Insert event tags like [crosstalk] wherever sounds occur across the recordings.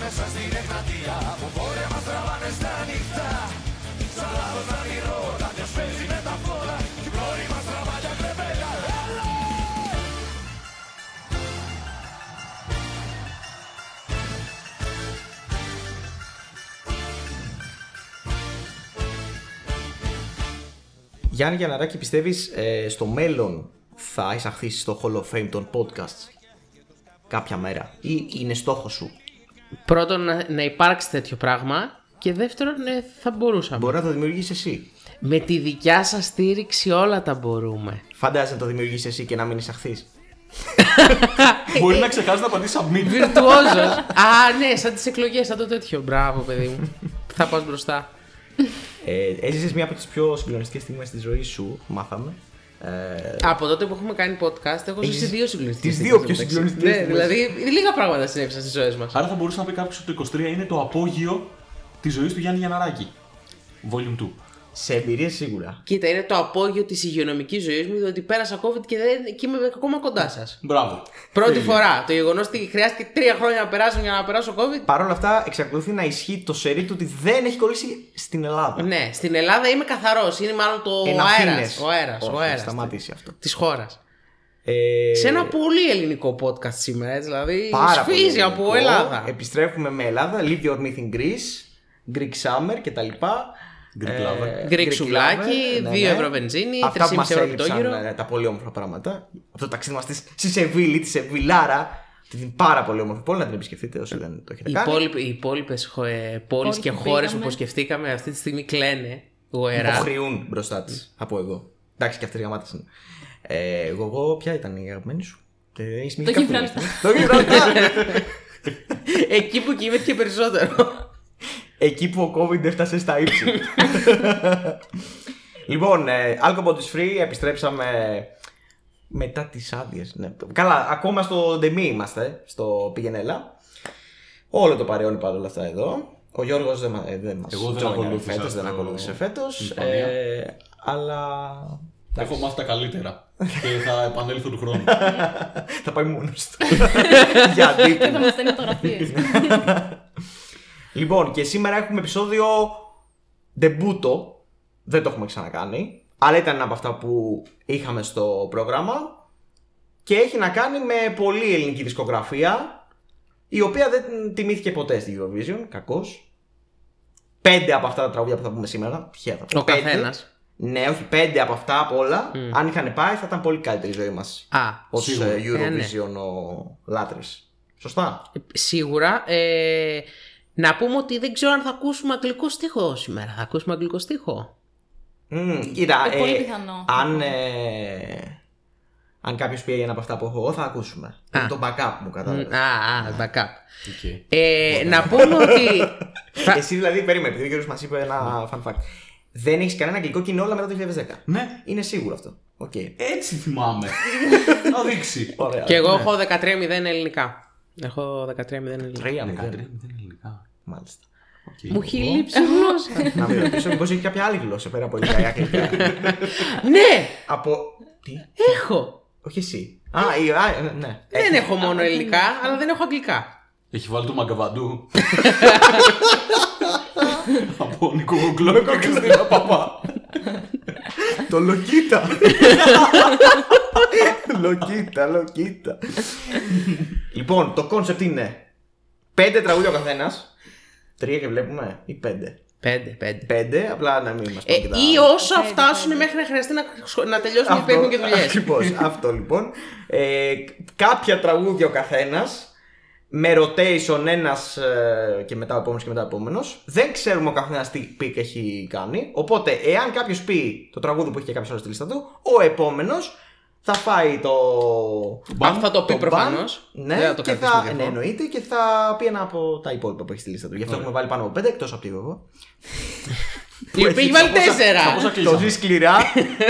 μέσα στην εκρατεία Από βόρεια μας τραβάνε στα νυχτά Σαν λάβος να γυρώ, να διασπέζει με τα φώτα Κι η πλώρη μας τραβάλια κρεβέλια Έλα! Γιάννη Γιαναράκη, πιστεύεις ε, στο μέλλον θα εισαχθείς στο Hall of Fame των podcasts κάποια μέρα ή είναι στόχος σου. Πρώτον, να, να υπάρξει τέτοιο πράγμα. Και δεύτερον, ε, θα μπορούσαμε. Μπορεί να το δημιουργήσεις εσύ. Με τη δικιά σας στήριξη όλα τα μπορούμε. Φαντάζεσαι να το δημιουργήσεις εσύ και να μην [laughs] εισαχθείς. Μπορεί να ξεχάσεις να απαντήσεις submit. [laughs] Βιρτουόζος. Α, ναι, σαν τις εκλογές, σαν το τέτοιο. Μπράβο, παιδί μου. θα πας μπροστά. Ε, έζησες μία από τις πιο συγκλονιστικές στιγμές της ζωής σου, μάθαμε. Ε, Από τότε που έχουμε κάνει podcast, έχω ζήσει Έχεις- δύο συγκλονιστικές. τις δύο στιγμές, πιο εντάξει. συγκλονιστικές Ναι, στιγμές. δηλαδή λίγα πράγματα συνέβησαν στις ζωές μας. Άρα θα μπορούσε να πει κάποιος ότι το 23 είναι το απόγειο της ζωής του Γιάννη Γιαναράκη. Volume 2. σε εμπειρίες σίγουρα. Κοίτα, είναι το απόγειο της υγειονομικής ζωής μου, διότι πέρασα COVID και, δεν, και είμαι ακόμα κοντά σας. Μπράβο. Πρώτη φορά. Το γεγονός ότι χρειάστηκε τρία χρόνια να περάσουν για να περάσω COVID. Παρ' όλα αυτά, εξακολουθεί να ισχύει το σερί του ότι δεν έχει κολλήσει στην Ελλάδα. Ναι, στην Ελλάδα είμαι καθαρός. Είναι μάλλον το Εν αέρα. Αθήνες. Ο αέρας. Όχι, Ο αέρα. Σταματήσει αυτό. Της χώρας. Ε, Σε ένα πολύ ελληνικό podcast σήμερα, έτσι, δηλαδή. πάρα πολύ σφίζει ελληνικό. Ε, από Ελλάδα. Επιστρέφουμε με Ελλάδα. Leave your myth in Greece. Greek summer κτλ. Greek Ε, lover. Greek σουβλάκι, δύο ευρώ βενζίνη, ναι, Αυτά που 3,5 μας ευρώ έλειψαν πιτόγυρο. ε, τα πολύ όμορφα πράγματα. Αυτό το ταξίδι μας στη στη Σεβίλη, τη Σεβιλάρα. Την πάρα πολύ όμορφη πόλη να την επισκεφτείτε όσοι δεν το έχετε Οι κάνει. υπόλοιπε οι υπόλοιπες χω- ε, πόλεις Πόλεις και που χώρες πήγαμε. που σκεφτήκαμε αυτή τη στιγμή κλαίνε. Γοερά. Υποχρεούν μπροστά της, θα πω εγώ. Εντάξει, και αυτές οι γαμάτες είναι. Ε, εγώ, εγώ, ποια ήταν η αγαπημένη σου. Ε, έχεις μιλήσει καθόλου, Το Γιβραλτάρ. έτσι. Το Γιβραλτάρ. Εκεί που κοιμήθηκε περισσότερο. Εκεί που ο COVID έφτασε στα ύψη. λοιπόν, ε, Alcohol is free, επιστρέψαμε μετά τις άδειες. Ναι. Καλά, ακόμα στο Ντεμί είμαστε, στο Πηγενέλα. Όλο το παρεώνει παρόλα αυτά εδώ. Ο Γιώργος δεν, μα- ε, δεν μας Εγώ δεν joined ακολούθησα φέτος, δεν στο- ακολούθησε φέτος. στην Ισπανία. Ε, αλλά [laughs] Έχω μάθει τα καλύτερα. Και θα επανέλθω του χρόνου. θα πάει μόνος του. Για αντίπεινα. Θα μας στέλνει φωτογραφίες. Λοιπόν, και σήμερα έχουμε επεισόδιο ντεμπούτο. Δεν το έχουμε ξανακάνει. Αλλά ήταν ένα από αυτά που είχαμε στο πρόγραμμα. Και έχει να κάνει με πολύ ελληνική δισκογραφία. Η οποία δεν τιμήθηκε ποτέ στη Eurovision. Κακώς. Πέντε από αυτά τα τραγούδια που θα πούμε σήμερα. Ποια θα πω. Ο πέντε. καθένας. Ναι, όχι πέντε από αυτά από όλα. Αν είχαν πάει, θα ήταν πολύ καλύτερη η ζωή μας. Α, Ως σίγουρα. Ε, ναι. Eurovision ο λάτρης. Σωστά. σίγουρα. Ε, να πούμε ότι δεν ξέρω αν θα ακούσουμε αγγλικό στίχο σήμερα. Θα ακούσουμε αγγλικό στίχο. Μμμ, κοίτα, Ε, πολύ πιθανό. Αν, ε, αν κάποιος πήγε ένα από αυτά που έχω εγώ, θα ακούσουμε. Είναι το backup μου, κατάλαβες. Μ, Α, α, backup. Οκ. Ε, να πούμε [laughs] ότι. θα- Εσύ δηλαδή, περίμενε, επειδή ο Γιώργος μας είπε ένα fun fact. Δεν έχεις κανένα αγγλικό κοινό όλα μετά το 2010. Ναι, Είναι σίγουρο αυτό. Οκ. έτσι θυμάμαι. Να δείξει. Ωραία. και εγώ έχω 13-0 ελληνικά. Έχω 13-0 ελληνικά. Τρία μηδέν. 13 ελληνικά. Ναι, Μάλιστα. Οκ. Μου έχει λείψει η γλώσσα. Να μην ρωτήσω, μήπως έχει κάποια άλλη γλώσσα πέρα από ελληνικά ή αγγλικά. [laughs] ναι, από. Τι. έχω. Όχι εσύ. Α, η... α, ναι, ναι. Δεν έχω μόνο ελληνικά, αλλά δεν έχω αγγλικά. Έχει βάλει το μαγκαβαντού. Από Νίκο Γουγκλό και Χριστίνα Παπά. Το Λοκίτα. Λοκίτα, Λοκίτα. λοιπόν, το κόνσεπτ είναι πέντε τραγούδια ο καθένας. Τρία και βλέπουμε, ή πέντε. 5-5. Πέντε, απλά να μην μας Ε, ή όσα φτάσουν μέχρι να χρειαστεί να, να τελειώσουν οι παίρνουν και δουλειές. Ακριβώς, αυτό λοιπόν. Ε, κάποια τραγούδια ο καθένας. Με rotation ένας ε, και μετά ο επόμενος και μετά ο επόμενος. Δεν ξέρουμε ο καθένας τι πικ έχει κάνει. Οπότε, εάν κάποιος πει το τραγούδι που έχει και κάποιος άλλος στη λίστα του, ο επόμενος θα φάει το. Αυτό θα το πει ban, προφανώς. Ναι, Δεν θα ε, το και κρατήσουμε θα, ναι, διαφορά. εννοείται και θα πει ένα από τα υπόλοιπα που έχει στη λίστα του. Γι' αυτό έχουμε βάλει πάνω από πέντε εκτός από τη εγώ. Οι οποίοι Έχει Λοιπόν, βάλει ξαπόσα- τέσσερα. ξαπόσα- Το ζει σκληρά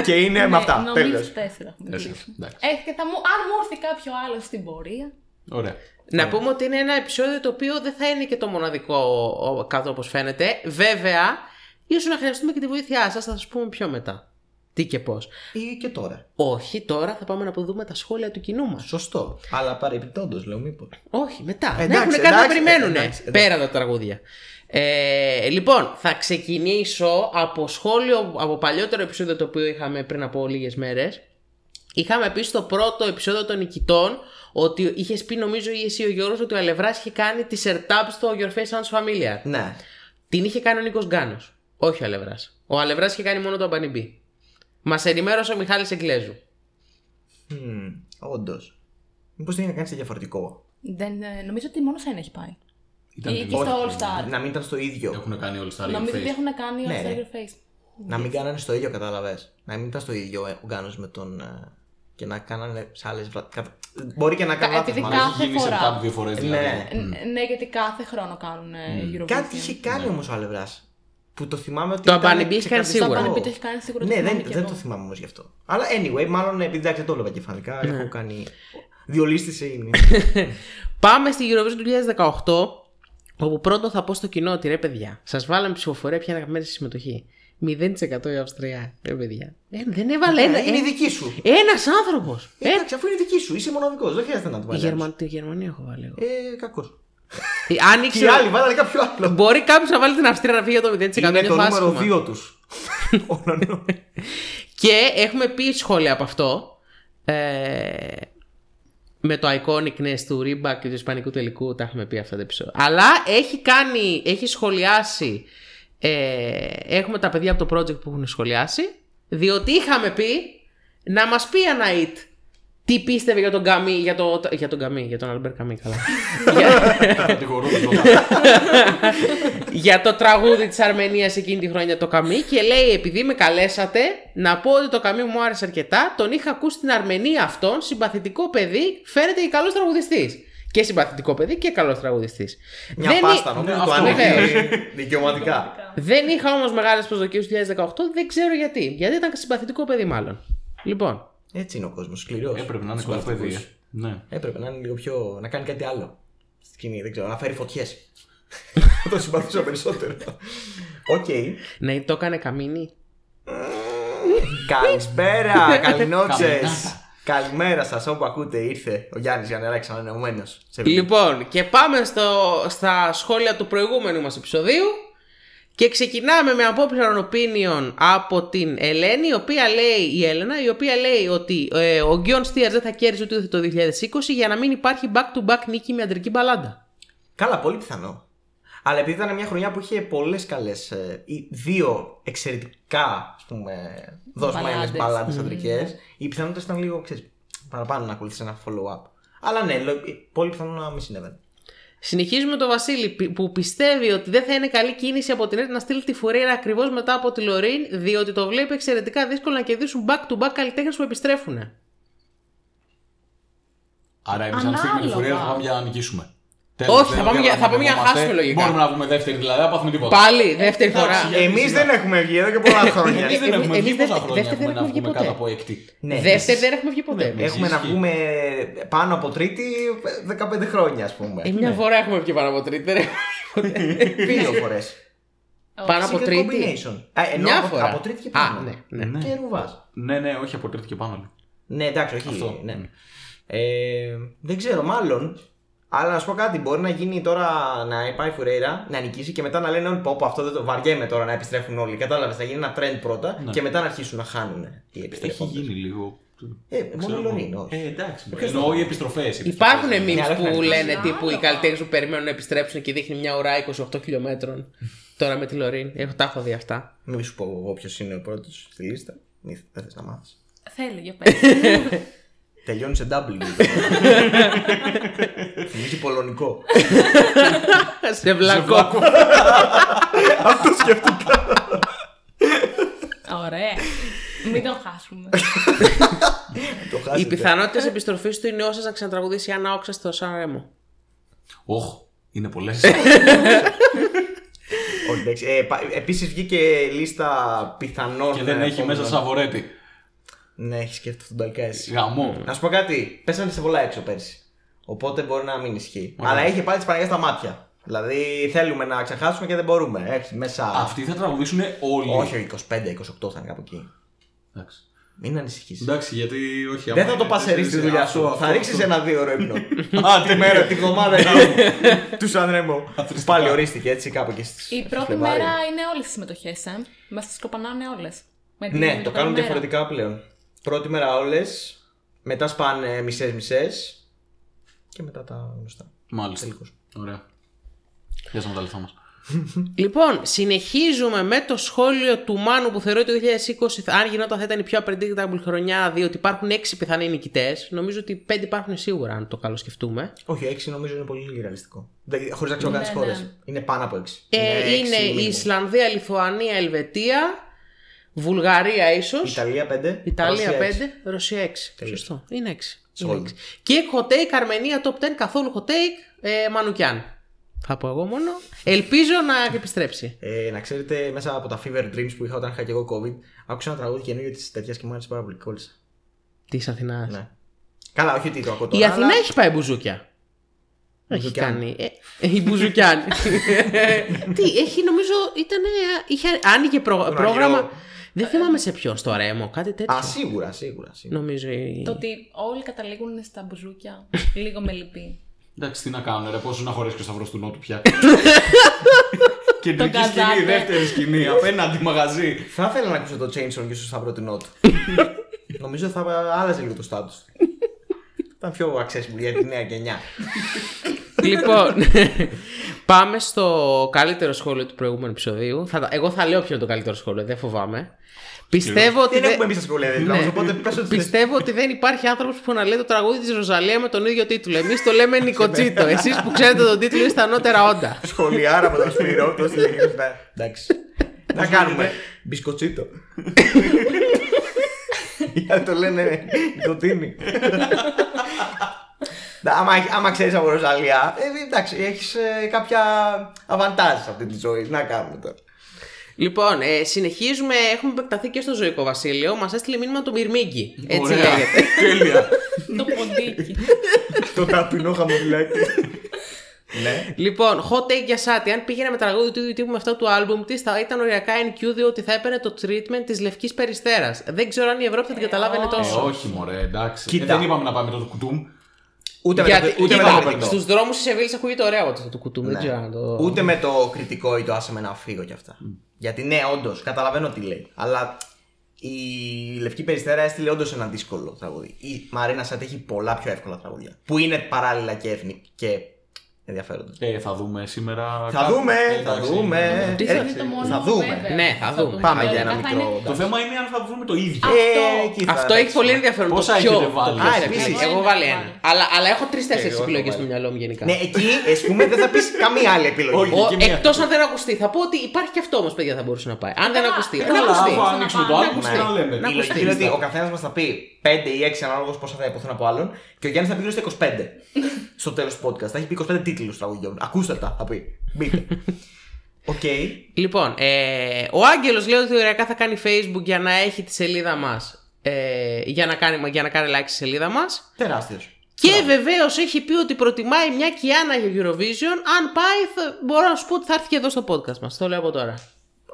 και [laughs] είναι με Ναι, αυτά. Τέλο. Νομίζω τέσσερα. Τέσσερα, εντάξει. Ε, και θα μου, αν μου έρθει κάποιο άλλο στην πορεία. Ωραία. Να πούμε ότι είναι ένα επεισόδιο το οποίο δεν θα είναι και το μοναδικό ο- ο- κάτω όπως φαίνεται. Βέβαια, ίσως να χρειαστούμε και τη βοήθειά σας, θα σας πούμε πιο μετά. Τι και πώς. Ή και τώρα. Όχι, τώρα θα πάμε να δούμε τα σχόλια του κοινού μας. Σωστό. Αλλά παρεμπιπτόντως, λέω, μήπως. Όχι, μετά. Εντάξει, ναι, έχουν κάτι να εντάξει, περιμένουν. εντάξει, εντάξει. Πέρα τα τραγούδια. Ε, λοιπόν, θα ξεκινήσω από σχόλιο από παλιότερο επεισόδιο το οποίο είχαμε πριν από λίγες μέρες. Είχαμε πει στο πρώτο επεισόδιο των νικητών ότι είχες πει, νομίζω, ή εσύ ο Γιώργος ότι ο Αλευράς είχε κάνει τη σερτάπ στο Your Face Sounds Familiar. Ναι. Την είχε κάνει ο Νίκος Γκάνος. Όχι ο Αλευράς. Ο Αλευράς είχε κάνει μόνο το αμπανιμπή. Μας ενημέρωσε ο Μιχάλης Εγκλέζου. Όντως. Μήπως δεν είναι κάτι διαφορετικό. Δεν, ε, νομίζω ότι μόνο σε ένα έχει πάει. Ήταν Ή- τελείως. και στο All Όχι, Star. Να μην ήταν στο ίδιο. Έχουν κάνει όλοι στα Νομίζω ότι Face. έχουν κάνει όλα Ναι. στα Your Face. Να μην κάνανε στο ίδιο, κατάλαβες. Να μην ήταν στο ίδιο ε, ο Γκάνος με τον. ε, και να κάνανε σε άλλες. Μπορεί και να κάνανε λάθος, επειδή μάλλον. κα- Έχει γίνει κάθε σε φορά. tap δύο φορές Ναι. Ναι. δηλαδή. Ε, Ναι, γιατί κάθε χρόνο κάνουν ε, Eurovision. Κάτι είχε κάνει όμως ο Αλευράς. Που το θυμάμαι ότι. Το ήταν Αμπανιμπή είχε κάνει ξεκαθαριστικό. Το σίγουρα. Αμπανιμπή το έχει κάνει σίγουρα. Ναι, θυμάμαι δεν, κι δεν εγώ. το θυμάμαι όμως γι' αυτό. Αλλά anyway, μάλλον επειδή εντάξει δεν το έλεγα κεφαλικά, έχω κάνει. Διολίστηση είναι. Πάμε στη Eurovision του 2018, όπου πρώτο θα πω στο κοινό ότι ρε παιδιά, σας βάλαμε ψηφοφορία ποια είναι αγαπημένη σας συμμετοχή. 0% η Αυστρία. Ρε παιδιά. Ε, δεν έβαλε ένα. Ναι, είναι η δική Ε, σου. Ένας άνθρωπος. Εντάξει, αφού είναι δική σου, είσαι μοναδικός, δεν χρειάζεται να το Η βάλεις. Γερμαν... τη Γερμανία έχω βάλει εγώ. Ε, κακός. Ε, Αν Και οι ήξερα. άλλοι βάλανε κάποιο άλλο. Μπορεί κάποιος να βάλει την Αυστρία να φύγει για το 0%. Είναι το νιώθω νούμερο άσχημα. 2 του. Όλων. Και έχουμε πει σχόλια από αυτό. Ε, με το iconic ναι, του Ρίμπα και του Ισπανικού τελικού τα έχουμε πει αυτά τα επεισόδια. Αλλά έχει κάνει, έχει σχολιάσει. Ε, έχουμε τα παιδιά από το project που έχουν σχολιάσει. Διότι είχαμε πει να μας πει ένα it τι πίστευε για τον Καμί, για, το, για τον Καμί, για τον Αλμπέρ Καμί, καλά. για, Κατηγορούμε τον για το τραγούδι της Αρμενίας εκείνη τη χρονιά το Καμί και λέει επειδή με καλέσατε να πω ότι το Καμί μου άρεσε αρκετά τον είχα ακούσει στην Αρμενία αυτόν συμπαθητικό παιδί φαίνεται και καλός τραγουδιστής και συμπαθητικό παιδί και καλός τραγουδιστής Μια εί- πάστα νομίζω. Το αυτό ανοίγει βεβαίως. δικαιωματικά. δεν είχα όμως μεγάλες προσδοκίες του 2018 δεν ξέρω γιατί γιατί ήταν συμπαθητικό παιδί μάλλον λοιπόν Έτσι είναι ο κόσμος. Σκληρός. Έπρεπε Ε, να είναι καλό παιδί. ε. Ναι. Έπρεπε να είναι λίγο πιο. να κάνει κάτι άλλο. Στη σκηνή, δεν ξέρω, να φέρει φωτιές. Θα το συμπαθούσα περισσότερο. Οκ. ναι το έκανε Καμίνι Καλησπέρα, καληνότσες. Καληνάτα. Καλημέρα σας, όπου ακούτε ήρθε ο Γιάννης Γιαννεράκη ξανανεωμένο. Λοιπόν, και πάμε στο, στα σχόλια του προηγούμενου μας επεισοδίου και ξεκινάμε με unpopular opinion από την Ελένη, η οποία λέει, η Έλενα, η οποία λέει ότι ε, ο Γκιον Στίαρς δεν θα κέρδιζε ούτε το 2020 για να μην υπάρχει back-to-back νίκη με αντρική μπαλάντα. Καλά, πολύ πιθανό. Αλλά επειδή ήταν μια χρονιά που είχε πολλές καλές. δύο εξαιρετικά ας πούμε, δοσμένε Μπαλάντες. Mm. μπαλάντες αντρικές, οι πιθανότητε ήταν λίγο ξέρεις, παραπάνω να ακολουθήσει ένα follow-up. Αλλά ναι, λο- πολύ πιθανό να μην συνέβαινε. Συνεχίζουμε με τον Βασίλη πι- που πιστεύει ότι δεν θα είναι καλή κίνηση από την ΕΡΤ να στείλει τη Φουρέιρα ακριβώς μετά από τη Λωρίν, διότι το βλέπει εξαιρετικά δύσκολο να κερδίσουν back-to-back καλλιτέχνες που επιστρέφουν. Άρα εμείς αν στείλουμε τη Ανάλογα. φορεία θα πάμε για να νικήσουμε. Όχι, θα πάμε για- θα πάμε για να χάσουμε χάσουμε λογικά. Μπορούμε να βγούμε δεύτερη, δηλαδή, δεν πάθουμε τίποτα. Πάλι, δεύτερη φορά. για- Εμεί δεν έχουμε βγει εδώ και πολλά χρόνια. Εμείς [laughs] δεν εμείς- έχουμε βγει εμείς πόσα δεύτερη- χρόνια δεύτερη έχουμε δεν να έχουμε βγει βγούμε ποτέ. κάτω από έκτη. ναι, Δεύτερη δεν έχουμε βγει ποτέ. Ναι, Έχουμε να Ισχύει. βγούμε πάνω από τρίτη 15 χρόνια, ας πούμε. Ε, μια φορά έχουμε βγει πάνω από τρίτη. δεν έχουμε. Δύο φορές. Ε, ναι. πάνω από τρίτη. Combination. Α, ενώ Μια από, φορά. από τρίτη και Α, πάνω. ναι, ναι. Ναι. Και ρουβάς. Ναι, ναι, όχι από τρίτη και πάνω. λέει. Ναι, εντάξει, όχι. Αυτό. Mm. Ναι. Ε, δεν ξέρω, μάλλον. Αλλά να σου πω κάτι, μπορεί να γίνει τώρα να πάει η Φουρέιρα, να νικήσει και μετά να λένε: Πω, πω, αυτό δεν το βαριέμαι τώρα να επιστρέφουν όλοι. Κατάλαβες, θα γίνει ένα trend πρώτα Ναι. και μετά να αρχίσουν να χάνουν οι Έχει επιστρέφοντες. γίνει λίγο. Ε, μόνο Ξέρω η εγώ. Λονίν, όχι. Ε, εντάξει. Εννοώ οι επιστροφές. Υπάρχουν Ναι, αλλά memes που ευχαριστώ. λένε τύπου οι Άλλο. καλλιτέχνες που περιμένουν να επιστρέψουν και δείχνει μια ώρα 28 χιλιόμετρων. Τώρα με τη Λωρίν. Έχω τα έχω δει αυτά. Μην σου πω εγώ ποιος είναι ο πρώτος στη λίστα. Μη θε- Δεν θες να μάθεις. Θέλω, για [laughs] πες. Τελειώνει σε [laughs] W. Θυμίζει πολωνικό. Σε βλακό. Ωραία. Μην τον χάσουμε. Το Οι χάσετε. πιθανότητες επιστροφής του είναι όσες να ξανατραγουδήσει η Άννα Όξα στο Σαν Ρέμο. Όχι, είναι πολλές. Επίση Ε, βγήκε λίστα πιθανών. [laughs] Και δεν έχει μέσα σαββό. σαβορέτη. Ναι, έχεις σκέφτεται τον Ταλκά εσύ. Γαμό. Να σου πω κάτι. Πέσανε σε πολλά έξω πέρσι. Οπότε μπορεί να μην ισχύει. Αλλά είχε πάλι τις Παναγιέ στα μάτια. Δηλαδή θέλουμε να ξεχάσουμε και δεν μπορούμε. Έχει μέσα. Αυτοί θα τραγουδήσουν όλοι. Όχι, 25-28 θα είναι κάπου εκεί. Εντάξει. Μην ανησυχείς. Εντάξει, γιατί όχι. άμα Δεν θα το είναι πασερίσει τη τέσσερις, δουλειά αυτό, σου. αυτό, Θα αυτό. ρίξεις ένα δύο ώρο [laughs] ύπνο. Α, τη μέρα, τη βδομάδα του Σανρέμο. Αθρηστικά. Πάλι ορίστηκε έτσι κάπου εκεί στις- [laughs] Η στο πρώτη Φλεβάρι. μέρα είναι όλες τι συμμετοχές, ε. Μας τις σκοπανάνε όλε. Ναι, το κάνουν διαφορετικά πλέον. Πρώτη μέρα όλες, μετά σπάνε μισέ-μισέ και μετά τα γνωστά. Μάλιστα. Τελικώς. Ωραία. Γεια σα, μεταλληθώ μα. Λοιπόν, συνεχίζουμε με το σχόλιο του Μάνου που θεωρεί ότι το 2020, θα- αν γινόταν, θα ήταν η πιο unpredictable χρονιά, διότι υπάρχουν 6 πιθανοί νικητές. Νομίζω ότι 5 υπάρχουν σίγουρα, αν το καλώ σκεφτούμε. Όχι, έξι νομίζω είναι πολύ ρεαλιστικό. Χωρίς να ξέρω κάτι Ναι, χώρε. ναι. Είναι πάνω από έξι. Ε, έξι είναι η minimum. Ισλανδία, Λιθουανία, Ελβετία, Βουλγαρία ίσως. Ιταλία 5. Ιταλία 5, Ρωσία 6. Σωστό. Είναι 6. Είναι 6. Και hot take Αρμενία top 10, καθόλου hot take ε, Μανουκιάν. Θα πω εγώ μόνο. Ελπίζω να επιστρέψει. Ε, να ξέρετε, μέσα από τα fever dreams που είχα όταν είχα και εγώ COVID, άκουσα ένα τραγούδι καινούριο της τέτοιας και μου άρεσε πάρα πολύ. Κόλλησα. Της Αθηνάς. Ναι. Καλά, όχι ότι το ακούω τώρα. Η Αθηνά αλλά- έχει πάει μπουζούκια. Έχει Μπουζουκιάν. κάνει. ε, ε, η [laughs] Μπουζουκιάν. Τι, έχει νομίζω. Ήταν, είχε, άνοιγε προ- Τον πρόγραμμα. Αργυρό. Δεν θυμάμαι σε ποιον στο Ρέμο, κάτι τέτοιο. Α, σίγουρα, σίγουρα. σίγουρα. Νομίζω. η- Το ότι όλοι καταλήγουν στα μπουζούκια, λίγο με λυπή. Εντάξει, τι να κάνουν, ρε, πόσο να χωρέσει και ο Σταυρό του Νότου πια. Το Κεντρική καζάτε. σκηνή, δεύτερη σκηνή, απέναντι μαγαζί. Θα ήθελα να ακούσω το Chainsaw και στο Σταυρό του [laughs] Νότου. Νομίζω θα άλλαζε λίγο το status. Ήταν πιο accessible για τη νέα γενιά. λοιπόν, [laughs] πάμε στο καλύτερο σχόλιο του προηγούμενου επεισοδίου. Θα τα- εγώ θα λέω ποιο είναι το καλύτερο σχόλιο, δεν φοβάμαι. Πιστεύω ότι. Δεν δεν- έχουμε εμείς τα σχολεία, δεν Ναι. τραβάμε, Οπότε πες ότι θες. Πιστεύω ότι δεν υπάρχει άνθρωπος που να λέει το τραγούδι της Ροζαλία με τον ίδιο τίτλο. Εμείς το λέμε Νικοτσίτο. Εσείς που ξέρετε τον τίτλο είστε ανώτερα όντα. Σχολιάρα με τον σφυρό, το στυλίγιο. Εντάξει. Ναι. Να κάνουμε. [laughs] Μπισκοτσίτο. Για το λένε κοτίνι. άμα, άμα ξέρεις από Ροζαλία, ε, εντάξει, έχεις κάποια αβαντάζ σε αυτή τη ζωή. Να κάνουμε τώρα. Λοιπόν, ε, συνεχίζουμε. Έχουμε επεκταθεί και στο ζωικό βασίλειο. Μας έστειλε μήνυμα το Μυρμίγκι. Έτσι Ωραία. λέγεται. [laughs] Τέλεια. το [laughs] ποντίκι. το ταπεινό χαμογελάκι. ναι. Λοιπόν, hot take για Σάτι. Αν πήγαινε με τραγούδι του ίδιου τύπου με αυτό του άλμπουμ τη, θα ήταν οριακά NQ διότι θα έπαιρνε το treatment της λευκής περιστέρας. Δεν ξέρω αν η Ευρώπη θα την καταλάβαινε Ε, Ε, τόσο. όχι, μωρέ, εντάξει. Κοίτα. Ε, δεν είπαμε να πάμε με το κουτούμ. Ούτε, με το, ούτε με το κριτικό. στους δρόμους της Σεβίλης ακούγεται ωραίο αυτό το κουτούμ. Δεν ξέρω αν το. Ούτε με το κριτικό ή το άσε με να φύγω κι αυτά. Γιατί ναι, όντως, καταλαβαίνω τι λέει. Αλλά η Λευκή Περιστέρα έστειλε όντως ένα δύσκολο τραγούδι. Η Μαρίνα Σάτ έχει πολλά πιο εύκολα τραγούδια. Που είναι παράλληλα και εύνη και ενδιαφέροντα. Ε, θα δούμε σήμερα. Θα κάτι. δούμε, Ε, θα εντάξει. δούμε. Τι Ε, θα είναι το μόνο Θα δούμε. βέβαια. Ναι, θα δούμε. Πάμε Το για ένα μετά θα μικρό. είναι- Το θέμα είναι αν θα βρούμε το ίδιο. Ε, εκεί θα Αυτό έχει παίξουμε. πολύ ενδιαφέρον. το Πόσα ποιο- έχετε βάλει Ε, Α, ρε, εσείς? φίλε, Εγώ εγώ έχω βάλει βάλει. ένα. Αλλά, αλλά έχω τρει-τέσσερι Εγώ έχω επιλογές στο βάλει. μυαλό μου γενικά. Ναι, εκεί ας πούμε δεν θα πεις καμία άλλη επιλογή. Όχι. και μία. Εκτός αν δεν ακουστεί. Θα πω ότι υπάρχει και αυτό όμως, παιδιά, θα μπορούσε να πάει. Αν δεν Καλά, ακουστεί. καλά, Να ακουστεί. ε, αφού ανοίξουμε το Να άλμπουμ, Ναι. ακουστεί. να λέμε. Η λογική είναι ότι ο καθένας μας θα πει 5 ή 6 ανάλογα πόσα θα υποθούν από άλλον και ο Γιάννης θα πει γύρω στα 25 [laughs] στο τέλος του podcast. Θα έχει πει 25 τίτλου τραγουδιών. Ακούστε τα, θα πει. Μπείτε. [laughs] Οκ. Λοιπόν, ε, ο Άγγελος λέει ότι οριακά θα κάνει Facebook για να έχει τη σελίδα μας. Ε, για, να κάνει, για να κάνει like στη σελίδα μας. Τεράστιος. Και βεβαίως έχει πει ότι προτιμάει μια Κιάννα για Eurovision. Αν πάει, θα, μπορώ να σου πω ότι θα έρθει και εδώ στο podcast μας. Το λέω από τώρα.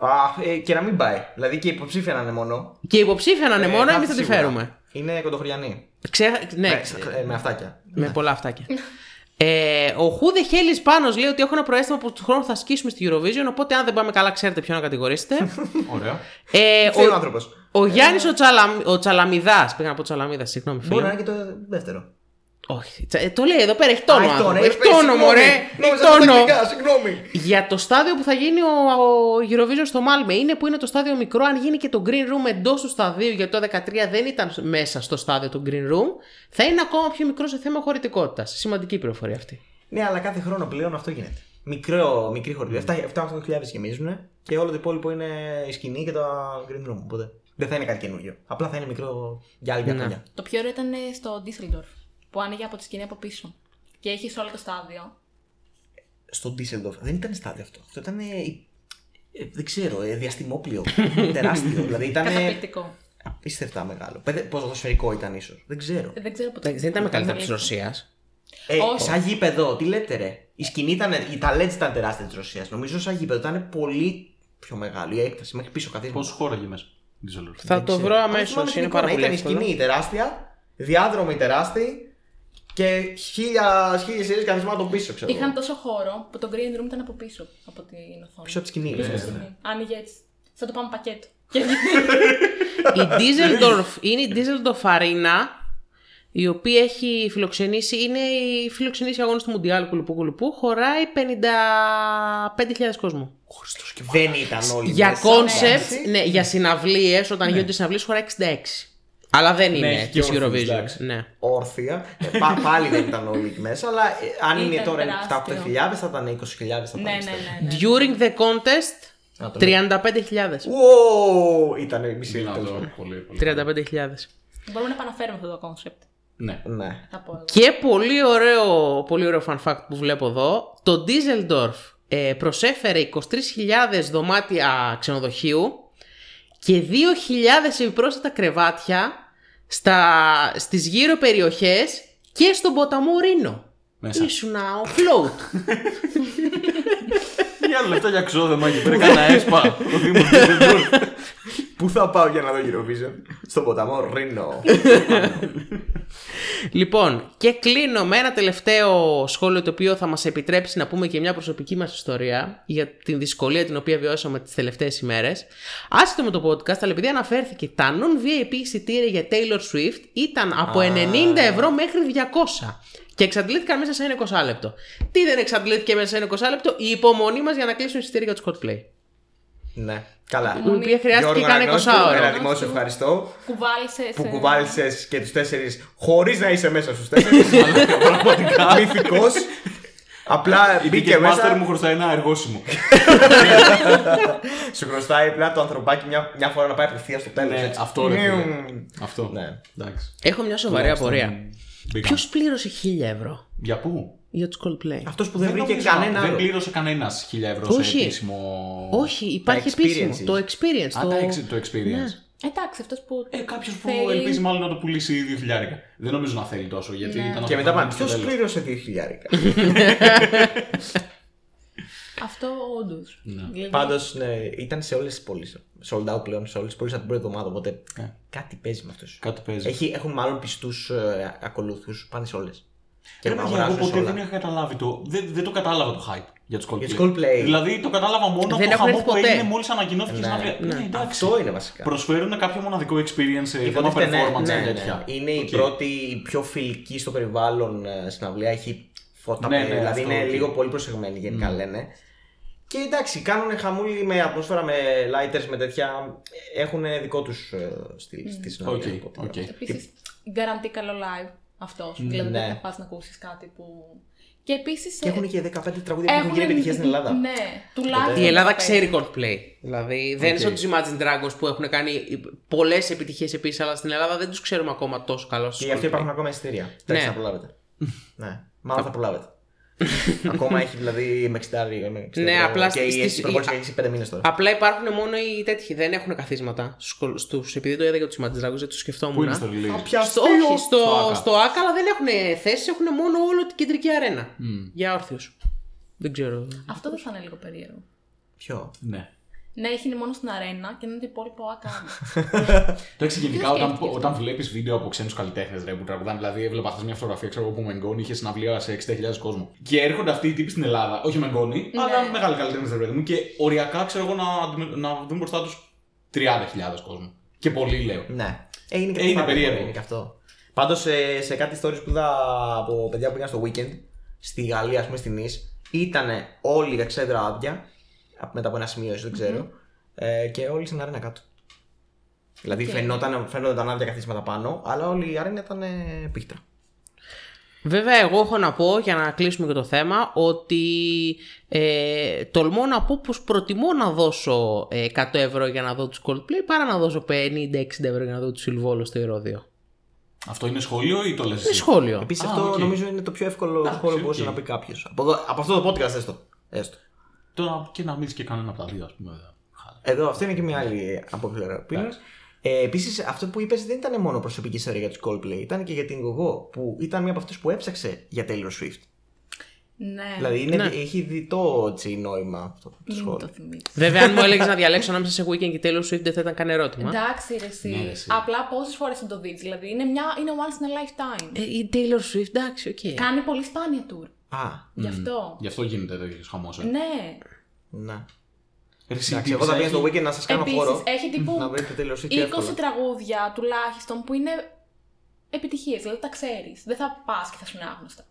Α, ε, και να μην πάει. Δηλαδή και υποψήφια να είναι μόνο. Και η υποψήφια να είναι Ε, μόνο, θα εμείς θα έρθει τη σίγουρα. φέρουμε. Είναι κοντοχωριανή. Ξέχα... Ναι, Ε, ε, με αυτάκια. Με πολλά αυτάκια. Ε, ο Χούδε Χέλη πάνω λέει ότι έχω ένα προέστημα που του χρόνου θα σκίσουμε στη Eurovision. Οπότε, αν δεν πάμε καλά, ξέρετε ποιον να [laughs] κατηγορήσετε. Ωραία. ε, Ξέρει ο ο άνθρωπος. ο Γιάννης ο, Τσαλαμ, ο Τσαλαμιδάς. Πήγα να πω Τσαλαμίδας, συγγνώμη. φίλε Μπορεί να μου. είναι και το δεύτερο. Όχι. τσα- ε, το λέει εδώ πέρα, έχει τόνο. Α, άνθρωπο, ε, Έχει πες, τόνο, συγγνώμη. μωρέ. Έχει Νόμιζα τα τόνο. τεχνικά, Συγγνώμη. Για το στάδιο που θα γίνει ο, ο Eurovision στο Μάλμε είναι που είναι το στάδιο μικρό. Αν γίνει και το Green Room εντός του σταδίου, γιατί το 13 δεν ήταν μέσα στο στάδιο του Green Room, θα είναι ακόμα πιο μικρό σε θέμα χωρητικότητας. Σημαντική πληροφορία αυτή. Ναι, αλλά κάθε χρόνο πλέον αυτό γίνεται. Μικρό, μικρή χορδία. 7-8.000 γεμίζουν και όλο το υπόλοιπο είναι η σκηνή και τα green room. Οπότε δεν θα είναι κάτι καινούριο. Απλά θα είναι μικρό για άλλη μια Ναι. χρονιά. Το πιο ωραίο ήταν ε, στο Ντίσσελντορφ που άνοιγε από τη σκηνή από πίσω. Και έχεις όλο το στάδιο. Στο Düsseldorf δεν ήταν στάδιο αυτό. Αυτό ήταν. ε, ε, δεν ξέρω, ε, διαστημόπλιο. τεράστιο. δηλαδή ήταν. ε, Καταπληκτικό. απίστευτα μεγάλο. Πέτε- Ποδοσφαιρικό ήταν ίσως. Δεν ξέρω. Δεν ξέρω ποτέ. Δεν ήταν μεγαλύτερη τη Ρωσίας. Ε, Όχι. σαν γήπεδο, τι λέτε ρε. Η σκηνή ήταν, η ταλέντ ήταν τεράστια της Ρωσίας. Νομίζω σαν γήπεδο ήταν πολύ πιο μεγάλο η έκταση μέχρι πίσω καθίσμα. Πόσο χώρα μέσα. Ντίζελορ. Θα το βρω Αν δεν αμέσω. θυμάμαι την Είναι εικόνα, πάρα πολύ Ήταν η εύκολο. σκηνή τεράστια, διάδρομοι τεράστιοι και χίλια, χίλια σειρές καθισμάτων πίσω, ξέρω. εγώ. Είχαν τόσο χώρο που το green room ήταν από πίσω από την οθόνη. Πίσω από τη σκηνή. Πίσω ναι. από τη σκηνή. Άνοιγε έτσι. Σαν το πάμε πακέτο. [laughs] Και Η Düsseldorf είναι η Düsseldorf Arena, η οποία έχει φιλοξενήσει, είναι η φιλοξενήση αγώνες του Μουντιάλ κουλουπού κουλουπού, χωράει 55.000 κόσμο. Δεν ήταν όλοι Για μέσα, εντάξει. κόνσεπτ, ναι, για συναυλίες, όταν γίνονται συναυλίες χωράει 66. Αλλά δεν είναι Ναι. έχει και της όρθιους, Eurovision. εντάξει. Ναι. όρθια. Ε, πα- πάλι δεν ήταν όλοι εκεί μέσα, αλλά ε, αν είναι Ήταν τώρα τεράστιο. 8.000 θα ήταν 20.000, θα ήταν ναι, 60. ναι, ναι. ναι. During the contest, Να το λέω. 35.000. Wow, ήταν μισή τέλος πάντων. Πολύ, πολύ. 35.000. Μπορούμε να επαναφέρουμε αυτό το κόνσεπτ. Ναι. Ναι. Θα πω εγώ. Και πολύ ωραίο, πολύ ωραίο fun fact που βλέπω εδώ. Το Düsseldorf ε, προσέφερε 23.000 δωμάτια ξενοδοχείου και 2.000 επιπρόσθετα κρεβάτια στα, στις γύρω περιοχές και στον ποταμό Ρήνο. Μέσα. Ήσουνα ο float. Για άλλα λεφτά για ξόδεμα και πήρε κανένα έσπα. Ο Δήμος Ντίζελορ. Πού θα πάω για να δω Eurovision, στον ποταμό [laughs] Ρήνο. λοιπόν, και κλείνω με ένα τελευταίο σχόλιο το οποίο θα μας επιτρέψει να πούμε και μια προσωπική μας ιστορία για την δυσκολία την οποία βιώσαμε τις τελευταίες ημέρες. Άσχετο με το podcast, αλλά επειδή αναφέρθηκε, τα non-VIP εισιτήρια για Taylor Swift ήταν από 90 ευρώ μέχρι 200. Και εξαντλήθηκαν μέσα σε ένα 20 λεπτό. Τι δεν εξαντλήθηκε μέσα σε ένα 20 λεπτό, η υπομονή μας για να κλείσουν εισιτήρια για το Coldplay. ναι, καλά. Η οποία χρειάστηκε Γιώργο κανένα 20 Αναγνώστου, Ένα ώρα. δημόσιο ευχαριστώ Κουβάλισες. που σε- κουβάλισες και τους τέσσερις χωρίς να είσαι μέσα στους τέσσερις. [laughs] [laughs] Πραγματικά. Μυθικός. Απλά Η μπήκε Ticketmaster μου μέσα. χρωστάει ένα εργόσημο. Σου χρωστάει απλά το ανθρωπάκι μια, μια φορά να πάει απευθείας στο τέλος. Ναι, αυτό ρε φίλε. Αυτό. Ναι. Εντάξει. Έχω μια σοβαρή Τουλάχιστον απορία. μπήκαμε. Ποιος πλήρωσε 1000 ευρώ Για πού? για τους Coldplay. Αυτός που δεν, βρήκε νομίζω, κανένα Δεν άλλο. πλήρωσε κανένας χίλια ευρώ σε Όχι. επίσημο. Όχι, Ναι. υπάρχει experiences. επίσημο. Το experience. Α, το... τα exit- το experience. Εντάξει, αυτός που. Ε, κάποιος που Θέλει. ελπίζει μάλλον να το πουλήσει 2 χιλιάρικα. Δεν νομίζω να θέλει τόσο γιατί Ναι. ήταν Και αυτό μετά που πάνε. στο Ποιο τέλος. πλήρωσε 2.000. [laughs] Αυτό όντως. Ναι. Πάντως ναι, ήταν σε όλες τις πόλει. Sold out πλέον σε όλες τις πόλει από την πρώτη εβδομάδα. Οπότε Ε. κάτι παίζει με αυτούς. Κάτι παίζει. Έχει, έχουν μάλλον πιστούς ε, ακολούθους. Πάνε σε όλες. Και Ρε να παιδιά, εγώ αγοράζουν σε ποτέ όλα. δεν είχα καταλάβει το. Δεν, δεν το κατάλαβα το hype για του Coldplay. τους Coldplay. Δηλαδή το κατάλαβα Δεν μόνο από το έχουν χαμό έρθει που ποτέ. έγινε μόλις ανακοινώθηκε η Ναι, συναυλία. Ναι, εντάξει. Αυτό είναι βασικά. Προσφέρουν κάποιο μοναδικό experience σε θέμα Υποτίθεται, ναι, ναι, performance και ναι. τέτοια. Είναι η Οκ. πρώτη, η πιο φιλική στο περιβάλλον ε, συναυλία. Έχει φώτα Ναι, πέρα, ναι, δηλαδή αυτό, είναι οκ. Mm. λίγο πολύ προσεγμένοι γενικά λένε. Και εντάξει, κάνουν χαμούλη με ατμόσφαιρα, με lighters, με τέτοια. Έχουν δικό τους Mm. στη, στη συναυλία. Οκ, από ό,τι οκ. λέω. Επίση, guarantee καλό live αυτός. Δηλαδή ναι. δεν θα πας να ακούσεις κάτι που. Και επίσης. Και έχουν και 15 τραγούδια που έχουν γίνει επιτυχία στην Ελλάδα. Ναι, τουλάχιστον. Η Ελλάδα τα ξέρει Coldplay. Δηλαδή δεν είναι σαν Οκ. τους Imagine Dragons που έχουν κάνει πολλές επιτυχίες επίσης, αλλά στην Ελλάδα δεν τους ξέρουμε ακόμα τόσο καλό. Και γι' αυτό υπάρχουν ακόμα εισιτήρια. Εντάξει, θα [laughs] προλάβετε. ναι, μάλλον θα προλάβετε. ακόμα έχει δηλαδή με 60 με 60 Ναι, ευρώ. απλά και η στις- έχει προπόνηση έχει 5 μήνες τώρα. Απλά υπάρχουν μόνο οι τέτοιοι, δεν έχουν καθίσματα. Στους, στους- επειδή το είδα για του Imagine Dragons, δεν τους σκεφτόμουν. Πού είναι στο Lily. στο, όχι, στο, Στο Άκα. στο ΑΚΑ, αλλά δεν έχουν θέσει, έχουν μόνο όλο την κεντρική αρένα. Για όρθιου. Δεν ξέρω. Αυτό δεν θα είναι λίγο περίεργο. Ποιο. Ναι. Ναι, έχει είναι μόνο στην αρένα και είναι το υπόλοιπο άκα. [laughs] Εντάξει, γενικά όταν, σκέφτηκες. όταν βλέπεις βίντεο από ξένους καλλιτέχνες ρε που τραγουδάνε, δηλαδή έβλεπα χθε μια φωτογραφία ξέρω, εγώ, που ο Μενγκόνη είχε συναυλία σε 60.000 κόσμο. Και έρχονται αυτοί οι τύποι στην Ελλάδα, όχι ο Μενγκόνη, Ναι. αλλά μεγάλοι καλλιτέχνες ρε παιδί μου, και οριακά ξέρω εγώ να, αντιμετω- να δουν μπροστά τους 30.000 κόσμο. Και πολύ λέω. Ναι. Ε, είναι και, Ε, το είναι φάρμακο, περίεργο. είναι και αυτό. Πάντως σε, σε κάτι stories που είδα από παιδιά που πήγαν στο weekend στη Γαλλία, ας πούμε στην Ισ, ήταν όλοι τα ξέδρα άδεια απ- μετά από ένα σημείο, ίσως, δεν ξέρω. ε, και όλοι στην αρένα κάτω. Δηλαδή φαινόταν, φαινόταν άδεια καθίσματα πάνω, αλλά όλη η αρένα ήταν ε, πίχτρα. Βέβαια, εγώ έχω να πω για να κλείσουμε και το θέμα ότι ε, τολμώ να πω πως προτιμώ να δώσω ε, 100 ευρώ για να δω τους Coldplay παρά να δώσω 50-60 ευρώ για να δω τους Silvolo στο Ηρόδιο. Αυτό είναι σχόλιο ή το λες. Είναι σχόλιο. Επίσης, Α, αυτό οκ. νομίζω είναι το πιο εύκολο Εντάξει, σχόλιο που μπορούσε οκ. να πει κάποιος. Από, εδώ- από αυτό το podcast, έστω. έστω. Τώρα και να μην και κανένα από τα δύο, ας πούμε. δεν χάλα. Εδώ, αυτό είναι και μια άλλη αποκληρωπή. Ε, Επίσης, αυτό που είπες δεν ήταν μόνο προσωπική ιστορία για τους Coldplay, ήταν και για την εγώ που ήταν μία από αυτέ που έψαξε για Taylor Swift. Ναι. Δηλαδή είναι, Ναι. έχει διτό έτσι, νόημα αυτό το Μην το σχόλιο. θυμίσεις. Βέβαια, αν μου έλεγες να διαλέξω ανάμεσα σε Weekend και Taylor Swift, δεν θα ήταν καν ερώτημα. Εντάξει, ρε, εσύ. Ναι, ρε, εσύ. Απλά πόσες φορές θα το δεις. Δηλαδή είναι, μια, είναι once in a lifetime. Ε, η Taylor Swift, εντάξει, οκ. Κάνει πολύ σπάνια tour. Α, Γι' αυτό. Γι' αυτό γίνεται ε. τέτοιος χαμός. Ναι. ναι. Εντάξει, Εντάξει, εγώ θα πήγα στο weekend να σας κάνω χώρο. Επίση έχει τύπου Να βρείτε Taylor Swift 20 εύκολα. τραγούδια τουλάχιστον που είναι επιτυχίες. Δηλαδή τα ξέρεις. Δεν θα πας και θα σου είναι άγνωστα.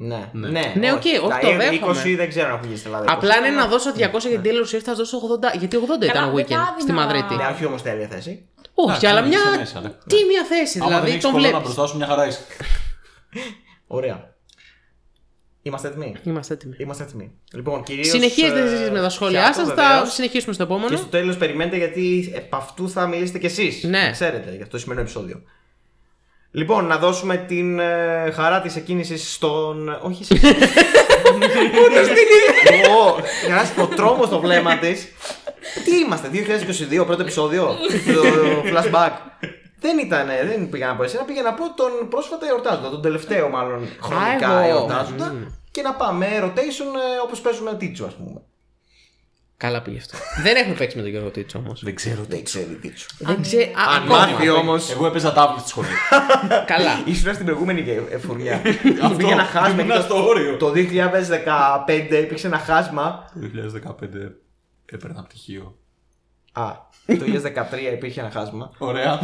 Ναι, Ναι. ναι. Ναι, οκ, όχι, το δέχομαι. 20 δεν ξέρω αν ακούγεται στην Ελλάδα. 20. Απλά είναι να δώσω 200 για την Taylor Swift, θα δώσω 80. Γιατί 80 ήταν Καλά, Weekend πετάδινα. στη Μαδρίτη. Ναι, όχι όμως τέλεια θέση. Όχι, αλλά μια είσαι μέσα, ναι. τίμια θέση. Δηλαδή τον να βλέπεις. μπροστά σου μια χαρά είσαι. Ωραία. Είμαστε έτοιμοι. Είμαστε έτοιμοι. Είμαστε έτοιμοι. Λοιπόν, κυρίως, Συνεχίζετε ε, εσείς με τα σχόλιά Χιάτο, σας. Θα βεβαίως. συνεχίσουμε στο Και επόμενο. στο τέλος περιμένετε γιατί επ' αυτού θα μιλήσετε κι εσείς. Ναι. Ξέρετε για αυτό το σημερινό επεισόδιο. Λοιπόν, να δώσουμε την ε, χαρά της εκκίνησης στον. Όχι εσύ. Ούτε στην Ω, Γράφει το τρόμο στο βλέμμα της. Τι είμαστε, 2022, πρώτο επεισόδιο. το flashback. Δεν ήταν, ε, δεν πήγα να πω εσένα, πήγα να πω τον πρόσφατα εορτάζοντα, τον τελευταίο μάλλον χρονικά εγώ. εορτάζοντα. Μμμ. Και να πάμε rotation όπως παίζουμε τίτσο, ας πούμε. Καλά πήγε αυτό. Δεν έχουμε παίξει με τον Γιώργο Τίτσο όμως. Δεν ξέρω τι. Δεν ξέρει τίτσο. Δεν ξέρω. Αν ναι. Ακόμα. μάθει όμως. Εγώ έπαιζα τάβλη στη [laughs] σχολή. [laughs] Καλά. Ήσουν στην προηγούμενη και- ε, [laughs] φουρνιά. Υπήρχε ένα χάσμα. Ήμουνα εκεί στο όριο. Το 2015 υπήρξε ένα χάσμα. Το 2015 έπαιρνα πτυχίο. Α, το 2013 υπήρχε ένα [laughs] χάσμα. Ωραία.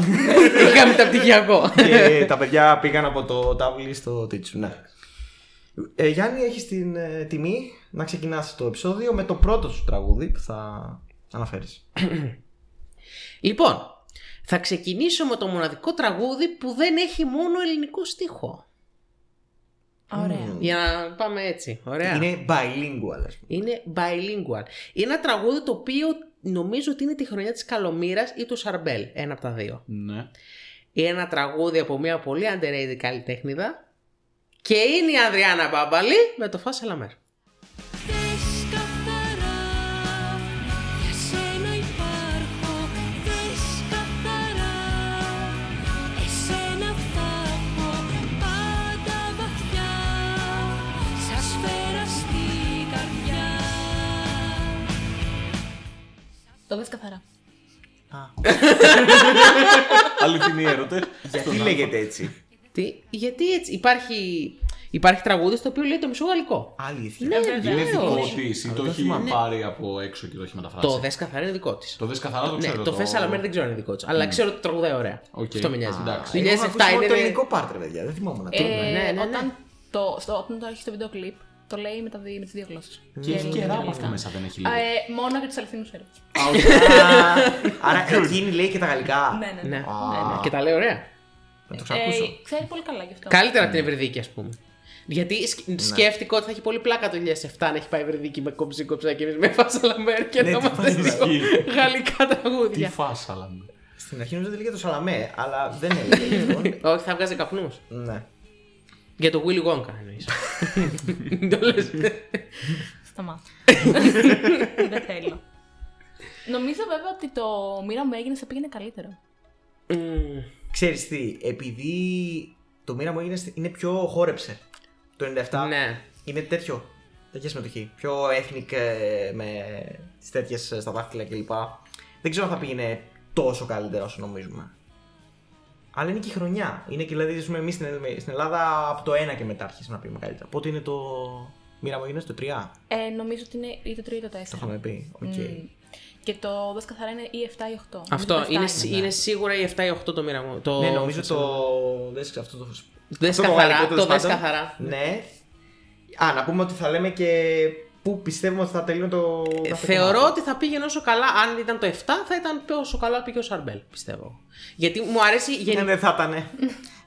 Είχα μεταπτυχιακό. Και τα παιδιά πήγαν από το τάβλι στο τίτσου. Ναι. Ε, Γιάννη, έχεις την ε, τιμή να ξεκινάς το επεισόδιο με το πρώτο σου τραγούδι που θα αναφέρεις. Λοιπόν, θα ξεκινήσω με το μοναδικό τραγούδι που δεν έχει μόνο ελληνικό στίχο. Ναι. Ωραία. Για να πάμε έτσι. Ωραία. Είναι, Είναι bilingual, ας πούμε. bilingual. Είναι ένα τραγούδι το οποίο νομίζω ότι είναι τη χρονιά της Καλομήρας ή του Σαρμπέλ. Ένα από τα δύο. Ναι. Είναι ένα τραγούδι από μια πολύ underrated καλλιτέχνηδα. Και είναι η Ανδριάνα Μπάμπαλη με το Φάσα Λαμέρ. Δες καθαρά, για σένα υπάρχω Δες καθαρά, εσένα θα έχω Πάντα βαθιά, σαν σφαίρα στη καρδιά Το δει καθαρά. Αληθινή έρωτε. Γιατί λέγεται έτσι. Τι, γιατί έτσι υπάρχει, υπάρχει τραγούδι στο οποίο λέει το μισό γαλλικό. Αλήθεια. Ναι, Είναι βεβαίως. δικό της ή Αλλά το το έχει θυμάμαι. πάρει από έξω και το έχει μεταφράσει. Το δες καθαρά είναι δικό της. Το δες καθαρά, το Ναι, ξέρω. το Φες αλλά δεν ξέρω αν είναι δικό της. Αλλά ξέρω ότι τραγουδάει ωραία. Οκ. Αυτό με νοιάζει. Α, εντάξει. Το 2007 Εγώ είχα ακούσει μόνο είναι. το ελληνικό πάρτρε, παιδιά. Δεν θυμόμουν. το- Ε, ναι, ναι, Όταν, ναι. Το, στο, όταν το έχεις στο βίντεο κλιπ, το λέει με, τα δι- με τις δύο γλώσσες. Και έχει και ράπ αυτό μέσα, δεν έχει λίγο. Ε, μόνο για του αληθινού έρωτε. Α, Άρα εκείνη λέει και τα γαλλικά. Ναι, ναι. Ναι, ναι. ναι, ναι. Και τα λέει ωραία. Να το Ε, ξακούσω. ξέρει πολύ καλά γι' αυτό. Καλύτερα από Ναι. την Ευρυδίκη, ας πούμε. Γιατί σκ- σκέφτηκα ότι θα έχει πολύ πλάκα το 2007 να έχει πάει η Ευρυδίκη με κομψή κομψά και εμείς με φάσα λαμέρ και Ναι, να τι είμαστε φάση λίγο ισχύει. γαλλικά Τι τραγούδια. φάσα, αλλά. ναι. Στην αρχή νόμιζα ότι λέγεται το Σαλαμέ, αλλά δεν έλεγε [laughs] λοιπόν. Όχι, θα βγάζει καπνούς. ναι. Για το Willy Wonka [laughs] εννοείς. Το λες. Σταμάτα. [laughs] Δεν θέλω. Νομίζω βέβαια ότι το μοίρα μου έγινε σε πήγαινε καλύτερο. Μμμ. Ξέρεις τι, επειδή το μοίρα μου έγινε, στη- είναι πιο χόρεψε το 97. Ναι. Είναι τέτοιο. Τέτοια συμμετοχή. Πιο ethnic ε, με τις τέτοιες στα δάχτυλα κλπ. Δεν ξέρω αν θα πήγαινε τόσο καλύτερα όσο νομίζουμε. Αλλά είναι και η χρονιά. Είναι και δηλαδή ζούμε εμείς στην, Ελ- στην Ελλάδα από το 1 και μετά αρχίσαμε να πήγαμε καλύτερα. Πότε είναι το. Μοίρα μου έγινε στο 3. Ε, νομίζω ότι είναι ή το 3 ή το 4. Το είχαμε πει. Οκ. Mm. Μμμ. Και το δες καθαρά είναι ή 7 ή 8. Αυτό είναι, σι- είναι. ναι. είναι σίγουρα η 7 ή 8 το μοίρα το... Ναι, νομίζω το. Δες αυτό το. Δες αυτό καθαρά, γαλλικό, το τέλος δες πάντων. καθαρά. Ναι. Α, να πούμε ότι θα λέμε και πού πιστεύουμε ότι θα τελειώνει το. Ε, κάθε Θεωρώ κομμάτι. ότι θα πήγαινε όσο καλά, αν ήταν το 7, θα ήταν όσο καλά πήγε ο Σαρμπέλ, πιστεύω. Γιατί μου αρέσει Ε, γενικά. δεν θα ήταν.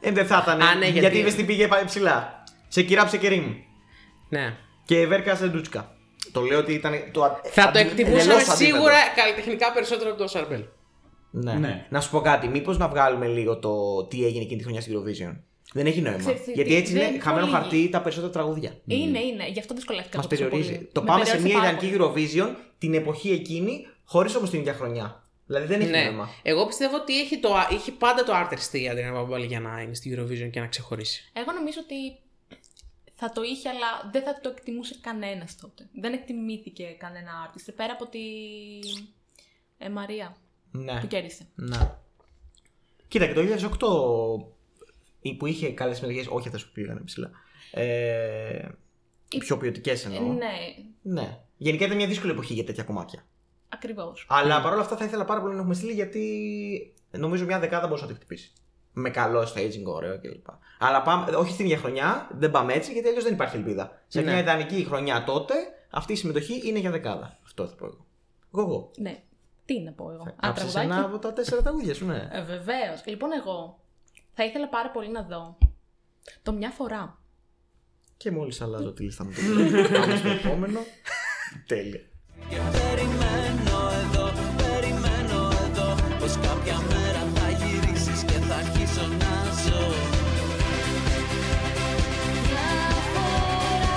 Ε, δεν θα ήταν. Α, ναι, γιατί γιατί- είδες την πήγε πάει ψηλά. Σε κυράψε και ρίμ. Ναι. Και βέρκα σε ντούτσικα. Το λέω ότι ήταν. Το... α- Θα το αντι- εκτιμούσαμε εντελώς αντίθετο. σίγουρα καλλιτεχνικά περισσότερο από τον Σαρμπέλ. Ναι. Ναι. Να σου πω κάτι, μήπως να βγάλουμε λίγο το τι έγινε εκείνη τη χρονιά στην Eurovision. Δεν έχει νόημα. Ξέρεις τι, γιατί τι- έτσι δεν είναι χαμένο κολλήγει. χαρτί τα περισσότερα τραγούδια. ναι. Είναι, είναι. Γι' αυτό δυσκολεύτηκα. Μας εγώ τόσο περιορίζει. πολύ. Το Με πάμε σε περιόρισε μια πάρα ιδανική πολύ. Eurovision την εποχή εκείνη, χωρίς όμως την ίδια χρονιά. Δηλαδή δεν έχει Ναι. νόημα. Εγώ πιστεύω ότι έχει, το, έχει πάντα το artist η Αντρίνα Παπαπάλη για να είναι στη Eurovision και να ξεχωρίσει. Εγώ νομίζω ότι θα το είχε, αλλά δεν θα το εκτιμούσε κανένας τότε. Δεν εκτιμήθηκε κανένα artist. Πέρα από τη ε, Μαρία Ναι. που κέρδισε. Ναι. Κοίτα, και το 2008 που είχε καλές συμμετοχέ, όχι αυτές που πήγαν ψηλά. Ε, οι πιο ποιοτικές Ε, εννοώ. ναι, Ναι. Γενικά ήταν μια δύσκολη εποχή για τέτοια κομμάτια. ακριβώς. Αλλά παρόλα αυτά θα ήθελα πάρα πολύ να έχουμε στείλει γιατί νομίζω μια δεκάδα μπορούσε να τη χτυπήσει. Με καλό staging, ωραίο κλπ. Αλλά πάμε, όχι στην ίδια χρονιά, δεν πάμε έτσι γιατί αλλιώς δεν υπάρχει ελπίδα. Σε Ναι. μια ιδανική χρονιά τότε, αυτή η συμμετοχή είναι για δεκάδα. Αυτό θα πω εγώ. Εγώ, εγώ. Ναι. Τι να πω εγώ. Α, Κάψες τραγουδάκι. ένα από τα τέσσερα τραγούδια σου, ναι. Ε, Βεβαίως. Λοιπόν, εγώ θα ήθελα πάρα πολύ να δω το μια φορά. Και μόλις αλλάζω τη λίστα μου. [laughs] Πάμε στο επόμενο. Τέλεια. Και περιμένω εδώ, περιμένω εδώ Πως κάποια μέρα θα γυρίσεις και θα αρχίσω να ζω Μια φορά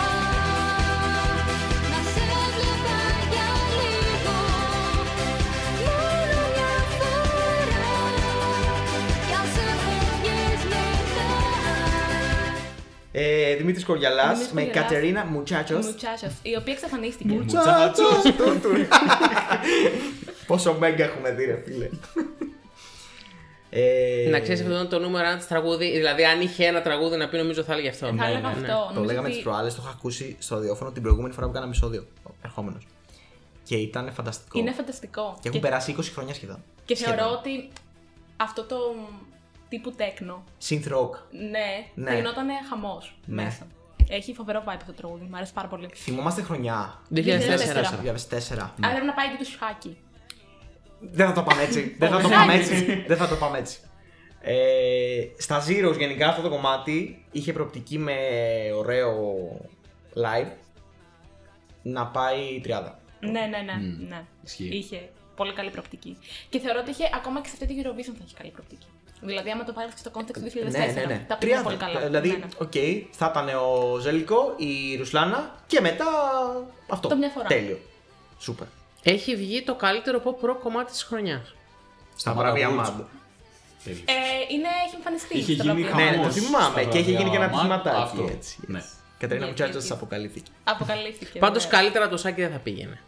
να σε βλέπα για λίγο Μόνο μια φορά κι αν σε φεύγεις μετά Ε, Δημήτρης Κοριαλάς Δημήτρης με Κοριαλάς. Κατερίνα Μουτσάτσος. Μουτσάσα, η οποία εξαφανίστηκε. Μουτσάτσος. [laughs] Πόσο μέγκα έχουμε δει, ρε φίλε. Ε, Να ξέρεις αυτό είναι το νούμερο ένα της τραγούδι. Δηλαδή, αν είχε ένα τραγούδι να πει, νομίζω θα έλεγε αυτό. Ε, Θα έλεγα αυτό. Ναι, Το Νομίζω λέγαμε ότι- τι προάλλες, το είχα ακούσει στο ραδιόφωνο την προηγούμενη φορά που κάναμε επεισόδιο. Ερχόμενος. Και ήταν φανταστικό. Είναι φανταστικό. Και έχουν περάσει 20 χρόνια σχεδόν. και θεωρώ Σχεδόν. ότι αυτό το τύπου τέκνο, Synth rock. ναι, Ναι. θα γινόταν χαμός Ναι. μέσα. Έχει φοβερό vibe αυτό το τραγούδι, μου αρέσει πάρα πολύ. Θυμόμαστε χρονιά. 2004. 2004. Αλλά πρέπει να πάει και το σουχάκι. Δεν θα το πάμε [laughs] έτσι. Δεν θα το πάμε έτσι. Δεν θα το πάμε έτσι. Ε, στα Zeros γενικά αυτό το κομμάτι είχε προοπτική με ωραίο live να πάει 30. Ναι, ναι, ναι. ναι. Ισχύει. Είχε πολύ καλή προοπτική. Και θεωρώ ότι είχε ακόμα και σε αυτή τη Eurovision θα είχε καλή προοπτική. Δηλαδή, άμα το πάρεις στο Ναι, context του 2004, τα πήγε 30. πολύ καλά. Ναι, Δηλαδή, ναι. οκ, θα ήταν ο Ζελικό, η Ρουσλάνα και μετά αυτό. Το μια φορά. Τέλειο. Σούπερ. Έχει βγει το καλύτερο pop rock κομμάτι της χρονιάς. Στα Σταμάτα βραβεία Woods. Mad. Τέλειος. Ε, είναι, έχει εμφανιστεί. Είχε στο γίνει βραβείο. Ναι, χαμός. ναι, το θυμάμαι. στα Και είχε γίνει και ένα βραβεία Mad. πτυματάκι. Αυτό. Έτσι. Ναι. έτσι. Κατερίνα Ναι, Μουτσάτσο ναι. αποκαλύφθηκε. Αποκαλύφθηκε. Πάντως βέβαια. καλύτερα το σάκι δεν θα πήγαινε.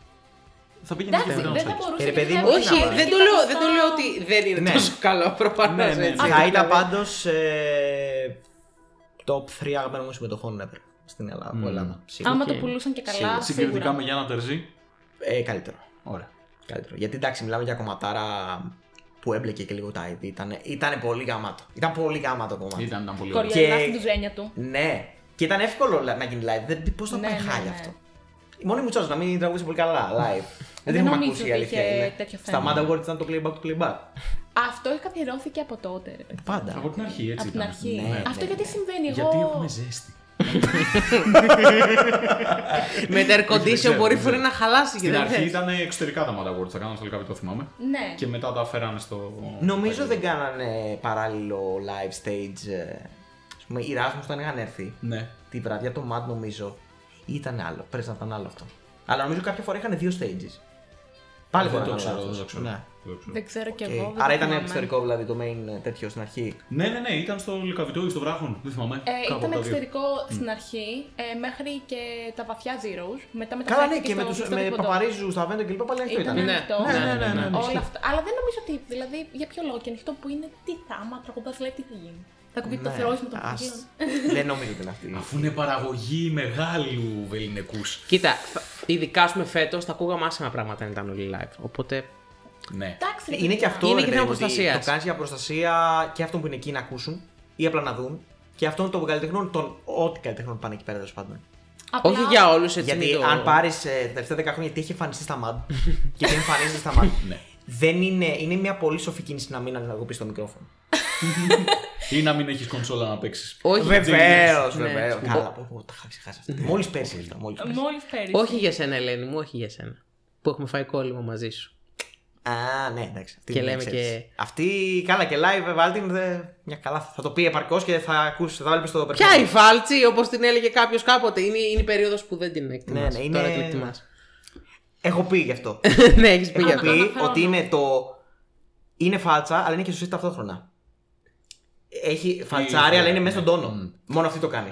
Θα πήγαινε Εντάξει, δεύτερο δεν θα Σάκης. μπορούσε. Ε, ρε, γιατί παιδί μου, θα- όχι, Όχι, να θα πάει. δεν το, λέω, ήταν δεν το στα- λέω ότι δεν είναι Ναι. τόσο καλό προφανώς. Ναι, ναι, ναι. Θα Ακριβώς. ήταν πάντως ε, top 3 αγαπημένων μου συμμετοχών ever στην Ελλάδα. Από Μμμ. Ελλάδα. Σίγουρα. Άμα Οκ. το πουλούσαν και καλά, Σίγουρα. σίγουρα. Συγκριτικά με Γιάννα Τερζή. Ε, καλύτερο. Ωραία. καλύτερο. Γιατί εντάξει, μιλάμε για κομματάρα που έμπλεκε και λίγο τα ID. Ήταν, ήτανε πολύ γαμάτο. Ήταν πολύ γαμάτο το κομμάτι. Ήταν, ήταν πολύ ωραία. Κοριαλά Και- στην τουζένια του. Ναι. Και ήταν εύκολο να γίνει live. Δεν, πώς να Ναι, πάει ναι, χάλια ναι. αυτό. Μόνο η Μουτσάζο να μην τραγουδήσει πολύ καλά live. Δεν, Δεν την έχουμε νομίζω ακούσει η ότι αλήθεια. είχε είναι. τέτοιο Στα θέμα. Mad Awards ήταν το playback του playback. Αυτό καθιερώθηκε από τότε, ρε παιδί. Πάντα. Από την αρχή, έτσι. Από την ήταν. αρχή. Ναι, ναι, Αυτό γιατί ναι. συμβαίνει, εγώ. Γιατί έχουμε ζέστη. Με τα air condition ξέρω, μπορεί Ναι, δεν φορέ να χαλάσει και Στην δεν αρχή θες. ήταν εξωτερικά τα Mad Awards, τα κάναμε στο Λικαβή, το θυμάμαι. Ναι. Και μετά τα φέρανε στο. Νομίζω δεν κάνανε παράλληλο live stage. ε, Ας πούμε, οι Ράσμους όταν είχαν έρθει, Ναι. τη βραδιά το Mad νομίζω ήταν άλλο. Πρέπει να ήταν άλλο αυτό. Αλλά νομίζω κάποια φορά είχαν δύο stages. Πάλι δεν μπορεί το να ξέρω, είναι δεν το λάθος. ξέρω. Ναι. Δεν το ξέρω. Δεν ξέρω κι Οκ. εγώ. δεν Άρα το ήταν θυμάμαι. εξωτερικό δηλαδή το main ε, τέτοιο στην αρχή. Ναι, ναι, ναι, ήταν στο Λικαβιτό ή στο Βράχον. Δεν θυμάμαι. Ε, Κάπου από τα ήταν δύο. εξωτερικό στην αρχή, ε, μέχρι και τα βαθιά zeros. Μετά Καλά, ναι, μεταφέρθηκε και με, στο τους, πιστό με κοντό. Παπαρίζου, τα Βέντο και λοιπά, πάλι ανοιχτό Ήταν ήταν. Ναι. ανοιχτό. Ναι, ναι, ναι, ναι, ναι. Όλα αυτά. Αλλά δεν νομίζω ότι. Δηλαδή, για ποιο λόγο και ανοιχτό που είναι, τι θα, άμα τραγουδά λέει, τι θα γίνει. Θα κουμπίσει το Ναι. θεό με το Ας. παπαγείο. Δεν νομίζω ότι είναι [laughs] αυτή. Αφού είναι παραγωγή μεγάλου βεληνικούς. Κοίτα, θα- ειδικά σου με φέτο θα ακούγαμε άσχημα πράγματα αν ήταν όλοι live. Οπότε. Ναι. Εντάξει, ρε Είναι και παιδιά. αυτό Είναι ρε και παιδί θέμα μου, ότι προστασίας. Το κάνεις για προστασία και αυτών που είναι εκεί να ακούσουν ή απλά να δουν. Και αυτών των καλλιτεχνών, των ό,τι καλλιτεχνών πάνε εκεί πέρα τέλος πάντων. Απλά- Όχι για όλους έτσι. Γιατί μην το- αν πάρεις τα τελευταία 10 χρόνια τι έχει εμφανιστεί στα [laughs] MAD και τι εμφανίζεται στα MAD. Ναι. Δεν είναι, είναι μια πολύ σοφή κίνηση να μην ανεργοποιεί το μικρόφωνο. Ή να μην έχεις κονσόλα να παίξεις. Όχι, Βεβαίως, Ε, Ναι. βεβαίω. Καλά, πω, πω, τα είχα ξεχάσει αυτά. Μόλις πέρσι αυτά. Μόλις πέρσι. Μόλις πέρυσι. όχι για σένα, Ελένη μου, όχι για σένα. Που έχουμε φάει κόλλημα μαζί σου. Α, ναι, εντάξει. Αυτή Και είναι η λέμε εξαίρεση. και- Αυτή, καλά και live, βάλτε την. Δε... Μια καλά. Θα το πει επαρκώς και θα ακούσεις, θα βάλεις στο περπάτημα. Ποια η φάλτση, όπως την έλεγε κάποιος κάποτε. Είναι, είναι η περίοδος που δεν την εκτιμάς. Ναι, ναι, είναι- Τώρα την εκτιμάς. Έχω πει γι' αυτό. [laughs] ναι, έχεις Ε, πει για Έχω αυτό. το πει αναφέρω, ότι ναι. είναι το. Είναι φάλτσα, αλλά είναι και σωστή ταυτόχρονα. Έχει φαλτσάρι, Η- αλλά είναι μέσα στον τόνο. Mm. Μόνο αυτή το [laughs] κάνει.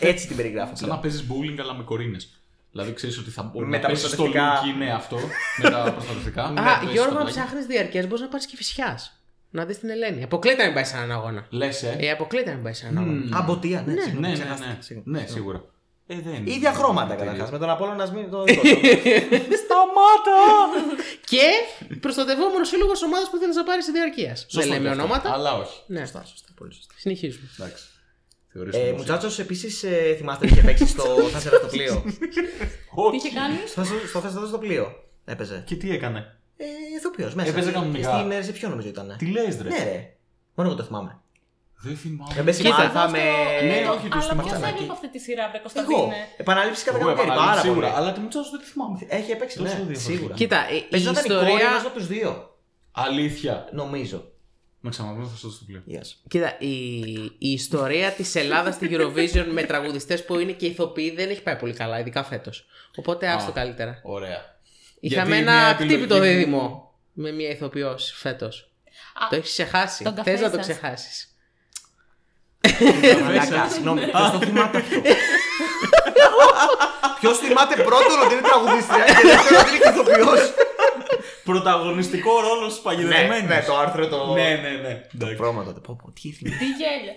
Έτσι την περιγράφω. Σαν πλέον. να παίζεις bullying αλλά με κορίνες. Δηλαδή ξέρεις ότι θα μπορεί Με να τα πέσει στο προστατευτικά. look είναι αυτό. Με τα προστατευτικά. να Α, πέσεις Γιώργο, στο να πλάκι. ψάχνεις διαρκές, μπορείς να πάρεις και φυσιάς. Να δεις την Ελένη. Αποκλείται να μην πάει σε έναν αγώνα. Λες, ε. Ε, αποκλείται να μην πάει σε έναν Μμμ. αγώνα. Α, μποτία, ναι, Ναι, συγγνώμη, ναι, ναι. ξεχάστηκα, ναι. συγγνώμη. Ναι, σίγουρα. Ε, δεν είναι- Ίδια χρώματα δεν είναι καταρχά. τέλειο. Με τον Απόλλωνα να μην το. [laughs] Σταμάτα! Και προστατευόμενος σύλλογος ομάδας που θέλει να πάρει διαρκεία. Δεν Σωστό λέμε και αυτό. ονόματα. Αλλά όχι. Ναι, Σωστά, σωστά, πολύ σωστά. συνεχίζουμε. Εντάξει. Θεωρείς Ε, ότι- Μουτσάτσο, επίση θυμάστε τι είχε παίξει [laughs] στο Θάσερα στο πλοίο. Τι είχε κάνει. Στο Θάσερα- Στο Θάσερα στο πλοίο έπαιζε. Και τι έκανε. Ε, ηθοποιός μέσα. Έπαιζε κανονικά. Στην ρεζιπιό νομίζω ήταν. Τι λες, ρε. Ναι, Ε, ρε. Μόνο εγώ το θυμάμαι. Δεν θυμάμαι. Έπαιζε στην Κοίτα, Αλφα με. Ναι, όχι, τους Ε, Αλλά ποιο θυμάμαι. έβλεπε αυτή τη σειρά, βρε Ε, Εγώ. Κωνσταντίνε. Επαναλήψει κατά Εγώ καλοκαίρι. επαναλήφθη Πάρα πολύ. σίγουρα. Αλλά τη Μουτσάτσο δεν τη θυμάμαι. Έχει επέξει, Τόσο ναι, διαφορετικά. σίγουρα. Κοίτα, η- η Παίζονταν η κόρη ενός ιστορία. από τους δύο. Αλήθεια. Νομίζω. Με ξαναδούμε, θα σα το πλέον. Yes. Κοίτα, η, η ιστορία της Ελλάδας στην Eurovision με τραγουδιστές που είναι και ηθοποιοί δεν έχει πάει πολύ καλά, ειδικά φέτος. Οπότε Α. άστο καλύτερα. Ωραία. Είχαμε Γιατί μια ένα επιλογή χτύπητο μου- δίδυμο με μια ηθοποιός φέτος. Α, Το έχεις ξεχάσει. τον καφέ Θες να το σας. ξεχάσεις. Μαλάκα, συγγνώμη, Ναι. ποιος το θυμάται αυτό. Ποιος θυμάται πρώτον ότι είναι τραγουδίστρια και δεύτερον ότι είναι και ηθοποιός. Πρωταγωνιστικό ρόλος στου παγιδευμένου. ναι, το άρθρο το... Ναι, ναι, ναι. Εντάξει. Πρόμα τότε, πω πω, τι θυμάται. Τι γέλια.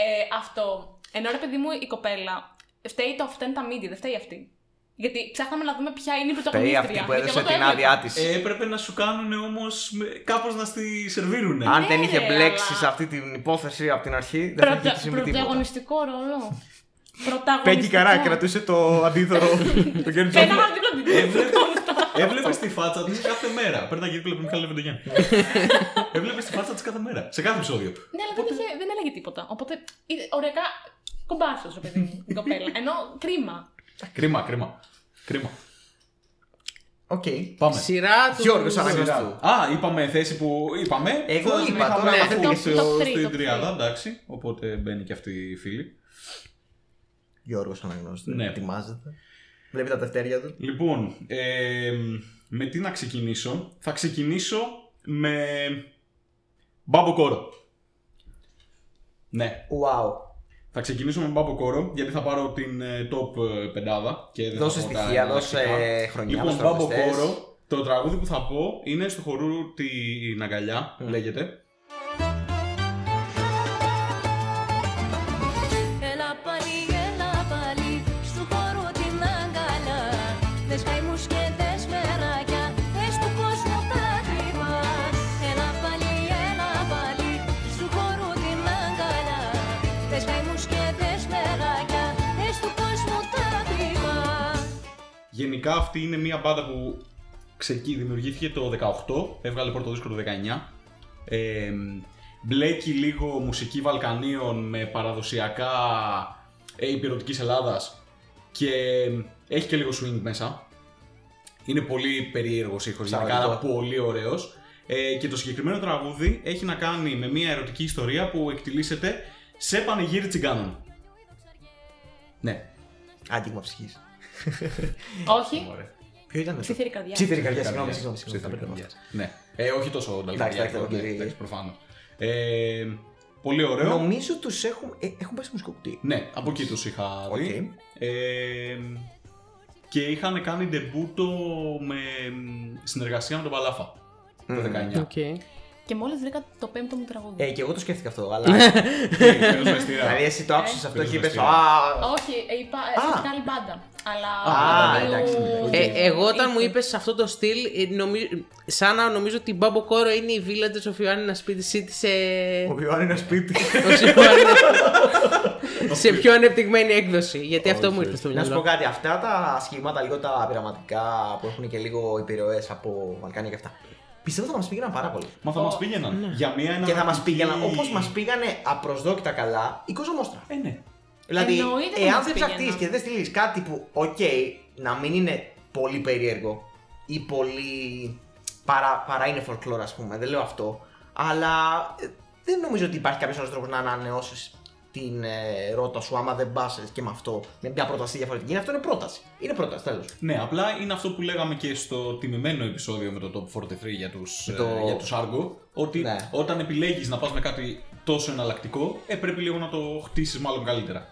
Ε, αυτό. Ενώ ρε παιδί μου η κοπέλα. Φταίει το αυτά είναι τα μίντια, δεν φταίει αυτή. Γιατί ψάχναμε να δούμε ποια είναι η Περί πρωταγωνίστρια. αυτή που γιατί έδωσε εγώ το την έβλεπα. άδειά της. Ε, Έπρεπε να σου κάνουν όμω κάπως να στη σερβίρουνε. Αν δεν είχε ναι, μπλέξει σε αλλά- αυτή την υπόθεση από την αρχή, δεν θα είχε Πρωτα... συμβεί τίποτα. Πρωταγωνιστικό ρόλο. Πρωταγωνιστικό. Πέγγι Καρά κρατούσε το Ε, αντίδωρο [laughs] του Κέρι Πέταγα δίπλα την Έβλεπε έβλεπες τη φάτσα της κάθε μέρα. Παίρνει τα γύρω του Μιχάλη Λεβεντογιάννη. Έβλεπε τη φάτσα της κάθε μέρα. Σε κάθε επεισόδιο. Ναι, αλλά δεν, είχε, δεν έλεγε τίποτα. Οπότε, είδε- ωριακά, κομπάσος, ρε παιδί μου, η [laughs] κοπέλα. Ενώ κρίμα. Κρίμα, κρίμα. Κρίμα. Οκ. Πάμε. Σειρά του. Γιώργος Αναγνωστού. Α, είπαμε θέση που είπαμε. Εγώ Θα την είπα, είχαμε τώρα ναι. αφού μαθαίνετε. στο- Top three, top Στην three. τριάδα, εντάξει. Οπότε μπαίνει και αυτή η φίλη. Γιώργος αναγνώστης. Ναι. Ετοιμάζεται. Βλέπει τα τευτέρια του. Λοιπόν, ε, με τι να ξεκινήσω. Θα ξεκινήσω με. Μπάμπο κόρο. Ναι, Wow. θα ξεκινήσω με Μπάμπο κόρο γιατί θα πάρω την ε, top ε, πεντάδα. Και δεν θα Δώσε πω τα στοιχεία, δώσε εναλλακτικά. χρονιά. Λοιπόν, στους Μπάμπο τραγουδιστές. κόρο. Το τραγούδι που θα πω είναι στο χορού την αγκαλιά, λέγεται. Έλα πάλι, έλα πάλι Στου χώρου την αγκαλιά Δες καημούς και δες μεράκια Δες του κόσμου τα κρυβά Έλα πάλι, έλα πάλι Στου χώρου την αγκαλιά Δες καημούς και δες μεράκια Δες του κόσμου τα κρυβά Γενικά αυτή είναι μια μπάντα που ξεκι... δημιουργήθηκε το 18, έβγαλε πρώτο δίσκο το 19. Ε, μπλέκει λίγο μουσική Βαλκανίων με παραδοσιακά ε, υπηρετικής Ελλάδας και έχει και λίγο swing μέσα. Είναι πολύ περίεργος ήχος, γενικά Σαββατικό. αλλά πολύ ωραίος. Ε, και το συγκεκριμένο τραγούδι έχει να κάνει με μια ερωτική ιστορία που εκτιλήσεται σε πανηγύρι τσιγκάνων. Ναι. Άγγιγμα ψυχής. Όχι, Ωραία. Ποιο ήταν αυτό. ψήθηρη καρδιά. Ψήθηρη καρδιά, συγγνώμη, Ψήθηρη καρδιά. συγγνώμη. συγγνώμη, τα Ψήθηρη μπερδεύω. καρδιάς. Ναι. Ε, όχι τόσο Εντάξει, νταλκαρδιά. εντάξει, αυτό, οκ. ναι, Εντάξει, προφανώς. Ε, πολύ ωραίο. Νομίζω τους έχουν. ε, έχουν πάει στο μουσικό κουτί. Ναι, από εκεί τους είχα Οκ. δει. Ε, και είχαν κάνει ντεμπούτο με συνεργασία με τον Παλάφα το 19. Οκ. Και μόλις βρήκα το πέμπτο μου τραγούδι. Ε, και εγώ το σκέφτηκα αυτό, αλλά. Ε, τέλος με στήρα. δηλαδή, εσύ το άκουσες αυτό και Πήρες είπε. μεστήρα. Α, Όχι, ε, είπα ε, Α. στην άλλη μπάντα. Αλλά. Α, του- εντάξει, εντάξει. Ε, εγώ όταν Ήρθε. μου είπες σε αυτό το στυλ, ε, νομι- σαν να νομίζω ότι η Μπάμπο Κόρο είναι η Villagers of Ιωάννη σπίτι City σε. ο Ιωάννη είναι σπίτι. όχι, Ιωάννινα- σε πιο ανεπτυγμένη έκδοση. Γιατί αυτό Όχι, μου ήρθε στο Να σου πω μυαλό. κάτι, αυτά τα σχήματα λίγο τα πειραματικά που έχουν και λίγο επιρροές από Βαλκάνια και αυτά. Πιστεύω θα μας πήγαιναν πάρα πολύ. Μα θα μας πήγαιναν. Για ναι. Και μία θα μα εναλλακτική- πήγαιναν όπως μας πήγανε απροσδόκητα καλά η κοζομόστρα. Ε, ναι. Δηλαδή, Εννοείται θα εάν μας δεν πήγαιναν. ψαχτείς και δεν στείλεις κάτι που, οκ, να μην είναι πολύ περίεργο ή πολύ. παρά, παρά είναι folklore, ας πούμε, δεν λέω αυτό. Αλλά ε, δεν νομίζω ότι υπάρχει κάποιος άλλος τρόπος να ανανεώσεις την ε, ρότα σου άμα δεν πας και με αυτό, με μια πρόταση διαφορετική. Αυτό είναι πρόταση. Είναι πρόταση, τέλος. Ναι, απλά είναι αυτό που λέγαμε και στο τιμημένο επεισόδιο με το Top 43 για τους, Με το- ε, για τους Argo, ότι Ναι. όταν επιλέγεις να πας με κάτι τόσο εναλλακτικό, ε, πρέπει λίγο να το χτίσεις μάλλον καλύτερα.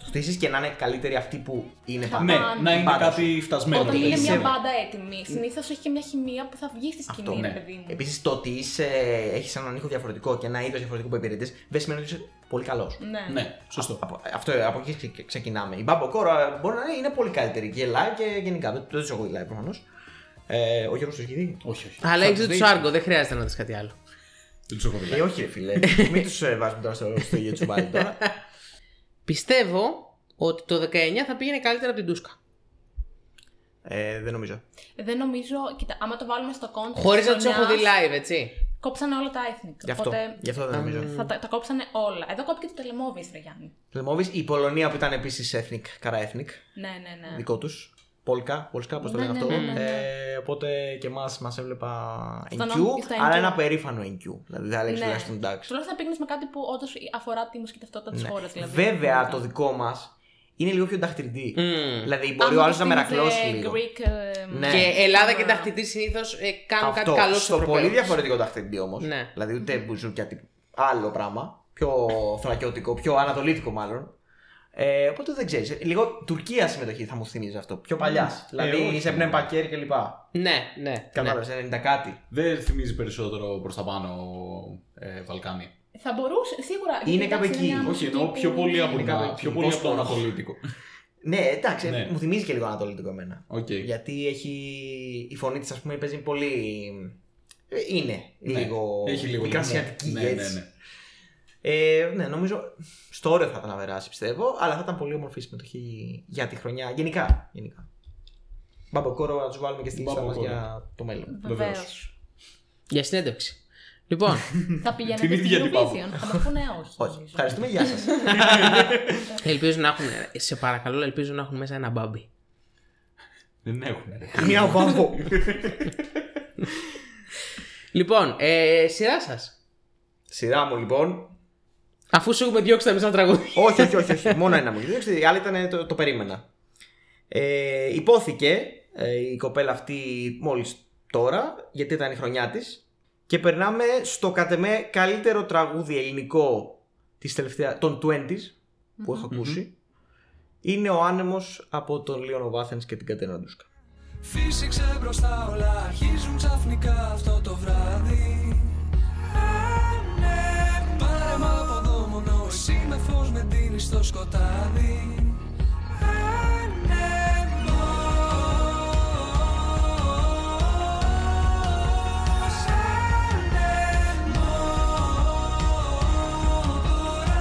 Το χτίσει και να είναι καλύτεροι αυτοί που είναι πάντα. Ναι, Πάνε. να είναι Πάντως. κάτι φτασμένο. Ναι, Όταν το είναι μια πιστεύω. μπάντα έτοιμη, συνήθως έχει και μια χημεία που θα βγει στη σκηνή, Αυτό, ρε ναι. παιδί μου. Επίσης, το ότι είσαι, έχεις έναν ήχο διαφορετικό και ένα είδος διαφορετικό που υπηρετεί, δεν σημαίνει ότι είσαι πολύ καλός. Ναι. Ναι, σωστό. Από, αυτό, από εκεί ξε- ξεκινάμε. Η Μπάμπο Κόρα μπορεί να είναι, είναι πολύ καλύτερη και live και γενικά. Δεν το ζω εγώ live προφανώς. Ε, ο Γιώργος του έχει δει. Όχι, όχι. Αλλά Θα έχει τους του Σάργκο, δεν χρειάζεται να δεις κάτι άλλο. Δεν τους έχω δει. Ε, όχι, ρε φίλε. [laughs] Μην τους βάζουμε τώρα στο, στο ίδιο τσουβάλι τώρα. Πιστεύω ότι το 19 θα πήγαινε καλύτερα από την Τούσκα. Ε, δεν νομίζω. Δεν νομίζω, κοίτα, άμα το βάλουμε στο κόντρο. Χωρίς να τους έχω δει live, έτσι. Κόψανε όλα τα ethnic. Γι' αυτό, Οπότε γι αυτό δεν νομίζω. θα τα, τα κόψανε όλα. Εδώ κόπηκε το τελεμόβις, ρε Γιάννη. Λεμόβι, η Πολωνία που ήταν επίσης ethnic, καρά ethnic, Ναι, ναι, ναι. δικό τους. Πολκα, Πολσκα, πώς το Ναι, λένε ναι, αυτό. ναι, ναι, ναι. Ε, οπότε και εμάς μας έβλεπα Στον NQ, νόμο- στο αλλά NQ. ένα περήφανο NQ. Δηλαδή θα λέξει Ναι. τουλάχιστον εντάξει. Τουλάχιστον να πήγαινες με κάτι που όντως αφορά τη μουσική ταυτότητα της Ναι. χώρας. Δηλαδή. Βέβαια, το δικό μας είναι λίγο πιο νταχτυρντή. Μμμ. Δηλαδή, Άμα μπορεί ο άλλο το να με στείλεις, ε, ρακλώσει λίγο. Greek, ε, Ναι. Και Ελλάδα και Α. ταχτητή συνήθω κάνουν κάτι Αυτό, καλό στους στο πολύ Ευρωπαίους. διαφορετικό ταχτυρντή όμως. Ναι. Δηλαδή, ούτε μπουζούκια τύπου. Άλλο πράγμα. Πιο θρακιώτικο, πιο ανατολίτικο μάλλον. Ε, οπότε δεν ξέρεις. Λίγο Τουρκία συμμετοχή θα μου θυμίζει αυτό. Πιο παλιά. δηλαδή, όχι. είσαι πνεύμα πακέρι κλπ. Ναι, ναι. ναι. Κατάλαβε, 90 κάτι. Δεν θυμίζει περισσότερο προς τα πάνω ε, Βαλκάνια. Θα μπορούσε, σίγουρα. γιατί Είναι εντάξει, κάπου εκεί. μια Όχι, εννοώ μουσική πιο που- πολύ από, Είναι την- κάπου Ναι, πιο εκεί. πολύ Πώς από το το- Ανατολίτικο. Ναι, εντάξει, Ναι. μου θυμίζει και λίγο ανατολίτικο εμένα. Οκ. Γιατί έχει. Η φωνή της, ας πούμε, παίζει πολύ. ε, Είναι Ναι. λίγο. Έχει λίγο μικρά λιγμό. ασιατική, Ναι, ναι, έτσι. ναι. Ε, ναι, νομίζω στο όριο θα ήταν να περάσει, πιστεύω, αλλά θα ήταν πολύ όμορφη η συμμετοχή για τη χρονιά. Γενικά. γενικά. Μπαμποκόρο να τους βάλουμε και στη λίστα μας Μπαμποκόρο. για το μέλλον. Βεβαίως. Για συνέντευξη. Λοιπόν, Θα πηγαίνετε Την στην ίδια την πάω. Eurovision. Θα μου πούνε όχι. Όχι. νομίζω. Ευχαριστούμε, γεια [laughs] σας. ελπίζω να έχουν. Σε παρακαλώ, ελπίζω να έχουν μέσα ένα μπάμπι. Δεν έχουν. ρε. Μία βάμπο. Λοιπόν, ε, σειρά σας. Σειρά μου λοιπόν. Αφού σου έχουμε διώξει τα μισά τραγούδια. όχι, όχι, όχι, όχι. Μόνο ένα μου. Διότι η άλλη ήταν το, το περίμενα. Ε, υπόθηκε ε, η κοπέλα αυτή μόλις τώρα, γιατί ήταν η χρονιά της. Και περνάμε στο κατ' εμέ καλύτερο τραγούδι ελληνικό της τελευταία, των 20s που έχω ακούσει. Είναι ο άνεμος από τον Λίον Βάθενς και την Κατερίνα Ντούσκα. Φύσηξε μπροστά όλα, αρχίζουν ξαφνικά αυτό το βράδυ. Άνεμ, πάρε μ' από εδώ μόνο, εσύ με φως με δίνεις στο σκοτάδι. Ε, ναι. Άνεμος, Ε, ναι. άνεμος, τώρα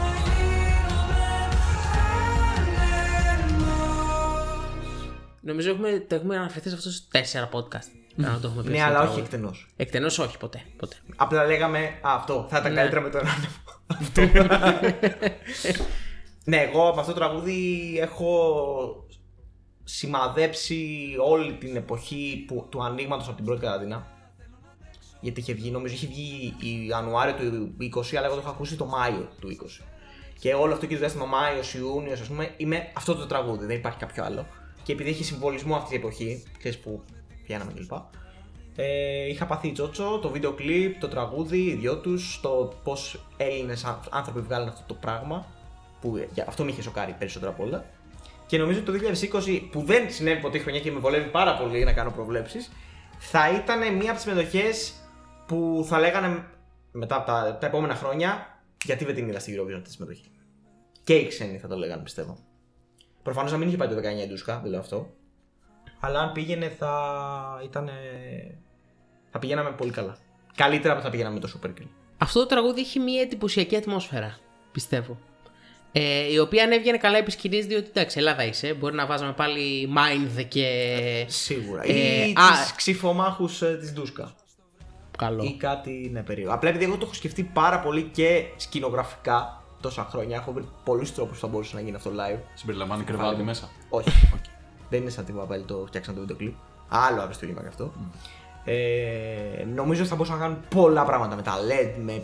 Νομίζω έχουμε, το έχουμε αναφερθεί σε αυτό σε τέσσερα podcast. Να το έχουμε πει. Ναι, στο αλλά τραγούδι. όχι εκτενώς. Εκτενώς όχι, ποτέ. ποτέ. Απλά λέγαμε, α, αυτό, θα ήταν Ναι. καλύτερα με τον άνεμο. Αυτό. [laughs] ναι, εγώ από αυτό το τραγούδι έχω σημαδέψει όλη την εποχή που, του ανοίγματος από την πρώτη καραντίνα. Γιατί είχε βγει, νομίζω είχε βγει Ιανουάριο του 20, αλλά εγώ το είχα ακούσει το Μάιο του 20. Και όλο αυτό και το διάστημα Μάιος, Ιούνιος, ας πούμε, είμαι αυτό το τραγούδι, δεν υπάρχει κάποιο άλλο. Και επειδή έχει συμβολισμό αυτή η εποχή, ξέρεις που πιάναμε κλπ. Ε, είχα πάθει τσότσο, το βίντεο κλιπ, το τραγούδι, οι δυο τους, το πώς Έλληνες άνθρωποι βγάλαν αυτό το πράγμα. Που ε, για- αυτό με είχε σοκάρει περισσότερο από όλα. Και νομίζω ότι το 2020, που δεν συνέβη ποτέ η χρονιά και με βολεύει πάρα πολύ να κάνω προβλέψεις, θα ήταν μία από τις συμμετοχές που θα λέγανε μετά από τα, τα επόμενα χρόνια γιατί δεν την είδα στην Eurovision αυτή τη συμμετοχή. Και οι ξένοι θα το λέγανε, πιστεύω. Προφανώς να μην είχε πάει το 19 η Ντούσκα, δεν λέω αυτό. Αλλά αν πήγαινε θα ήταν. θα πηγαίναμε πολύ καλά. Καλύτερα από θα πηγαίναμε με το Super Grill. Αυτό το τραγούδι έχει μια εντυπωσιακή ατμόσφαιρα, πιστεύω. Ε, η οποία αν έβγαινε καλά επί σκηνής, διότι εντάξει, Ελλάδα είσαι. Μπορεί να βάζαμε πάλι Mind και. Σίγουρα. Ε, ή α. του ξυφομάχου της Ντούσκα. Καλό. Ή κάτι ναι, περίεργο. Απλά επειδή εγώ το έχω σκεφτεί πάρα πολύ και σκηνογραφικά τόσα χρόνια, έχω βρει πολλούς τρόπους που θα μπορούσε να γίνει αυτό live. Συμπεριλαμβάνει κρεβάτι Βάλε. μέσα. Όχι. Δεν είναι σαν την παπέλη το φτιάξαν το βίντεο κλιπ. Άλλο αριστούργημα και αυτό. Ε, νομίζω ότι θα μπορούσαν να κάνουν πολλά πράγματα με τα LED, με,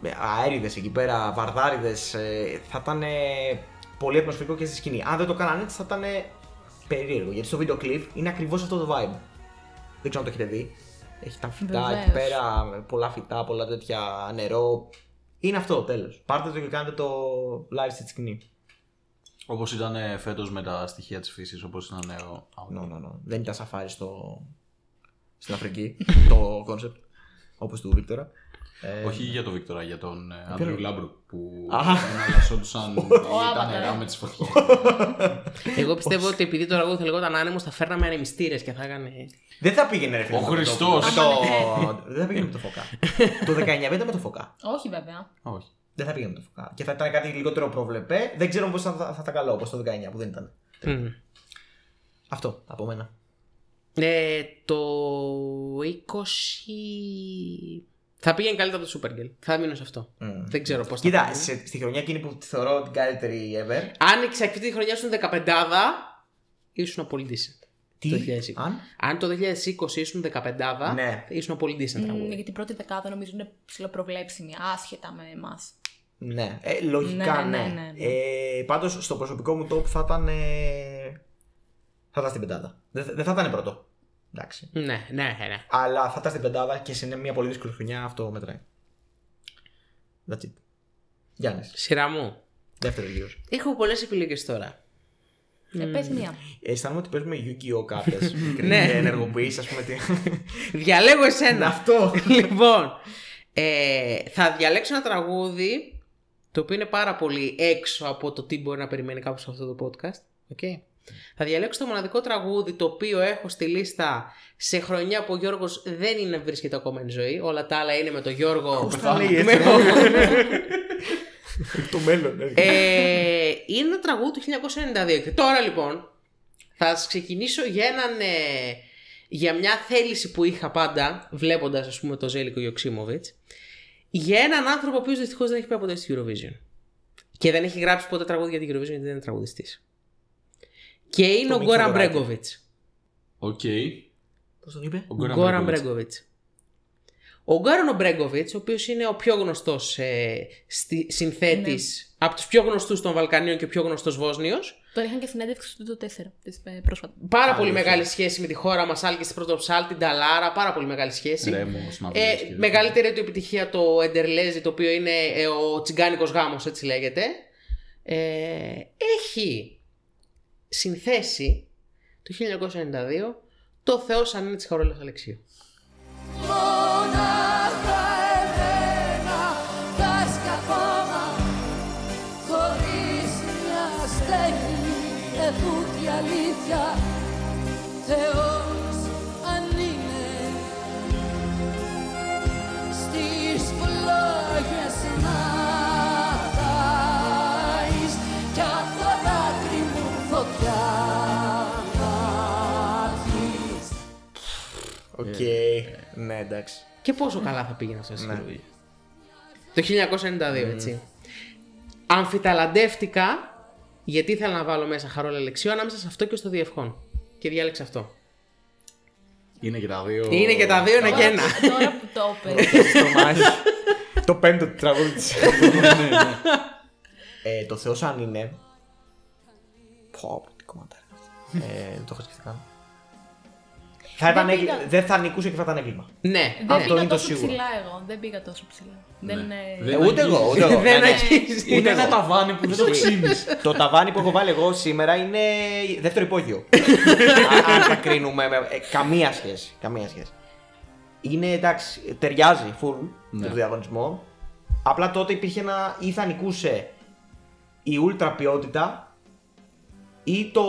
με αέριδες εκεί πέρα, βαρδάριδες. θα ήταν ε, πολύ ατμοσφαιρικό και στη σκηνή. Αν δεν το κάνανε έτσι θα ήταν ε, περίεργο. Γιατί στο βίντεο κλιπ είναι ακριβώς αυτό το vibe. Δεν ξέρω αν το έχετε δει. Έχει τα φυτά εκεί Βεβαίως. πέρα, πολλά φυτά, πολλά τέτοια νερό. Είναι αυτό, τέλος. Πάρτε το και κάντε το live στη σκηνή. Όπως ήταν φέτος με τα στοιχεία της φύσης, όπως ήταν ο. No, no, no. Δεν ήταν σαφάρι στο... στην Αφρική το κόνσεπτ. Όπως του Βίκτορα. Ε, ναι. Όχι για τον Βίκτορα, για τον ε, Ανδρέου Λάμπρου που Αχ. [laughs] εναλλασσόντουσαν Άβαταρ. ήταν ναι. νερά με τις φωτιές. Εγώ πιστεύω ότι επειδή το τραγούδι θα λεγόταν άνεμο, θα φέρναμε ανεμιστήρε και θα έκανε. Δεν θα πήγαινε ρε φίλε. Ο με το Χριστός. Χριστόπουλο. Το- Δεν θα πήγαινε με το φωκά. το 19 ήταν με το φωκά. Όχι βέβαια. Όχι. Δεν θα πήγαινε με το φωκά. Και θα ήταν κάτι λιγότερο προβλεπέ. Δεν ξέρω πώς θα, θα, τα καλό όπως το 19 που δεν ήταν. Μμμ. Αυτό από μένα. Ε, το 20. Θα πήγαινε καλύτερα από το Supergirl. Θα μείνω σε αυτό. Μμμ. Δεν ξέρω πώς θα Κοίτα, πήγαινε. σε- στη χρονιά εκείνη που τη θεωρώ την καλύτερη ever. Άνοιξε αυτή τη χρονιά σου 15 ήσουν πολύ decent. Το 2020. αν. Αν το 2020 ήσουν 15 Ναι. ήσουν πολύ decent Μμ, τραγούδι. γιατί η πρώτη δεκάδα νομίζω είναι ψηλοπροβλέψιμη, άσχετα με εμάς. Ναι, ε, λογικά ναι. Ναι, ναι, ναι, ναι, ναι. Ε, Πάντως στο προσωπικό μου top θα ήταν. ε, θα ήταν στην πεντάδα. Δεν θα- δεν θα ήταν πρώτο. Εντάξει. Ναι, ναι, ναι. Αλλά θα ήταν στην πεντάδα και σε μια πολύ δύσκολη χρονιά αυτό μετράει. That's it. Γιάννης, Σειρά μου. δεύτερο γύρος. Έχω πολλές επιλογές τώρα. Ε, πες μία. Αισθάνομαι ότι παίζουμε Yu-Gi-Oh! κάποιε. [laughs] Ναι. Και ενεργοποιεί, ας πούμε. τι- Διαλέγω εσένα. Αυτό. [laughs] λοιπόν, ε, θα διαλέξω ένα τραγούδι το οποίο είναι πάρα πολύ έξω από το τι μπορεί να περιμένει κάποιος σε αυτό το podcast. Okay. Θα διαλέξω το μοναδικό τραγούδι το οποίο έχω στη λίστα σε χρονιά που ο Γιώργος δεν είναι, βρίσκεται ακόμα εν ζωή. Όλα τα άλλα είναι με τον Γιώργο. τα λέει έτσι, [laughs] ε? Με- Το μέλλον. ναι. ε. ε, είναι ένα τραγούδι του 1992. Και τώρα λοιπόν θα σας ξεκινήσω για έναν. ε, για μια θέληση που είχα πάντα, βλέποντας ας πούμε το Ζέλικο Γιοξίμοβιτς, για έναν άνθρωπο ο οποίος δυστυχώς δεν έχει πάει ποτέ στη Eurovision. Και δεν έχει γράψει ποτέ τραγούδι για την Eurovision γιατί δεν είναι τραγουδιστής. Και είναι Το ο Μίτσο Γκόραν Δωράκη. Μπρέγκοβιτς. Οκ. Πώς τον Ε, είπε. Ο Γκόραν Μπρέγκοβιτς. Μπρέγκοβιτς. Ο Γκόραν Μπρέγκοβιτς, ο οποίος είναι ο πιο γνωστός ε, στη- συνθέτης, από τους πιο γνωστούς των Βαλκανίων και ο πιο γνωστός Βόσνιος, Τον είχαν και συνέντευξη του το 4 της, ε, πρόσφατα. Πάρα πολύ μεγάλη σχέση με τη χώρα μας, άλλη και στην πρωτοψάλ, την Ταλάρα. Πάρα πολύ μεγάλη σχέση. Ρέμος, Ναυλής ε, και- μεγαλύτερη του επιτυχία το Εντερλέζι, το οποίο είναι ε, ο τσιγκάνικος γάμος, έτσι λέγεται. Ε, έχει συνθέσει το 1992 το Θεό αν είναι τη Χαρόλα Αλεξίου. Μονάχα εμένα θα σκαφώμα χωρίς μια στέγη εφούτη αλήθεια Θεός αν είναι στις φλόγες να δάεις κι απ' το δάκρυ μου φωτιά να πεις. Οκ. ε, Ναι, εντάξει. Και πόσο καλά θα πήγαινε αυτό Ναι. στην Eurovision. Το 1992, έτσι. Αμφιταλαντεύτηκα γιατί ήθελα να βάλω μέσα Χαρόλα Αλεξίου ανάμεσα σε αυτό και στο Διευχόν. Και διάλεξα αυτό. Είναι και τα δύο. Είναι και τα δύο, είναι και [laughs] ένα. Τώρα- Τώρα που [laughs] το έπαιρνε. Στο μάχη. [laughs] Το πέμπτο τραγούδι της. ναι, Ε, Το Θεός αν είναι. Πω, πω, τι κομμάτι είναι αυτό. Ε, Δεν το έχω σκεφτεί καν. Θα ήταν Δεν έγκλη- πήγα- Δεν θα νικούσε και θα ήταν έγκλημα. Ναι, Δεν ναι. είναι πήγα το τόσο σίγουρο. ψηλά εγώ. Δεν πήγα τόσο ψηλά. Δεν ε, Δεν- Ε, Ούτε εγώ, ούτε [laughs] εγώ. Δεν Ναι, ναι. αγγίζει. Είναι ένα ταβάνι που δεν [laughs] το ξύνεις. Το ταβάνι που έχω βάλει εγώ σήμερα είναι δεύτερο [laughs] υπόγειο. Α- Αν τα κρίνουμε. με- ε, Καμία σχέση. Καμία σχέση. Είναι εντάξει, ταιριάζει full Ναι. με τον διαγωνισμό. Απλά τότε υπήρχε ένα ή θα νικούσε η ούλτρα ποιότητα ή το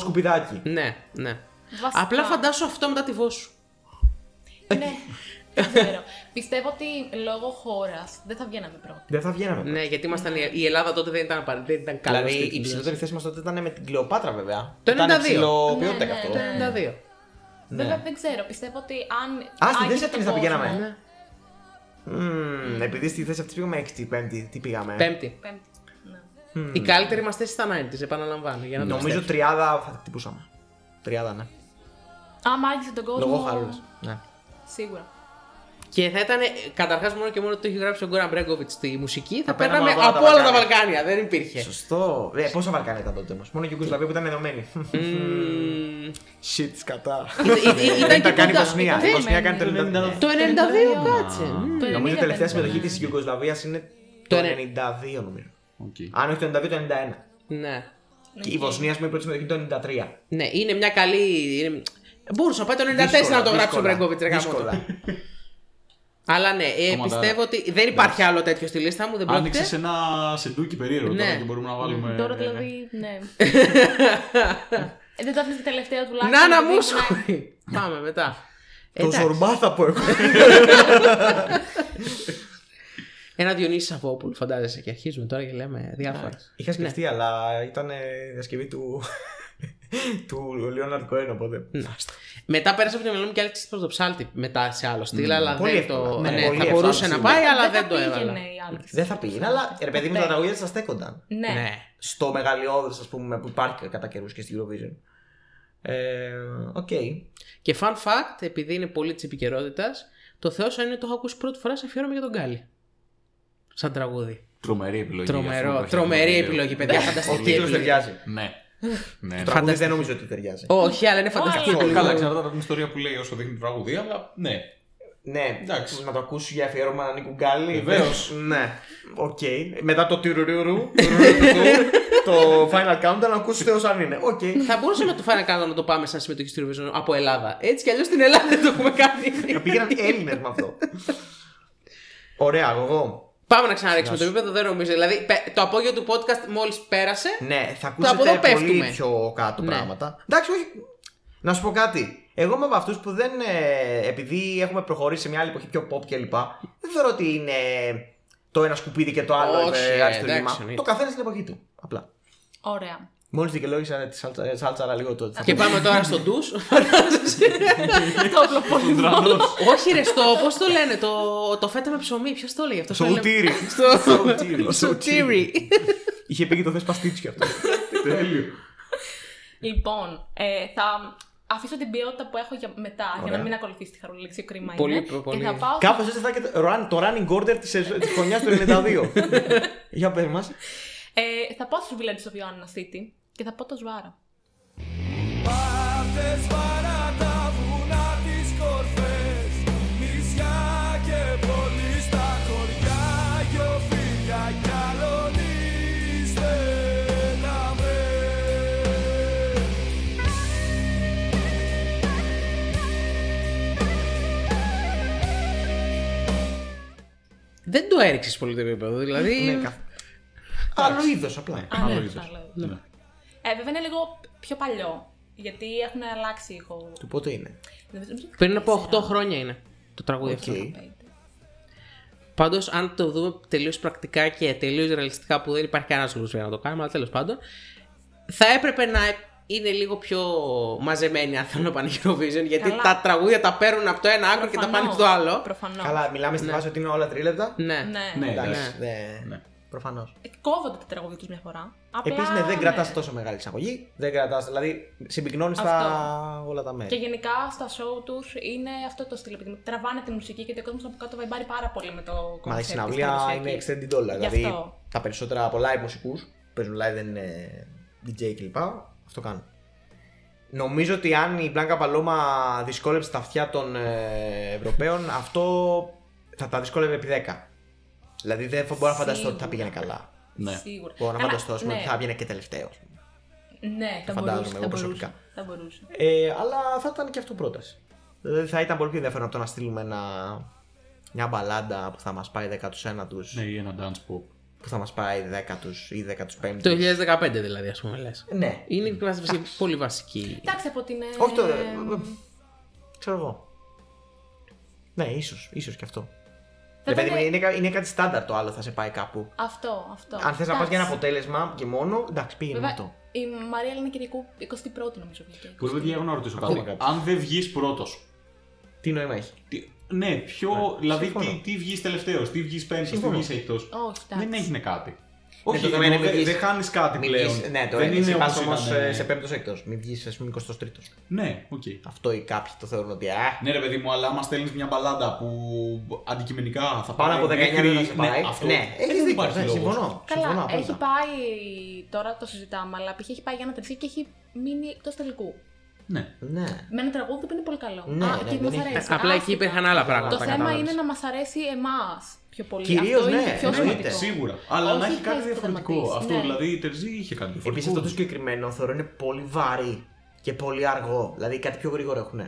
σκουπιδάκι. Ναι, ναι. Βασικά. Απλά φαντάσου αυτό μετά τη βόσου. Ναι, δεν [laughs] ξέρω. Πιστεύω ότι λόγω χώρας δεν θα βγαίναμε πρώτοι. Δεν θα βγαίναμε. Ναι, γιατί ήμασταν, η- η Ελλάδα τότε δεν ήταν απαραίτητη, δεν ήταν καλή. Δηλαδή η Ναι. ψηλότερη θέση μας τότε ήταν με την Κλεοπάτρα βέβαια. Το Ήταν 92. ψηλοποιότητα Ναι, ναι, αυτό. ναι. 92. Ναι. Βέβαια δεν ξέρω. Πιστεύω ότι αν. Α, στη άγγιζε θέση τον αυτή θα κόσμο- πηγαίναμε. Ναι. Μμμ, επειδή στη θέση αυτή πήγαμε 6η-5η, τι πήγαμε. Πέμπτη. Πέμπτη. Ναι. Η καλύτερη μας θέση ήταν 90s, επαναλαμβάνω. Για να το Νομίζω 30 θα τα χτυπούσαμε. 30, ναι. Άμα άγγιζε τον κόσμο. Λόγω χαρούλας. Ναι. Σίγουρα. Και θα ήταν καταρχάς μόνο και μόνο ότι το έχει γράψει ο Γκόραν Μπρέγκοβιτ στη μουσική. Θα Θα παίρναμε παίρναμε από όλα τα από όλα τα Βαλκάνια. Βαλκάνια. Δεν υπήρχε. Σωστό. Ε, πόσα Βαλκάνια ήταν τότε όμως. Μόνο η Γιουγκοσλαβία που ήταν ενωμένη. Μμμ. Shit, σκατά. Ή- ή- Ήταν Τα και κάνει η κοντά. Βοσνία. Η Δεν- ναι, Βοσνία κάνει το 92. Το 92 κάτσε. Μμμ. Το Νομίζω η 90 τελευταία πέμπτη. συμμετοχή της Γιουγκοσλαβία είναι Το ναι. Το 92 νομίζω. Οκ. Αν όχι το 92, το 91. Ναι. Και η Βοσνία, ας πούμε, η πρώτη συμμετοχή το 93. Ναι, είναι μια καλή. Είναι... Μπορούσε να πάει το 94 Δύσκολα, να το γράψει ο δύσκολα, Μπρεγκόβιτ. Δύσκολα. Αλλά ναι, ε, Κομματάρα. πιστεύω ότι δεν υπάρχει άλλο τέτοιο στη λίστα μου. Δεν Άνοιξε πρόκειται. ένα σεντούκι περίεργο Ναι. τώρα και μπορούμε να βάλουμε. Τώρα δηλαδή, ναι. Ε, Δεν το αφήνεις τελευταία Να τουλάχιστον. να επειδή μου είναι- σκουπί. Πάμε μετά. Το Εντάξει. Ζορμπά θα πω εγώ. Ένα Διονύσης Σαββόπουλο, φαντάζεσαι. Και αρχίζουμε τώρα και λέμε διάφορα. Είχα σκεφτεί, αλλά ήταν ε, διασκευή του. [laughs] του Λιόναρντ Κοέν, οπότε. Μετά πέρασε από την μελό μου και άλλαξε προς το ψάλτη μετά σε άλλο στυλ. Αλλά Πολύ δεν εύκολα. το. Ναι, Ναι, πολύ θα εύκολα, μπορούσε να σίγουρα. πάει, Ε, αλλά θα δεν Ναι. το πήγαινε έβαλα. η Άλεξ. Δεν θα πήγαινε, αλλά ρε παιδί μου, τα Ποτέ. τραγούδια θα στέκονταν. Ναι. Ναι. Στο μεγαλειώδες, ας πούμε, που υπάρχει κατά καιρούς και στην Eurovision. Ε, Οκ. Και fun fact, επειδή είναι πολύ της επικαιρότητας, το Θεό σαν είναι το έχω ακούσει πρώτη φορά σε αφιέρωμα για τον Γκάλι. Σαν τραγούδι. Τρομερή επιλογή. Τρομερό, αυτό που έχει τρομερή εδώ. επιλογή, παιδιά, Ο φανταστική Πολύ- τίτλο επιλογή. ταιριάζει. Ναι. ναι. Το τραγούδι δεν νομίζω ότι ταιριάζει. Όχι, αλλά είναι φανταστική Όλα. επιλογή. Καλά, εξαρτάται από την ιστορία που λέει όσο δείχνει την τραγουδία, αλλά ναι. Ναι, Εντάξει. να το ακούσει για αφιέρωμα να νίκουν γκάλι. Βεβαίως. Ναι. Οκ. Μετά το [laughs] τυρουρουρου, το final countdown να ακούσει θεός αν είναι. [laughs] Οκ. Θα μπορούσαμε το Final Countdown να το πάμε σαν συμμετοχή στην Eurovision από Ελλάδα. Έτσι κι αλλιώς στην Ελλάδα δεν το έχουμε κάνει. Να πήγαιναν Έλληνες με αυτό. Ωραία, εγώ. Πάμε να ξαναρίξουμε το επίπεδο, δεν νομίζω. Δηλαδή, πε- το απόγειο του podcast μόλις πέρασε. Ναι, θα από εδώ ακούσετε πολύ πέφτουμε. πιο κάτω Ναι. πράγματα. Εντάξει, όχι. Να σου πω κάτι. Εγώ είμαι από αυτούς που δεν. ε, επειδή έχουμε προχωρήσει σε μια άλλη εποχή πιο pop κλπ. Δεν θεωρώ ότι είναι το ένα σκουπίδι και το άλλο Όχι, ε, άριστο εντάξει, ρήμα. Το εννοείται. καθένα στην εποχή του. Απλά. Ωραία. Μόλις δικαιολόγησα τη σάλτσα, ε, σάλτσαρα λίγο το. Και πάμε τώρα στο ντους. Το απλό πολύ μόνο. Όχι, ρε, στο πώς το λένε, το, το φέτα με ψωμί. Ποιος το λέει αυτό. το λέμε- Σουτήρι. Στο Σουτήρι. σουτήρι. Είχε πει και το θες παστίτσιο αυτό. Ναι. Τέλειο. Λοιπόν, ε, θα αφήσω την ποιότητα που έχω για μετά για να μην ακολουθήσει τη χαρολήξη. Κρίμα Πολύ, είναι. πολύ. Και θα πάω. Κάπως έτσι θα είναι και το run- το running order της χρονιάς του [laughs] 92. Για πες μας. Ε, θα πάω στους Village of Ioanna City και θα πω το Σβάρα. Πάρτε σφαρά τα βουνά τις κορφές Νησιά και πόλεις στα χωριά Γιοφίλια κι αλωνίστε να με Δεν το έριξες πολύ το επίπεδο. Δηλαδή. Άλλο είδος απλά. Α, ναι, είδος. άλλο είδος. Ε, βέβαια είναι λίγο πιο παλιό. Γιατί έχουν αλλάξει ήχο. Του πότε είναι. Πριν από 8 χρόνια είναι το τραγούδι αυτό. Πάντως, αν το δούμε τελείως πρακτικά και τελείως ρεαλιστικά, που δεν υπάρχει κανένας λόγος για να το κάνουμε, αλλά τέλος πάντων, θα έπρεπε να είναι λίγο πιο μαζεμένοι αν θέλουν να πάνε Eurovision, γιατί Καλά. τα τραγούδια τα παίρνουν από το ένα άκρο και τα πάνε στο άλλο. Προφανώς. Καλά, μιλάμε στη βάση ότι είναι όλα τρίλεπτα. Ναι. Ναι. Ναι, Εντάξει. εντάξει. δεν- Ναι. Προφανώς. Ε, Κόβονται τα τραγούδια τους μια φορά. Απλά, ναι. Επίσης, ναι, δεν κρατάς τόσο μεγάλη εισαγωγή. Δεν κρατάς, δηλαδή συμπυκνώνεις τα όλα τα Και μέρη. γενικά στα show τους είναι αυτό το στυλ. επειδή Τραβάνε τη μουσική γιατί ο κόσμος από κάτω βαϊμπάρει πάρα πολύ με το κομμάτι. Μα η συναυλία είναι extended όλα. Γι' Δηλαδή αυτό. τα περισσότερα από live μουσικούς παίζουν live, δεν είναι DJ κλπ. Αυτό κάνουν. Νομίζω ότι αν η Μπλάνκα Παλώμα δυσκόλεψε τα αυτιά των ε, Ευρωπαίων, αυτό θα τα δυσκόλευε επί 10. Δηλαδή δεν θα μπορώ να φανταστώ ότι θα Σίγουρα. πήγαινε καλά. Ναι. Σίγουρα. Μπορώ να Καλά, φανταστώ ας πούμε, ναι. ότι θα βγαίνει και τελευταίο. ας πούμε. Ναι, θα φαντάζομαι μπορούσε. εγώ Θα μπορούσε. προσωπικά. Θα μπορούσε. Ε, αλλά θα ήταν και αυτό πρόταση. Δηλαδή θα ήταν πολύ πιο ενδιαφέρον από το να στείλουμε ένα, μια μπαλάντα που θα μας πάει 19 του, Ναι, ή ένα dance pop. που θα μας πάει 10 τους ή 15 Το 2015 δηλαδή, ας πούμε, λες. Ναι. Είναι η βασική- πολύ βασική. Εντάξει από την. ε, Όχι το. Ξέρω εγώ. Ναι, ίσως, ίσως και αυτό. θα Ρε παιδί μου, ήταν- είναι, κα- είναι κάτι στάνταρ το άλλο, θα σε πάει κάπου. Αυτό, αυτό. Αν θες να πας για ένα Εντάξει. αποτέλεσμα και μόνο, εντάξει, πήγαινε με Βέβαια, αυτό. Η Μαρία Ελένα Κυριακού 21η νομίζω βγήκε. Πολύ παιδιά, έχω να ρωτήσω Ακούω κάτι. κάτι. Αν δεν βγεις πρώτος. Τι νόημα έχει. Ναι, ποιο. Δηλαδή, συμφωνώ. τι, τι βγεις τελευταίος, τι βγεις πέμπτος, τι Συμφωνώ. Ναι, βγεις έκτος. Όχι, εντάξει. Δεν έγινε κάτι. Όχι, το θέμα ενώ είναι μην δεν βγεις- δεν χάνεις κάτι Μην πλέον. βγεις- ναι, το δεν είναι πας όπως όμως ήταν, ε, σε πέμπτος έκτος. Μην βγεις, ας πούμε, 23ο. Ναι, οκ. Αυτό ή κάποιοι το θεωρούν ότι. Α, Ναι, ρε παιδί μου, αλλά άμα στέλνεις μια μπαλάντα που αντικειμενικά θα πάει. πάνω από 19 μέχρι- δεν θα σε πάει. Ναι, αυτό. Ναι, Ε, έχει δεν δίκιο. υπάρχει ναι, λόγος. Συμφωνώ. συμφωνώ Καλά, έχει απόλυτα. πάει. Τώρα το συζητάμε, αλλά π.χ. έχει πάει για ένα τελικό και έχει μείνει εκτός τελικού. Ναι. Ναι. Με ένα τραγούδι που είναι πολύ καλό. Ναι, Α, ναι, και δεν μας έχει- αρέσει. Απλά εκεί Άσχετα. υπήρχαν άλλα πράγματα. Το τα θέμα κατάλαβες. είναι να μας αρέσει εμάς πιο πολύ. Κυρίως, Αυτό είναι ναι, πιο εννοείται. σημαντικό. Σίγουρα. Αλλά να Όχι έχει κάτι χρειάζεται διαφορετικό. θεματής, Αυτό ναι. δηλαδή η Τερζή είχε κάτι διαφορετικό. Επίσης αυτό το συγκεκριμένο θεωρώ είναι πολύ βαρύ και πολύ αργό. Δηλαδή κάτι πιο γρήγορο έχουν.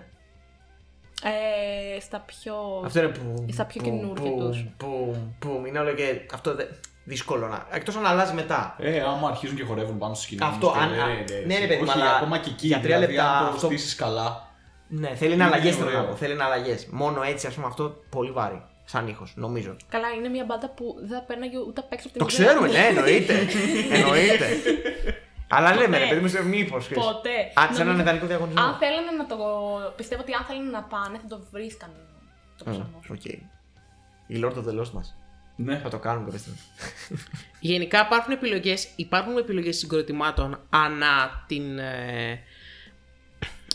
Ε, στα πιο. Αυτό είναι που. Στα πιο που- καινούργια που- τους. Που, που, είναι όλο και αυτό δε- δύσκολο να. Εκτός αν αλλάζει μετά. Ε, άμα αρχίζουν και χορεύουν πάνω στο σκηνή. Αυτό, και αν- ρε, αν- ρε, ρε, ναι, ρε, παιδί μου, Όχι, αλλά ακόμα και εκεί. για τρία δηλαδή, λεπτά Αν το αυτό- στήσεις καλά. Ναι, θέλει να Είναι αλλαγές ωραίο. θέλω να πω. Θέλει να αλλαγές. Μόνο έτσι, ας πούμε, αυτό πολύ βαρύ. Σαν ήχος, νομίζω. Καλά, είναι μια μπάντα που δεν θα παίρναγε ούτε απ' έξω από την Το μηδέν. ξέρουμε, ναι, [laughs] εννοείται. εννοείται. Αλλά λέμε, ρε παιδί μου, σε μήπω. Ποτέ. Α, σαν έναν Νομίζω- ιδανικό διαγωνισμό. Αν θέλανε να το. Πιστεύω ότι αν θέλανε να πάνε θα το βρίσκαν το Μμ, προσαρμόσουν. Οκ. Η Lord of the Lost μας. Ναι. Θα το κάνουμε κάποια στιγμή. Γενικά υπάρχουν επιλογές, υπάρχουν επιλογές συγκροτημάτων ανά την... ε,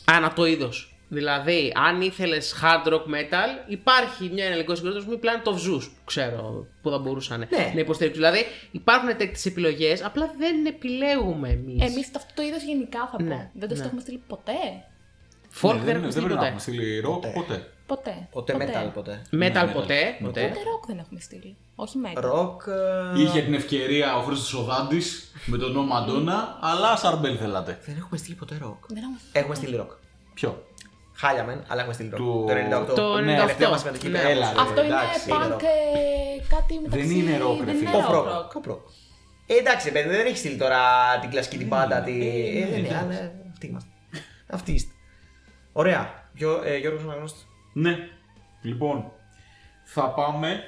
ανά το είδος. Δηλαδή, αν ήθελες hard rock metal, υπάρχει μια εναλλικό συγκρότημα που Planet of Zeus, που ξέρω, που θα μπορούσαν Ναι. να υποστηρίξουν. Δηλαδή, υπάρχουν τέτοιες επιλογές, απλά δεν επιλέγουμε εμείς. Εμείς αυτό το είδος γενικά θα πω. Ναι, δεν το ναι. έχουμε στείλει ποτέ. Folk δεν Ναι, είναι- έχουμε στείλει δεν πρέπει να ποτέ. έχουμε στείλει ροκ Ποτέ. ποτέ. Ποτέ. Ποτέ metal, ποτέ. Metal Ναι, ποτέ, ποτέ. ναι. Ούτε ροκ δεν έχουμε στείλει. Όχι metal. Ροκ. ε, Είχε την ευκαιρία ο Χρήστος ο Δάντης με τον νόμο Αντώνα, αλλά Σαρμπέλ θέλατε. Δεν έχουμε στείλει ποτέ ροκ. Δεν έχουμε στείλει. Έχουμε στείλει ροκ. Ποιο. Χάλια μεν, αλλά έχουμε στείλει ροκ. Του- Το 98. Το Ναι, 98. τελευταία μας συμμετοχή. Ναι. πέρα από τους Έλα, Αυτό είναι εντάξει, είναι punk rock. ε, κάτι μεταξύ. είναι rock, ρε δεν φίλε. είναι Pop rock, Pop rock. rock. Pop rock. Ε, εντάξει, παιδί, δεν έχει στείλει τώρα την κλασική την πάντα. Τη... Ε, δεν είναι, αλλά αυτοί είμαστε. Αυτοί είστε. Ωραία. Γιο- ε, Γιώργος Αναγνώστης. Ναι. Λοιπόν, θα πάμε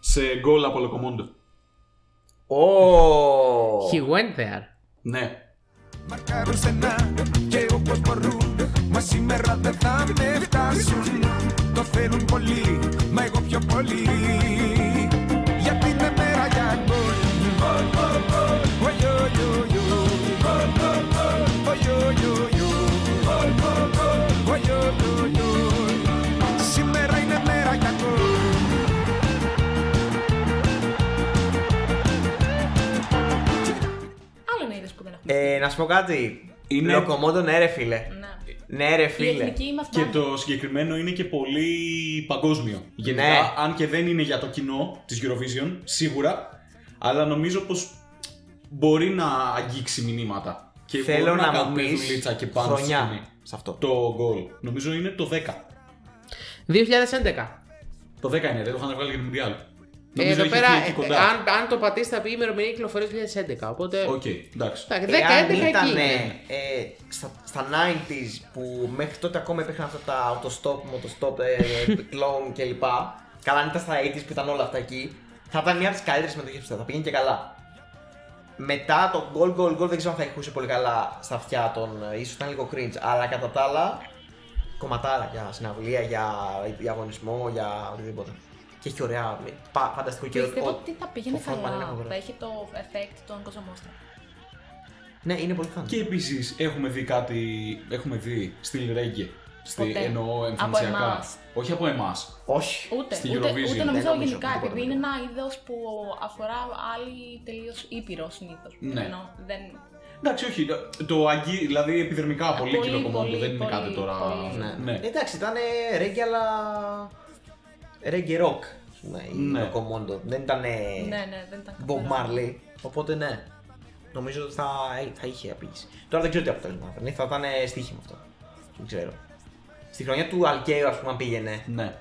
σε γκολ από Λοκομόντο. Ω! He went there. Ναι. Μαρκάρουν στενά και όπως μπορούν Μας σήμερα δεν θα με φτάσουν Το θέλουν πολύ, μα εγώ πιο πολύ Γιατί είναι μέρα για γκολ Ωι, ωι, ωι, ωι. Ωι, ωι, ωι, ωι. Ωι, ωι, ωι, ωι. Σήμερα είναι μέρα για γκολ Άλλο ένα είδο που δεν έχουμε. Ε, να σου πω κάτι. Είναι- Λοκομόντο, ναι, ρε φίλε. Ναι. Ναι, ρε Η φίλε. εθνική μας Και το συγκεκριμένο είναι και πολύ παγκόσμιο. Γενικά, Ναι. αν και δεν είναι για το κοινό της Eurovision, σίγουρα, αλλά νομίζω πως μπορεί να αγγίξει μηνύματα. Και Θέλω μπορούν να, μου κάνουν πεις δουλίτσα και πάνω στη σκηνή. χρονιά σε αυτό. Το γκολ. Νομίζω είναι το 10. 2011. Το 10 είναι, δεν το είχαν βγάλει για το Μουντιάλ. Ε, Νομίζω εδώ είχε πέρα, βγει εκεί ε, κοντά. αν, αν το πατήσετε θα πει ημερομηνία κυκλοφορίας 2011. Οπότε. Οκ, εντάξει. Ε, Εντάξει, 10-11 Εάν εκεί. ήταν ναι. είναι. ε, στα, στα 90s που μέχρι τότε ακόμα υπήρχαν αυτά τα autostop, motostop, ε, clone κλπ. Καλά, αν ήταν στα 80s που ήταν όλα αυτά εκεί, θα ήταν μια από τις καλύτερες συμμετοχές που θα πήγαινε και καλά. Μετά το goal goal goal δεν ξέρω αν θα ηχούσε πολύ καλά στα αυτιά των. ε, ίσως ήταν λίγο cringe, αλλά κατά τα άλλα κομματάρα για συναυλία, για διαγωνισμό, για οτιδήποτε. Και έχει ωραία. ε, πα- Φανταστικό και Πιστεύω ο- ότι θα πήγαινε ο frontman είναι καλά. ωραίος. Θα έχει το effect των κοζομόστρα. Ναι, είναι πολύ φαν. Και επίσης έχουμε δει κάτι. Έχουμε δει στη Ρέγγε. Στη, Ποτέ. εννοώ Από εμφανισιακά. εμάς. Όχι από εμάς. Όχι. Ούτε, Στη ούτε, Eurovision. ούτε Δεν νομίζω νομίζω γενικά, τίποτα επειδή είναι τέτοιο. ένα είδος που αφορά άλλη τελείως ήπειρο συνήθως. Ναι. δεν... Εντάξει, όχι. Το αγγί, δηλαδή επιδερμικά πολύ πολύ, κυλοκομμάτι. πολύ, Δεν είναι πολύ, κάτι τώρα. πολύ. Ναι. Ναι. Εντάξει, ήταν ε, ρέγγι, αλλά. ρέγγι ροκ. Ναι, η Ναι. Λοκομόντο. Δεν ήταν. ναι, ναι, δεν ήταν Μπομπ καθαρά. Μάρλι. Οπότε ναι. Νομίζω ότι θα, ε, θα είχε απήγηση. Τώρα δεν ξέρω τι αποτέλεσμα θα φέρνει. Θα ήταν ε, στοίχημα αυτό. Δεν ξέρω. Στη χρονιά του Αλκαίου, ας πούμε, αν πήγαινε. ναι.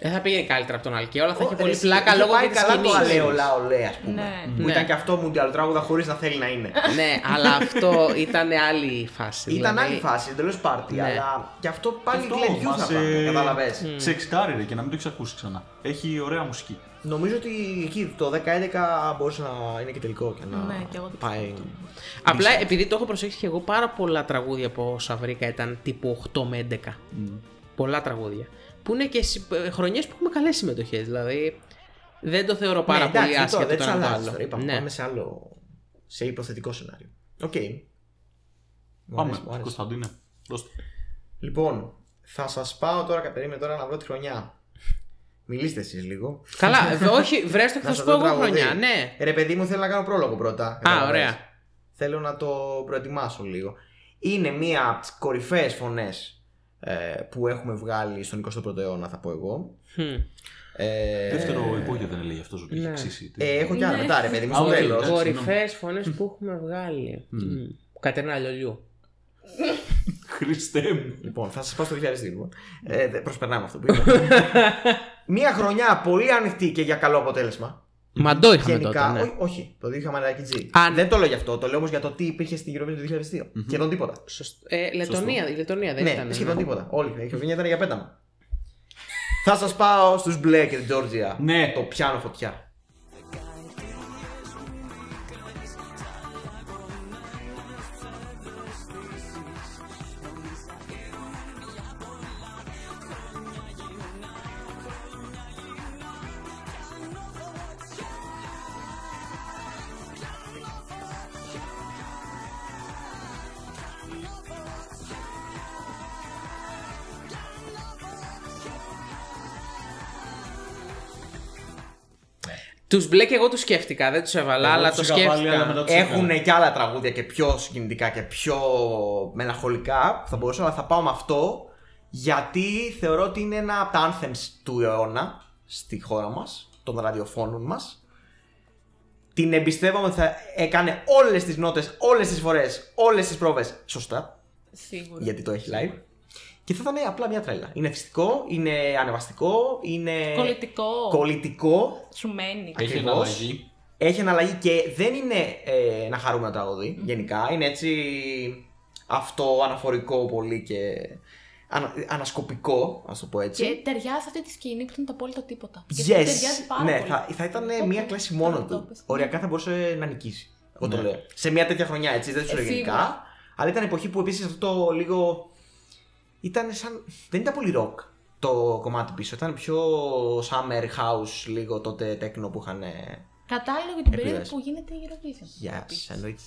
Δεν Ε, θα πήγαινε καλύτερα από τον Αλκαίο, αλλά θα Ο, είχε πολύ εσύ, πλάκα είχε λόγω πάει και της καλά το σκηνής. Αλέολα Ολέ, ας πούμε. Ναι. Που Ναι. ήταν και αυτό μου τραγούδα χωρίς να θέλει να είναι. Ναι, αλλά αυτό ήταν άλλη φάση. ήταν δηλαδή. άλλη φάση, εντελώς πάρτι, Ναι. αλλά και αυτό πάλι Αυτό γλεντιού θα μας, πάνε. ε, Καταλαβες. Σε εξτάρει, ρε, και να μην το ξακούσει ξανά. Έχει ωραία μουσική. Νομίζω ότι εκεί το 10-11 μπορούσε να είναι και τελικό και να Ναι, και εγώ το πάει. Ναι, Απλά επειδή το έχω προσέξει και εγώ, πάρα πολλά τραγούδια από όσα βρήκα ήταν τύπου 8 με 11. Πολλά τραγούδια. Που είναι και συ- ε, χρονιές που έχουμε καλές συμμετοχές. Δηλαδή δεν το θεωρώ πάρα Ναι, πολύ εντάξει, άσχετο τώρα, το δεν ένα τις από το αλλάζεις άλλο. τώρα, Είπαμε, Ναι. πάμε σε άλλο. σε υποθετικό σενάριο. Οκ. Μου Πάμε, αρέσει, μου αρέσει. Κωνσταντίνε. Δώστε. Λοιπόν, θα σας πάω τώρα, Κατερίνα, τώρα να βρω τη χρονιά. Μιλήστε εσείς λίγο. Ε, Καλά, ε, [laughs] όχι, βρες το και Να θα σας σου πω εγώ τραγουδί. χρονιά. Ναι. Ε, Ρε παιδί μου, θέλω να κάνω πρόλογο πρώτα. καταλαβαίνεις. ωραία. Θέλω να το προετοιμάσω λίγο. είναι μία από τις κορυφαίες φωνές ε, που έχουμε βγάλει στον 21ο αιώνα θα πω εγώ. Χμ. Ε, Δεύτερο υπόγειο δεν έλεγε αυτός που είχε ναι. ξύσει. ε, έχω κι άλλα Ναι. μετά ρε παιδί μου, στο Α, οκ, τέλος. εντάξει. Κορυφαίε φωνές που έχουμε βγάλει. Μμ. Κατερίνα Λιολιού. Χριστέ μου. Λοιπόν, θα σας πάω στο 2002. Λοιπόν. Ε, δεν- προσπερνάμε αυτό που είπα. Μία χρονιά πολύ ανοιχτή και για καλό αποτέλεσμα. Μαντό είχαμε τότε. Γενικά, Ναι. ό- όχι, το 2 είχαμε ένα G. Α, ναι. Δεν το λέω γι' αυτό, το λέω όμως για το τι υπήρχε στην Eurovision του 2002. Σχεδόν τίποτα. Σωστό. Ε, Λετωνία, η Λετωνία δεν ναι, ήταν. σχεδόν ναι. τίποτα. Όλη η Eurovision ήταν για πέταμα. θα σας πάω στους μπλε και την Τζόρτζια. Ναι. Το πιάνω φωτιά. Τους μπλε και εγώ τους σκέφτηκα, δεν τους έβαλα, Εγώ αλλά τους το είχα βάλει, αλλά μετά σκέφτηκα. τους έκανα. Έχουν και άλλα τραγούδια και πιο συγκινητικά και πιο μελαγχολικά που θα μπορούσα, αλλά θα πάω με αυτό γιατί θεωρώ ότι είναι ένα από τα anthems του αιώνα στη χώρα μας, των ραδιοφώνων μας. Την εμπιστεύομαι ότι θα έκανε όλες τις νότες, όλες τις φορές, όλες τις πρόβες σωστά, Σίγουρα. γιατί το έχει live. Και θα ήταν απλά μια τρέλα. Είναι φυσικό, είναι ανεβαστικό, είναι Κολλητικό. κολλητικό. Σου μένει. Έχει Ακριβώς. εναλλαγή. Έχει αναλλαγή και δεν είναι ε, ένα χαρούμενο τραγούδι γενικά. Είναι έτσι αυτό αναφορικό πολύ και ανα- ανασκοπικό, ας το πω έτσι. Και ταιριάζει σε αυτή τη σκηνή που ήταν το απόλυτο τίποτα. Yes. Γιατί ταιριάζει πάρα ναι, πολύ. θα, θα ήταν Οπότε, μία κλάση μόνο τώρα το του. πες. Ναι. Οριακά θα μπορούσε να νικήσει. Εγώ το Ναι. λέω. Σε μία τέτοια χρονιά, έτσι, δεν σου λέω Ε, σίγουρα. γενικά. Αλλά ήταν εποχή που επίσης αυτό το λίγο. ήταν σαν. Δεν ήταν πολύ rock το κομμάτι πίσω. Ήταν πιο summer house λίγο τότε τέκνο που είχαν. ε, Κατάλληλο για την περίοδο Επηρεάζει. που γίνεται η Eurovision. Γεια σα, εννοείται.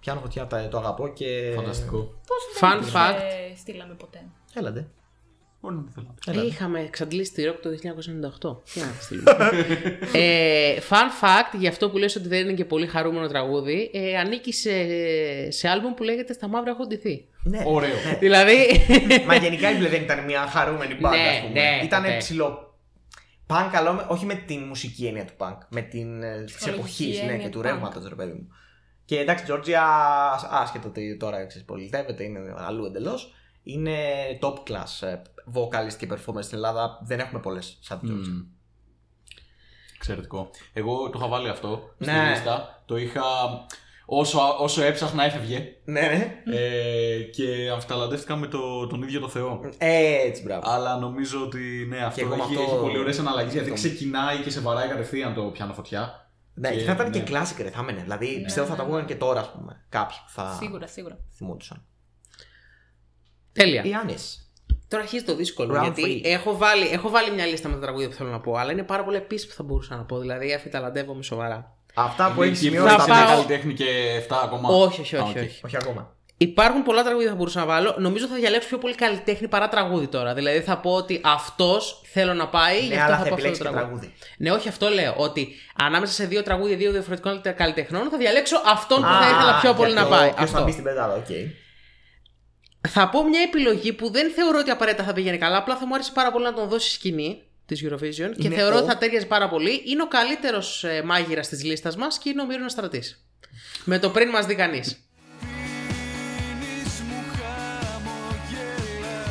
Πιάνω φωτιά, τα- το αγαπώ και. Φανταστικό. Πώς Fun δεν τους, fact. ε, στείλαμε ποτέ. Έλατε. Μπορεί να το θέλω. Έλατε. Ε, Είχαμε εξαντλήσει τη ροκ το 1998. Τι να [laughs] στείλουμε. ε, fun fact, για αυτό που λες ότι δεν είναι και πολύ χαρούμενο τραγούδι, ε, ανήκει σε, σε άλμπουμ που λέγεται Στα μαύρα έχω ντυθεί. Ναι. Ωραίο. [laughs] δηλαδή. [laughs] Μα γενικά η Μπλε δεν ήταν μια χαρούμενη μπάντα, Ναι, ας πούμε. ναι, ήταν ποτέ. ψηλό. Πανκ, αλλά με- όχι με την μουσική έννοια του πανκ. Με την της Ψυχολογική εποχής ναι, έννοια και του του πανκ. ρεύματος, ρε παιδί μου. Και εντάξει, Τζόρτζια, ας- άσχετο ότι τώρα ξέρεις, πολιτεύεται, είναι αλλού εντελώς. Είναι top class ε, vocalist και performance στην Ελλάδα. Δεν έχουμε πολλές σαν τη Mm. Τζόρτζια. Μμμ. Εξαιρετικό. Εγώ το είχα βάλει αυτό Ναι. στη λίστα. Το είχα. Όσο, όσο έψαχνα έφευγε. Ναι, ναι. Ε, και αυταλαντεύτηκα με το, τον ίδιο το Θεό. Ε, Έτσι, μπράβο. Αλλά νομίζω ότι ναι, αυτό Και εγώ έχει, με αυτό- έχει πολύ ωραίες αναλλαγέ. Γιατί αυτό. ξεκινάει και σε βαράει κατευθείαν το πιάνω φωτιά. Ναι, και- και θα ήταν και ναι. classic, ρε, θα έμενε. Δηλαδή, πιστεύω θα τα βγουν και τώρα, ας πούμε. Κάποιοι που θα Σίγουρα, σίγουρα. θυμόντουσαν. Τέλεια. Η Άννη. Ε, Τώρα αρχίζει το δύσκολο. Round γιατί three. έχω βάλει, έχω βάλει μια λίστα με τα τραγούδια που θέλω να πω, αλλά είναι πάρα πολλά επίσης που θα μπορούσα να πω. Δηλαδή, αφιταλαντεύομαι σοβαρά. Αυτά που έχει Εκεί που σημειώσει θα τα θα πάει πάω- πέντε. καλλιτέχνη και 7 ακόμα. όχι, όχι, Α, όχι, οκ. όχι. Όχι ακόμα. Υπάρχουν πολλά τραγούδια που θα μπορούσα να βάλω. Νομίζω θα διαλέξω πιο πολύ καλλιτέχνη παρά τραγούδι τώρα. Δηλαδή θα πω ότι αυτός θέλω να πάει, Ε, γι' Ναι, αυτό αλλά θα, θα πω αυτό το επιλέξεις και τραγούδι. τραγούδι. Ναι, όχι αυτό λέω. Ότι ανάμεσα σε δύο τραγούδια δύο διαφορετικών καλλιτεχνών θα διαλέξω αυτόν που Α, θα ήθελα πιο για πολύ να το πάει. ποιος Αυτό. θα μπει στην πεντάδα, οκ. Θα πω μια επιλογή που δεν θεωρώ ότι απαραίτητα θα πήγαινε καλά. Απλά θα μου άρεσε πάρα πολύ να τον δώσει σκηνή της Eurovision και Είναι θεωρώ Ναι, ο- ότι θα τέριαζε πάρα πολύ. Είναι ο ε, καλύτερο μάγειρας της λίστας μας και είναι ο Μύρονα Στρατής. Με το πριν μας δει κανείς. Πίνεις μου χαμογελάς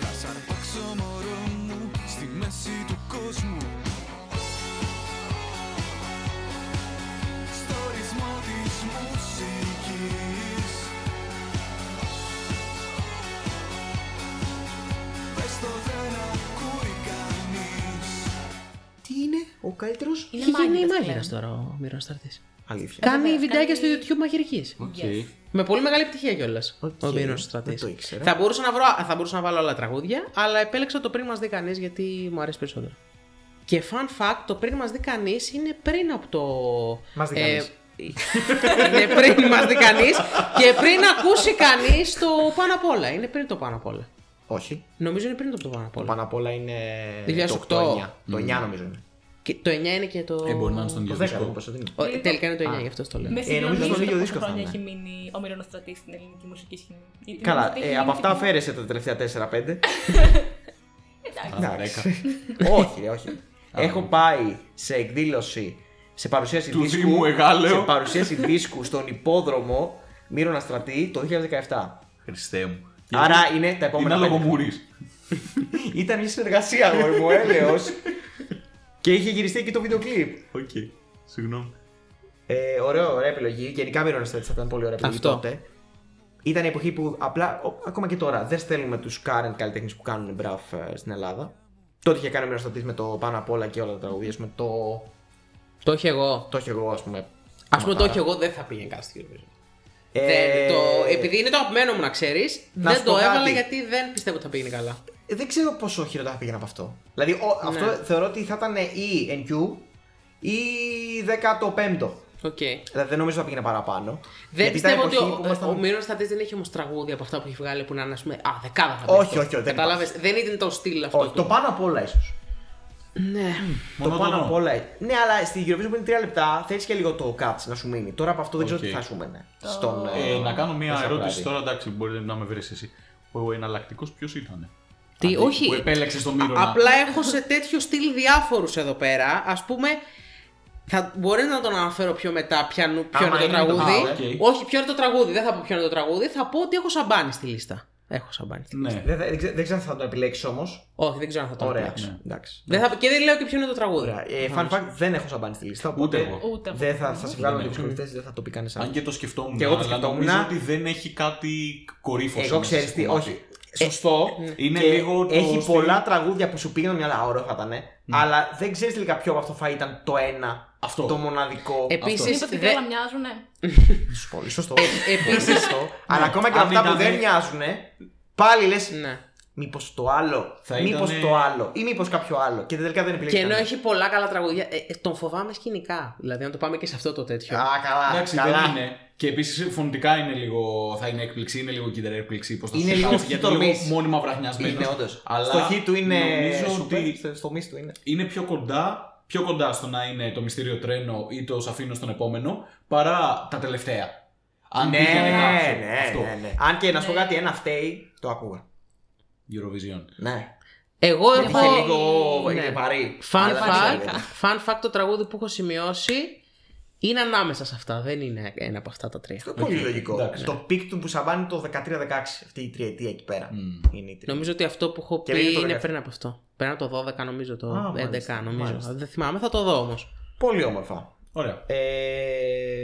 Θα σ' αρπάξω μωρό μου στη μέση του κόσμου Στο ρυθμό της μουσικής Πες το δεν ακούει κανείς Τι είναι ο καλύτερος. Είναι Έχει γίνει η μάγειρας μάγειρας πλέον. τώρα ο Μύρονα Στρατή. Αλήθεια. Κάνει Βέβαια, βιντεάκια στο κάνει- YouTube μαγειρική. Οκ. Yes. Με πολύ μεγάλη επιτυχία κιόλας. Οκ, Ο Μύρονα δεν Στρατή. το ήξερα. Θα, μπορούσα να βρω- θα μπορούσα να βάλω άλλα τραγούδια, αλλά επέλεξα το πριν μας δει κανείς γιατί μου αρέσει περισσότερο. Και fun fact, το πριν μας δει κανείς είναι πριν από το. ε, Μας δει κανείς. [laughs] είναι πριν μας δει κανείς και πριν ακούσει κανείς το πάνω απ' όλα. Είναι πριν το πάνω απ' όλα. Όχι. Νομίζω είναι πριν το, από το πάνω απ' Το όλα. πάνω απ' όλα είναι. 2008. Το 8-9. Το 9 νομίζω είναι. Και το 9 είναι και το. Ε, μπορεί να είναι στον Το ίδιο 10 δεν δίσκο. πες, δεν είναι. Ο- Τελικά είναι το 9, γι' αυτό το λέω. Με Ε, νομίζω συγκλονίζει στον το ίδιο πόσα δίσκο θα χρόνια είναι. έχει μείνει ο μυρονοστρατής στην ελληνική μουσική σκηνή. Γιατί Καλά, νομίζω ότι έχει ε, από μείνει αυτά και- αφαίρεσε τα τελευταία 4-5. Εντάξει. Εντάξει. όχι, ρε, όχι. Έχω πάει σε εκδήλωση, σε παρουσίαση Του δίσκου. Δήμου Εγάλεο. Σε παρουσίαση δίσκου στον υπόδρομο Μύρονα Στρατή το 2017. Χριστέ μου. Άρα είναι τα Είναι επόμενα. πέντε. αλογομούρης. Ήταν μια συνεργασία αγόρι μου, [laughs] έλεος. και είχε γυριστεί και το βίντεο κλιπ. Οκ. Συγγνώμη. Ε, ωραία, ωραία επιλογή. Γενικά Μύρονα Στρατή θα ήταν πολύ ωραία επιλογή Αυτό. τότε. Ήταν η εποχή που απλά, ο- ακόμα και τώρα, δεν στέλνουμε τους current καλλιτέχνες που κάνουν μπραφ ε, στην Ελλάδα. Τότε είχε κάνει ο Μύρονα Στρατή με το πάνω απ' όλα και όλα τα τραγουδία, ας πούμε, το Το έχει εγώ. Το είχε εγώ, ας πούμε. Ας πούμε, το έχει εγώ δεν θα πήγαινε καν στην Eurovision. Ε, Δεν, το, επειδή είναι το αγαπημένο μου να ξέρεις, να δεν σου το πω έβαλα κάτι. γιατί δεν πιστεύω ότι θα πήγαινε καλά. ε, Δεν ξέρω πόσο χειρότερα θα πήγαινε από αυτό. Δηλαδή, ο- Ναι. αυτό θεωρώ ότι θα ήταν ή NQ ή 15ο. Οκ. Δηλαδή, δεν νομίζω θα πήγαινε παραπάνω. Δεν Γιατί ήταν πιστεύω ότι εποχή ο, που ήμασταν- ο Μύρος Στατής δεν έχει όμως τραγούδια από αυτά που έχει βγάλει που να είναι, ας πούμε, α, δεκάδα θα Όχι, μπει αυτό. όχι, όχι, δεν Κατάλαβες, δεν ήταν το στυλ αυτό. Όχι, του. το πάνω απ' όλα, ίσως. Ναι. Το Μόνο πάνω το απ' όλα. Ναι, αλλά στη Eurovision που είναι τρία λεπτά, θέλεις και λίγο το cuts να σου μείνει. Τώρα από αυτό δεν ξέρω Οκ. τι θα σου μείνει. Στον. Ε, να κάνω μια στο βράδυ. ερώτηση τώρα, εντάξει, μπορεί να με βρεις εσύ. Ο εναλλακτικός ποιος ήταν. Τι, όχι. Που επέλεξες τον Α- Μύρονα. Απλά έχω σε τέτοιο στυλ διάφορους εδώ πέρα. Ας πούμε, θα μπορεί να τον αναφέρω πιο μετά ποια νου- ποιο Άμα είναι το είναι το- τραγούδι. α, οκ. Όχι, ποιο είναι το τραγούδι. Δεν θα πω ποιο είναι το τραγούδι. Θα πω ότι έχω σαμπάνι στη λίστα. Έχω σαμπάνι. στη λίστα. Ναι. Δεν, θα- δεν ξέρω- δεν ξέρω αν θα τον επιλέξεις όμως. Όχι, δεν ξέρω αν θα το Ωραία. ναι. επιλέξω. Εντάξει. Δεν θα... Και δεν λέω και ποιο είναι το τραγούδι. Ωραία. Ε, fun fact, δεν έχω σαμπάνι στη λίστα. οπότε Ούτε εγώ. Ούτε εγώ. Δεν θα, θα σε βγάλω Δεν λίγο έχω. σκορπιστέ, δεν θα το πει κανείς Αν άλλο. και το σκεφτόμουν. Και εγώ το αλλά σκεφτόμουν. Νομίζω ότι δεν έχει κάτι κορύφωση. Εγώ ξέρει τι, όχι. Σωστό. Είναι και λίγο το Έχει στυλ- πολλά τραγούδια που σου πήγαιναν μυαλά, ωραίο θα ήταν. Αλλά δεν ξέρεις τελικά ποιο από αυτό θα ήταν το ένα. Αυτό. Το μοναδικό. Επίσης. Είπα ότι ναι. δεν μοιάζουνε. Σου πολύ σωστό. Επίση. Σωστό. Αλλά ακόμα και Ε, ναι. Αν αυτά που ήταν- δεν μοιάζουν, πάλι λες. Ναι. Μήπως το άλλο. Θα Μήπως ήτανε- το άλλο. Ή μήπως κάποιο άλλο. Και τελικά δεν επιλέγεις. Και ενώ κανένα. έχει πολλά καλά τραγούδια, ε, ε, τον φοβάμαι σκηνικά. Δηλαδή, αν το πάμε και σε αυτό το τέτοιο. Α, καλά. Εντάξει, καλά. δεν είναι. Και επίσης φωνητικά είναι λίγο. Θα είναι έκπληξη, είναι λίγο κίντερ έκπληξη. Πώς θα Είναι σου λίγο φτάσει, hit γιατί or λίγο miss. μόνιμα βραχνιασμένος. Είναι όντως. Αλλά Στο χ του είναι. Νομίζω super, ότι στο- Στο μυς του είναι. είναι πιο κοντά, πιο κοντά στο να είναι το μυστήριο τρένο ή το σαφήνω στον επόμενο παρά τα τελευταία. Αν ναι, πήγαινε ναι, κάποιο, αυτό. ναι, ναι. Αν και να σου πω κάτι, ένα φταίει, το ακούγα. Eurovision. Ναι. Εγώ έχω. Είχε λίγο Ναι. είναι βαρύ. Fun Αλλά δεν fact, ξέρω. fun fact, το τραγούδι που έχω σημειώσει είναι ανάμεσα σε αυτά. Δεν είναι ένα από αυτά τα τρία. Αυτό είναι Ε, πολύ λογικό. εντάξει. Το πικ του που σαμπάνει το 13-16, αυτή η τριετία εκεί πέρα. Είναι η τριετία. Ε, Νομίζω ότι αυτό που έχω Και πει λέει το είναι 13. πριν από αυτό. Πριν από το 12, νομίζω το Α, 11, μάλιστα, νομίζω. μάλιστα. Δεν θυμάμαι, θα το δω όμως. Πολύ όμορφα. Ωραία. Ε,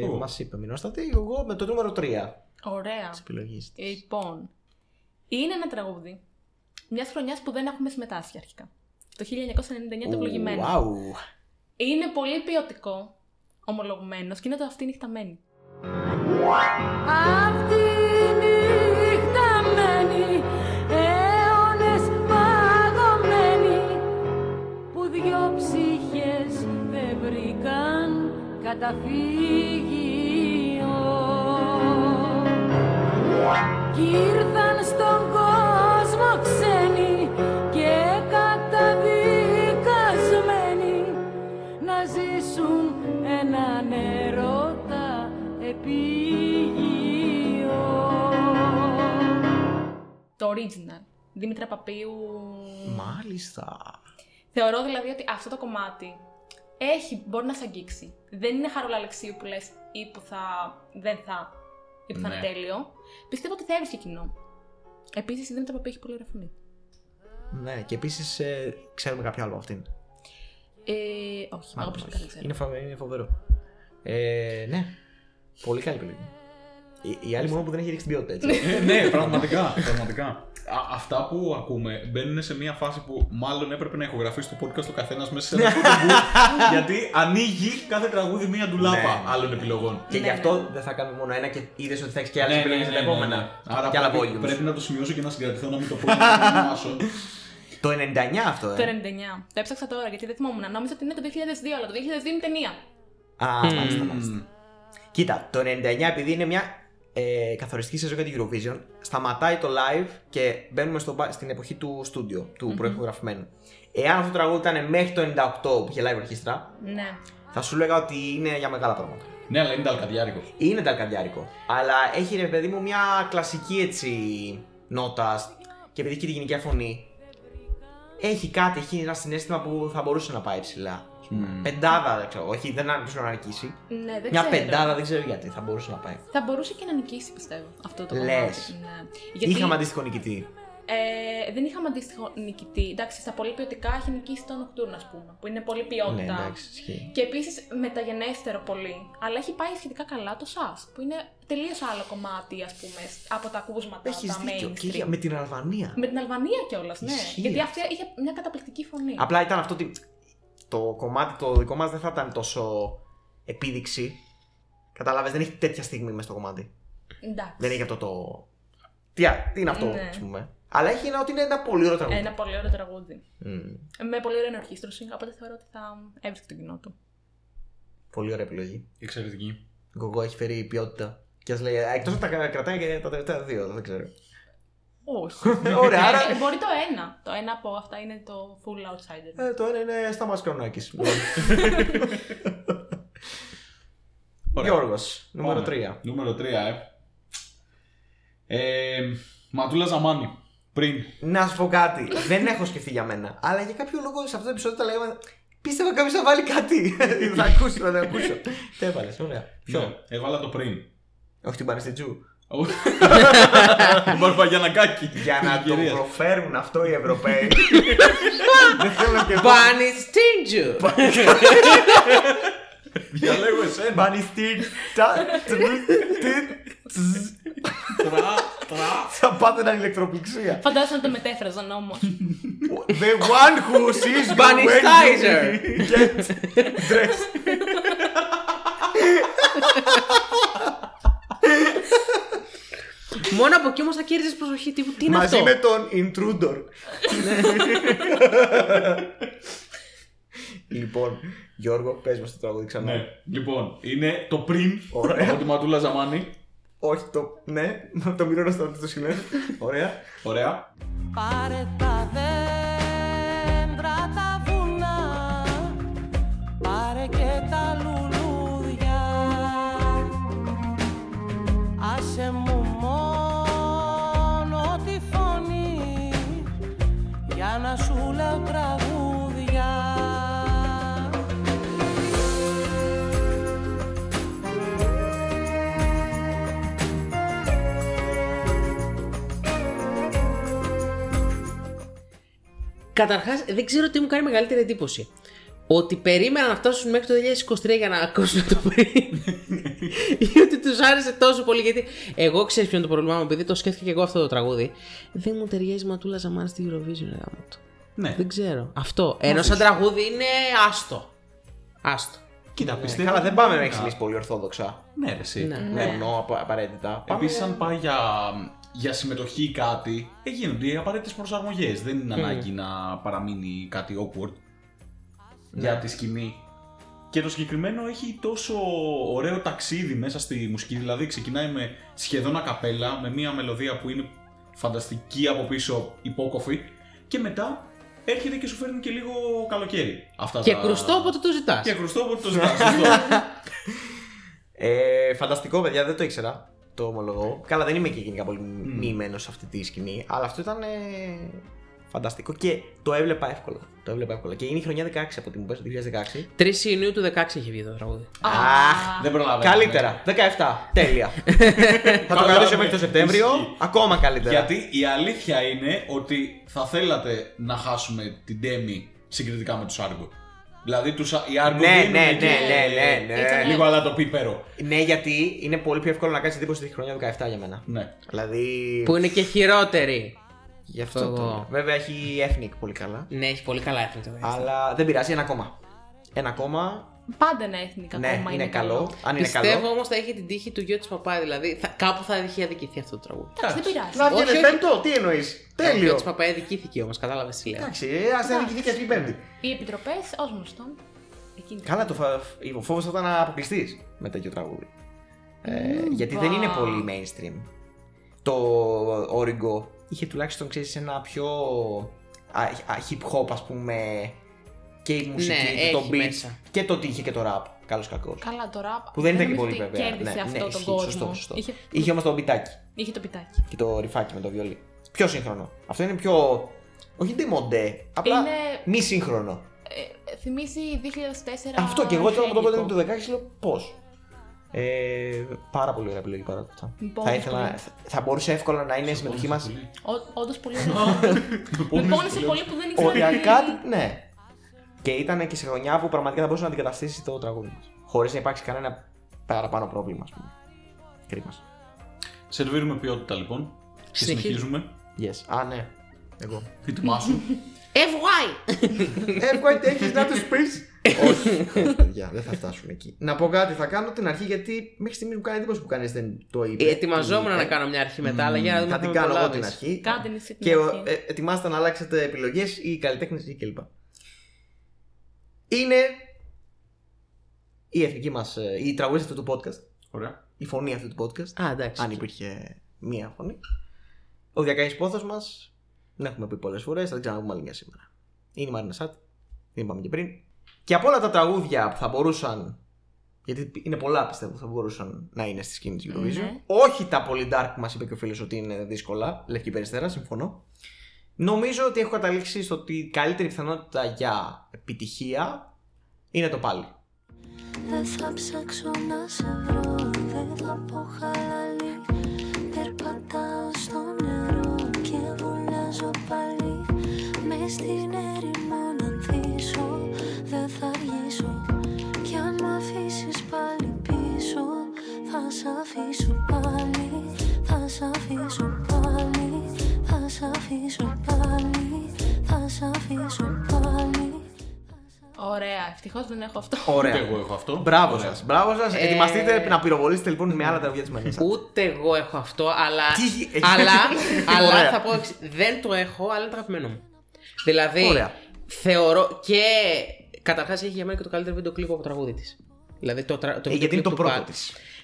Ου. Μας είπε Μινόστατη, εγώ με το νούμερο 3 Ωραία. της επιλογής της. Λοιπόν, είναι ένα τραγούδι μιας χρονιάς που δεν έχουμε συμμετάσχει αρχικά. Το 1999 το εκλογημένο. Wow. Είναι πολύ ποιοτικό, ομολογουμένος και είναι το αυτή νυχταμένη. Αυτή νύχτα μένει αιώνες παγωμένη που δυο ψυχές δεν βρήκαν καταφύγιο κι ήρθαν στον κόσμο ξένοι και καταδικασμένοι να ζήσουν έναν ερώτα επίγειο. Το original. Δήμητρα Παπίου. Μάλιστα. Θεωρώ δηλαδή ότι αυτό το κομμάτι έχει, μπορεί να σε αγγίξει. Δεν είναι χαρούλα Αλεξίου που λες ή που θα, δεν θα, ή που θα είναι Ναι. τέλειο. Πιστεύω ότι θα έβρισκε κοινό. Επίσης η Δήμητρα Παπίου έχει πολύ ωραία φωνή. Ναι, και επίσης ξέρουμε κάποιο άλλο από αυτήν. Ε, όχι, εγώ Μάλλον προσωπικά όχι. δεν ξέρω. Είναι, φοβε- είναι φοβερό. Ε, ναι. Πολύ καλή επιλογή. Η, η άλλη μόνο που δεν έχει ρίξει την ποιότητα έτσι. Ε, ναι, [laughs] πραγματικά. πραγματικά. Α, αυτά που ακούμε μπαίνουν σε μια φάση που μάλλον έπρεπε να ηχογραφεί το podcast ο καθένας μέσα σε ένα [laughs] φωτοβού. γιατί ανοίγει κάθε τραγούδι μία ντουλάπα Ναι. άλλων επιλογών. [laughs] και Ναι, γι' αυτό ναι. δεν θα κάνουμε μόνο ένα και είδες ότι θα έχεις και Ναι, άλλε επιλογέ τα επόμενα. Άρα Και άλλα πρέπει, volumes. πρέπει να το σημειώσω και να συγκρατηθώ να μην το πω. να το [laughs] θυμάσω. Το 99 αυτό, Το ε. 99. Το έψαξα τώρα γιατί δεν θυμόμουν. Νόμιζα ότι είναι το 2002, αλλά το 2002 είναι ταινία. Α, μάλιστα, μάλιστα. Κοίτα, το 99 επειδή είναι μια ε, καθοριστική σεζόν για την Eurovision, σταματάει το live και μπαίνουμε στο, μπα- στην εποχή του στούντιο, του προεχογραφημένου. Εάν αυτό το τραγούδι ήταν μέχρι το 98 που είχε live ορχήστρα, Ναι. θα σου λέγα ότι είναι για μεγάλα πράγματα. Ναι, αλλά είναι ταλκαδιάρικος. Είναι ταλκαδιάρικο. Αλλά έχει ρε παιδί μου μια κλασική έτσι νότα και επειδή και τη γενική φωνή. Έχει κάτι, έχει ένα συνέστημα που θα μπορούσε να πάει ψηλά. Πεντάδα, δεν ξέρω, όχι, δεν άρχισε να νικήσει. Ναι, δεν Μια ξέρω. πεντάδα, δεν ξέρω γιατί, θα μπορούσε να πάει. Θα μπορούσε και να νικήσει, πιστεύω, αυτό το Λες. κομμάτι. Ναι. Γιατί Είχαμε αντίστοιχο νικητή. Ναι, ε, δεν είχαμε αντίστοιχο νικητή. Εντάξει, στα πολύ ποιοτικά έχει νικήσει τον Νοκτούρν, ας πούμε, που είναι πολύ Ναι, ποιότητα. εντάξει, ισχύει. Και επίσης μεταγενέστερο πολύ. Αλλά έχει πάει σχετικά καλά το SAS, που είναι τελείως άλλο κομμάτι, ας πούμε, από τα ακούσματα. Έχεις τα δίκιο. Και mainstream. για- με την Αλβανία. Με την Αλβανία κιόλας, ναι. Ισχύει Γιατί αυτό. αυτή είχε μια καταπληκτική φωνή. Απλά ήταν αυτό ότι το κομμάτι το δικό μας δεν θα ήταν τόσο επίδειξη. Κατάλαβες, δεν έχει τέτοια στιγμή μέσα στο κομμάτι. Εντάξει. Δεν έχει αυτό το. Τι, α- τι είναι αυτό, Ναι. ας πούμε. Αλλά έχει ένα ότι είναι ένα πολύ ωραίο τραγούδι. Ένα πολύ ωραίο τραγούδι. Μμμ. Με πολύ ωραία ενορχήστρωση, οπότε θεωρώ ότι θα έβρισκε το κοινό του. Πολύ ωραία επιλογή. Εξαιρετική. Η Γκογκό έχει φέρει ποιότητα. Και ας λέει, εκτός από τα κρατάει και τα τελευταία δύο, δεν ξέρω. Όχι. [laughs] ωραία, άρα. Ε, μπορεί το ένα. Το ένα από αυτά είναι το full outsider. ε, το ένα είναι στα μασκρονάκι. [laughs] Ωραία. Γιώργος, νούμερο Πάμε. 3. Νούμερο 3, ε. ε Ματούλα Ζαμάνη. Πριν. Να σου πω κάτι. δεν έχω σκεφτεί για μένα. Αλλά για κάποιο λόγο σε αυτό το επεισόδιο τα λέγαμε. Πίστευα κάποιος θα βάλει κάτι. [laughs] θα ακούσει, θα το ακούσω. Τα έβαλες, ωραία. Ναι, Ποιο. έβαλα το πριν. Όχι την Πανεστιτζού. [laughs] Μπαρμπαγιανακάκι. Για να το Κυρίες. προφέρουν αυτό οι [laughs] Ευρωπαίοι. δεν θέλω και εγώ. Bunny Stingy. Διαλέγω εσένα. Πανιστίν. Τρα, τρα. Θα πάθαιναν [laughs] ηλεκτροπληξία. Φαντάζομαι να το μετέφραζαν όμως. The one who sees you Bunny when you Stizer. [laughs] get dressed. Μόνο από εκεί όμως θα κέρδιζες προσοχή. Τι, τι είναι Μαζί αυτό. με τον intruder. Ναι. λοιπόν, Γιώργο, πες μας το τραγούδι ξανά. Ναι, λοιπόν, είναι το πριν Ωραία. από τη Ματούλα Ζαμάνη. Όχι το. Ναι, το μοιρώνω στο το σημείο. Ωραία. Ωραία. Πάρε τα δέντρα τα βουνά Πάρε και τα λουλούδια Άσε μου μόνο τη φωνή Για να σου λέω τραγούδια Καταρχάς, δεν ξέρω τι μου κάνει μεγαλύτερη εντύπωση. Ότι περίμεναν να φτάσουν μέχρι το 2023 για να ακούσουν το [laughs] πριν. ή ότι τους άρεσε τόσο πολύ. Γιατί εγώ ξέρω ποιο είναι το πρόβλημά μου, επειδή το σκέφτηκα και εγώ αυτό το τραγούδι. Δεν μου ταιριάζει ματούλα ζαμάν στη Eurovision, ρε γάμο το. Ναι. Δεν ξέρω. Αυτό. Ενώ σαν τραγούδι είναι άστο. Άστο. Κοίτα, πιστεύω. Καλά, ότι- δεν πάμε να έχεις λύσει πολύ ορθόδοξα. Ναι, ρε, εσύ. Ναι. Δεν εννοώ απα- απαραίτητα. Πάμε- Επίση, αν πάει για, για συμμετοχή ή κάτι, ε, γίνονται οι απαραίτητες προσαρμογές. Δεν είναι ανάγκη να παραμείνει κάτι awkward Ναι. για τη σκηνή. Και το συγκεκριμένο έχει τόσο ωραίο ταξίδι μέσα στη μουσική. Δηλαδή, ξεκινάει με σχεδόν ακαπέλα, με μια μελωδία που είναι φανταστική από πίσω, υπόκοφη, και μετά έρχεται και σου φέρνει και λίγο καλοκαίρι. Αυτά Και τα- κρουστό όποτε το ζητάς. Και κρουστό όποτε το [laughs] ζητάς, σωστό. Ε, φανταστικό, παιδιά, δεν το ήξερα. Το ομολογώ. Καλά, δεν είμαι και γενικά πολύ μοιημένο σε αυτή τη σκηνή, αλλά αυτό ήταν ε, φανταστικό και το έβλεπα εύκολα. Το έβλεπα εύκολα. Και είναι η χρονιά 16 από ό,τι μου πες, το 2016. 3 Ιουνίου του 16 έχει βγει το τραγούδι. Αχ, Δεν προλαβαίνω. Καλύτερα. 17. Τέλεια. θα το κρατήσω μέχρι το Σεπτέμβριο. ναι. Ισχύει. Ακόμα καλύτερα. Γιατί η αλήθεια είναι ότι θα θέλατε να χάσουμε την Τέμι συγκριτικά με τους Άργο. Δηλαδή τους, οι Άργο Ναι, δίνουν ναι, ναι, εκεί ναι, ναι, Ήταν- ναι. λίγο αλλά το πίπερο. Ναι, γιατί είναι πολύ πιο εύκολο να κάνεις εντύπωση τη χρονιά 17 για μένα. Ναι. Δηλαδή. Που είναι και χειρότερη. Γι' αυτό Εγώ. το. Βέβαια έχει Ethnic πολύ καλά. Ναι, έχει πολύ καλά έφυγε το τραγούδι. Αλλά δεν πειράζει, ένα ακόμα. Ένα ακόμα. Πάντα ένα εθνικά ναι, κόμμα είναι, καλό. Αν είναι Πιστεύω καλό. όμως θα έχει την τύχη του γιο της παπά. Δηλαδή θα- κάπου θα έχει αδικηθεί αυτό το τραγούδι. Εντάξει, δεν πειράζει. Να Όχι, βγαίνει όχι. πέμπτο, τι εννοείς. Ο γιο Τέλειο. της παπά αδικήθηκε όμως, κατάλαβες τι λέω. Εντάξει, ας δεν νικηθεί και αυτή η πέμπτη. Οι επιτροπές, ως γνωστόν. εκείνη την Καλά, το φα... ο φόβος θα ήταν να αποκλειστείς με τέτοιο τραγούδι. Ε, γιατί δεν είναι πολύ mainstream. Το Origo είχε τουλάχιστον ξέρεις ένα πιο α, α, hip hop ας πούμε και η μουσική Ναι, και το έχει beat μέσα. και το ότι είχε και το rap, καλώς ή κακώς. Καλά, το ραπ. Που δεν ήταν και νομίζω πολύ ότι βέβαια. Ναι, Κέρδισε αυτό τον ισχύει, κόσμο. Σωστό, σωστό. Είχε, Είχε, όμως το μπιτάκι είχε το πιτάκι. και το ρηφάκι με το βιολί. Πιο σύγχρονο. Αυτό είναι πιο. Όχι demodé, απλά Είναι- μη σύγχρονο. Ε, θυμίζει 2004. Αυτό και εγώ όταν μου το Χέλγικο. πρώτο του 16 λέω πώς. Ε, πάρα πολύ ωραία επιλογή παρά αυτά. Λοιπόν, θα, ήθελα, πολύ. θα- θα μπορούσε εύκολα να είναι η συμμετοχή μα. Ό- Όντως πολύ ωραίο. Με πόνισε πολύ που δεν ήξερα. τι- Οριακά, ναι. Και ήταν και σε χρονιά που πραγματικά θα μπορούσε να αντικαταστήσει το τραγούδι μας. Χωρίς να υπάρξει κανένα παραπάνω πρόβλημα, ας πούμε. Κρίμα. Σερβίρουμε ποιότητα λοιπόν. Και Συνεχίζουμε. συνεχίζουμε. Yes. Α, ναι. [laughs] Εγώ. Τι [laughs] τιμάσου. FY! Εύκολα έχει να του πει. [laughs] Όχι. Παιδιά, δεν θα φτάσουμε εκεί. Να πω κάτι, θα κάνω την αρχή γιατί μέχρι στιγμή μου κάνει εντύπωση που κανείς δεν το είπε. Ε, Ετοιμαζόμουν Ε, να κάνω μια αρχή μετά, αλλά για να δούμε Θα αν την με κάνω εγώ την προλάβεις. αρχή. Κάντε την εσύ την Και αρχή. ε, ετοιμάστε να αλλάξετε επιλογές ή καλλιτέχνες ή κλπ. Είναι η εθνική μας. η τραγουδίστρια αυτού του podcast. Ωραία. Η φωνή αυτού του podcast. Α, εντάξει. αν υπήρχε μία φωνή. Ο διακαής πόθος μας. Την έχουμε πει πολλές φορές, θα την ξαναπούμε άλλη μια σήμερα. Είναι η Μαρίνα Σάτ. Την είπαμε και πριν. Και από όλα τα τραγούδια που θα μπορούσαν. Γιατί είναι πολλά πιστεύω που θα μπορούσαν να είναι στη σκηνή της Eurovision. Ναι. Όχι τα πολύ dark που μας είπε και ο φίλος ότι είναι δύσκολα. Λευκή περιστέρα, συμφωνώ. Νομίζω ότι έχω καταλήξει στο ότι η καλύτερη πιθανότητα για επιτυχία είναι το πάλι. Δεν θα ψάξω να σε βρω, δεν θα πω χαλαλή Περπατάω στο νερό και βουλάζω πάλι Με στην έρημο να ανθίσω, δεν θα αργήσω Κι αν μ' αφήσεις πάλι πίσω, θα σ' αφήσω πάλι Θα σ' αφήσω πάλι, θα σ' αφήσω πάλι Θα σ' αφήσω πάλι Ωραία, ευτυχώς δεν έχω αυτό. Ωραία. Ούτε εγώ έχω αυτό. Ναι. Μπράβο Ωραία. σας. Μπράβο σας. Ε, Ετοιμαστείτε να πυροβολήσετε λοιπόν με άλλα τραγουδιά τη Μαρίνα Σάτ. Ούτε εγώ έχω αυτό, αλλά. Τι- αλλά, αλλά [laughs] Ωραία. θα πω. εξ- Δεν το έχω, αλλά είναι τραβημένο μου. Δηλαδή, Ωραία. θεωρώ. Και καταρχάς έχει για μένα και το καλύτερο βίντεο κλειπ από τραγούδι της. Δηλαδή το, τρα- το Ε, βίντεο γιατί είναι κλιπ το του πρώτο Πα- τη.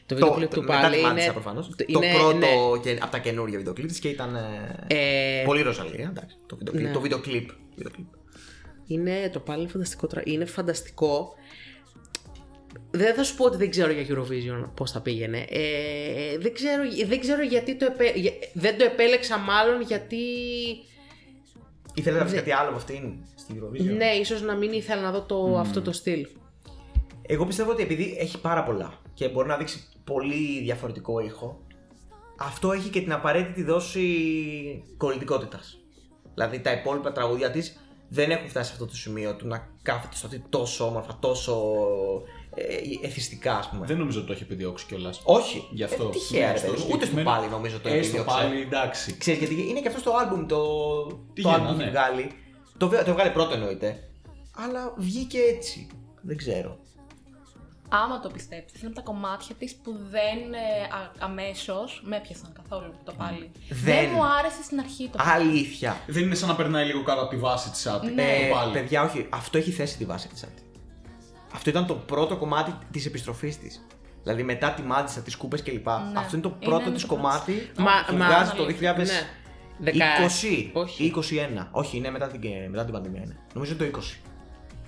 Το βίντεο κλιπ του Πάλι είναι. προφανώς. το- το είναι- πρώτο ναι. και, από τα καινούργια βίντεο κλιπ της και ήταν. ε, Ε, πολύ Ροζαλία, εντάξει. Το βίντεο κλιπ. ναι. Το βίντεο κλιπ. βίντεο κλιπ. Είναι το πάλι φανταστικό. τρα- Είναι φανταστικό. Δεν θα σου πω ότι δεν ξέρω για Eurovision πώς θα πήγαινε. Ε, δεν, ξέρω, δεν ξέρω γιατί το επέ... για- δεν το επέλεξα, μάλλον γιατί. Ήθελες να βρει Δεν- κάτι άλλο από αυτήν στην Eurovision. Ναι, ίσως να μην ήθελα να δω το, αυτό το στυλ. Εγώ πιστεύω ότι επειδή έχει πάρα πολλά και μπορεί να δείξει πολύ διαφορετικό ήχο, αυτό έχει και την απαραίτητη δόση κολλητικότητας. Δηλαδή τα υπόλοιπα τραγούδια της δεν έχουν φτάσει σε αυτό το σημείο του να κάθεται στο ότι τόσο όμορφα, τόσο ε, εθιστικά, ας πούμε. Δεν νομίζω ότι το έχει επιδιώξει κιόλας. Όχι. Γι' αυτό. Ναι, Ε, τυχαία, ρε, Στο παιδί. Ούτε στο συγκεκριμένο- πάλι νομίζω το Ε, στο επιδίωξε. πάλι, εντάξει. Ξέρεις, γιατί είναι και αυτό το άλμπουμ το, Τι το γέννα, άλμπουμ που ναι. έχει βγάλει. Το, βγα- το βγάλε πρώτο εννοείται. Αλλά βγήκε έτσι. Δεν ξέρω. Άμα το πιστέψεις, είναι από τα κομμάτια της που δεν ε, α, αμέσως με έπιασαν καθόλου το πάλι. Δεν. μου άρεσε στην αρχή το πάλι. Αλήθεια. Δεν είναι σαν να περνάει λίγο κάτω από τη βάση της Άτη. Ε, το πάλι. παιδιά, όχι. Αυτό έχει θέσει τη βάση της Άντι. Αυτό ήταν το πρώτο κομμάτι της επιστροφής της. Δηλαδή μετά τη μάτισα, τις κούπες κλπ. Ναι. Αυτό είναι το Είναι πρώτο το τη πρώτο. κομμάτι Μα- που μα- βγάζει το 2000. Ναι. Δεκα- 20 Όχι. ή 21. Όχι, είναι μετά την, μετά την πανδημία. Είναι. Νομίζω το 20.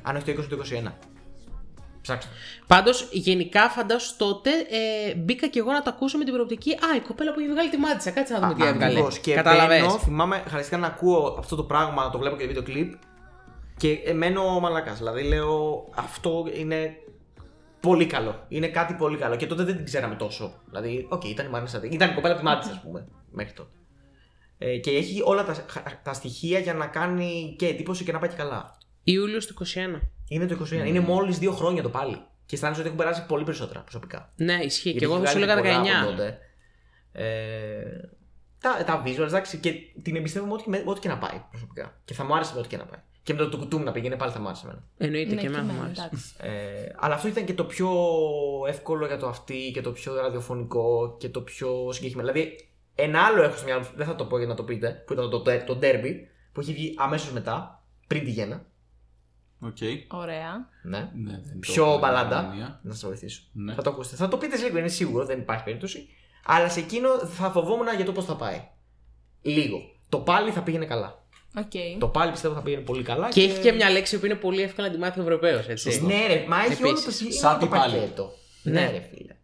Αν όχι το 20, το 21. Ψάξτε. Πάντως, γενικά φαντάσου τότε ε, μπήκα και εγώ να το ακούσω με την προοπτική. Α, η κοπέλα που έχει βγάλει τη μάτισα. Κάτσε να δούμε τι έβγαλε. Ακριβώς. Και Κατάλαβες. μπαίνω, θυμάμαι χαριστικά να ακούω αυτό το πράγμα, να το βλέπω και βίντεο κλιπ και ε, μένω μαλακάς. Δηλαδή λέω αυτό είναι πολύ καλό. Είναι κάτι πολύ καλό. Και τότε δεν την ξέραμε τόσο. Δηλαδή, οκ, ήταν η Μάρισα. Ήταν η κοπέλα από τη Μάτσα, ας πούμε, μέχρι τότε. Ε, και έχει όλα τα, τα στοιχεία για να κάνει και εντύπωση και να πάει και καλά. Ιούλιος του 21. Είναι το 21. Ναι. Είναι μόλις δύο χρόνια το πάλι. Και αισθάνεσαι ότι έχουν περάσει πολύ περισσότερα προσωπικά. Ναι, ισχύει. Και Γιατί εγώ έχει σου βγάλει έλεγα πολλά από 19. τότε. Ε, τα, τα visuals, εντάξει, και την εμπιστεύομαι ό,τι, με- ό,τι και να πάει προσωπικά. Και θα μου άρεσε με ό,τι και να πάει. Και με το, το κουτούμ να πήγαινε πάλι θα μου άρεσε εμένα. Εννοείται Ναι, και εμένα μου άρεσε. Ναι, εντάξει. Ε, αλλά αυτό ήταν και το πιο εύκολο για το αυτή και το πιο ραδιοφωνικό και το πιο συγκεκριμένο. Δηλαδή, ένα άλλο έχω στο μυαλό μου, δεν θα το πω για να το πείτε, που ήταν το, το, το derby που έχει βγει αμέσως μετά, πριν τη γέννα. Οκ. Ωραία. Ναι. Ναι, δεν το ναι, Πιο έχουμε μπαλάντα. μία. Να σας βοηθήσω. Ναι. Θα το ακούσετε. Θα το πείτε σε λίγο, είναι σίγουρο, δεν υπάρχει περίπτωση. Αλλά σε εκείνο θα φοβόμουν για το πώς θα πάει. Λίγο. Το πάλι θα πήγαινε καλά. Οκ. Το πάλι πιστεύω θα πήγαινε πολύ καλά. Ε. Και έχει και μια λέξη που είναι πολύ εύκολα να τη μάθει ο Ευρωπαίος, έτσι. Ναι, ρε, μα έχει όλο το, Επίσης. όλο Σαν το το πάλι. πακέτο. Ναι, ρε, φίλε.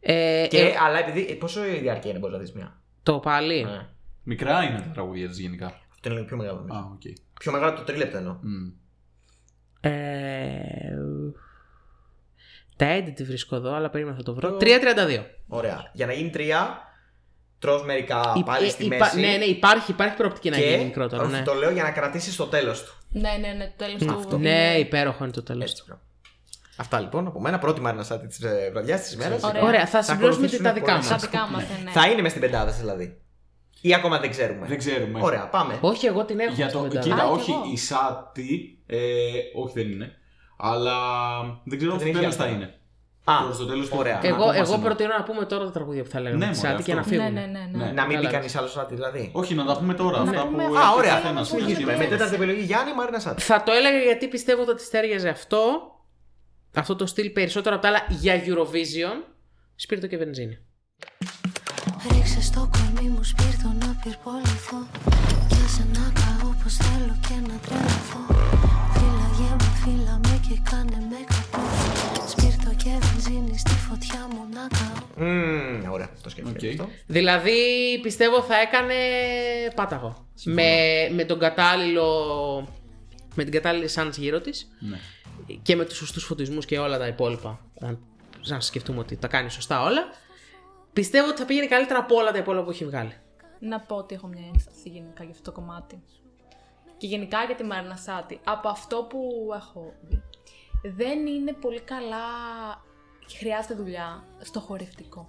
Ε, Και, ε, αλλά επειδή. ε, Πόσο η διάρκεια είναι, μπορείς να δεις μια. το πάλι. Ναι. Μικρά είναι τα τραγούδια της γενικά. Αυτό είναι λίγο πιο μεγάλο. Α, νομίζω. οκ. Πιο μεγάλο το τρίλεπτο εννοώ. Μμ. Ε, τα έντε τη βρίσκω εδώ, αλλά περίμενα θα το βρω. 3.32. Ωραία. Για να γίνει τρία, τρώ μερικά Υ- πάλι ε, στη υπά- μέση. Ναι, ναι, υπάρχει, υπάρχει προοπτική να και γίνει μικρότερο. όχι, Ναι. το λέω για να κρατήσεις το τέλος του. Ναι, ναι, ναι, το τέλος του. Αυτό. ναι, υπέροχο είναι το τέλος Έτσι, μπράβο. Αυτά λοιπόν από μένα. Πρώτη Μαρίνα Σάτι της βραδιάς της ημέρας. Ωραία. Ωραία, θα συμπληρώσουμε ακολουθήσουν τα δικά πολλές. Στα μας. δικά μας, ναι. Θα είναι μες στην πεντάδα δηλαδή. Ή ακόμα δεν ξέρουμε. Δεν ξέρουμε. Ωραία, πάμε. Όχι, εγώ την έχω. Για στην το, πεντάδα. κοίτα, Α, όχι κι εγώ. η Σάτι. Ε, όχι, δεν είναι. Αλλά δεν ξέρω Δεν τι έχει τέλος αυτά. θα είναι. Α, στο τέλος του- ωραία. Ε, Εγώ, ακόμα εγώ σε- προτείνω να πούμε τώρα τα τραγούδια που θα λέγαμε Ναι, ναι, μωρέ, Σάτι και να αυτό. Ναι, φύγουμε. ναι, ναι. ναι. Ναι. να μην πει καλά. κανείς άλλο Σάτι δηλαδή. Όχι, να τα πούμε τώρα. Ναι. Αυτά που πούμε έχει Α, ο ωραία. καθένας Συνεχίζουμε. αυτή τη Συνεχίζουμε. στιγμή. Με τέταρτη επιλογή Γιάννη Μαρίνα Σάτι. Θα το έλεγα γιατί πιστεύω ότι τη τέριαζε αυτό. Αυτό το στυλ περισσότερο από τα άλλα για Eurovision. Σπίρτο και βενζίνη. Ρίξε στο κορμί μου σπίρτο να πυρποληθώ Κι άσε να καώ πως θέλω και να τρελαθώ Φύλαγε μου, φύλα με και κάνε με καπό Σπίρτο και βενζίνη στη φωτιά μου να καώ Μμμ, Ωραία, το σκέφτηκα Οκ. αυτό. Δηλαδή πιστεύω θα έκανε πάταγο. Με, με τον κατάλληλο. με την κατάλληλη σαν γύρω της Ναι. και με τους σωστούς φωτισμούς και όλα τα υπόλοιπα. Αν, αν σκεφτούμε ότι τα κάνει σωστά όλα. Πιστεύω ότι θα πήγαινε καλύτερα από όλα τα υπόλοιπα που έχει βγάλει. Να πω ότι έχω μια ένσταση γενικά για αυτό το κομμάτι. Και γενικά για τη Μαρίνα Σάτι. Από αυτό που έχω δει, δεν είναι πολύ καλά. Χρειάζεται δουλειά στο χορευτικό.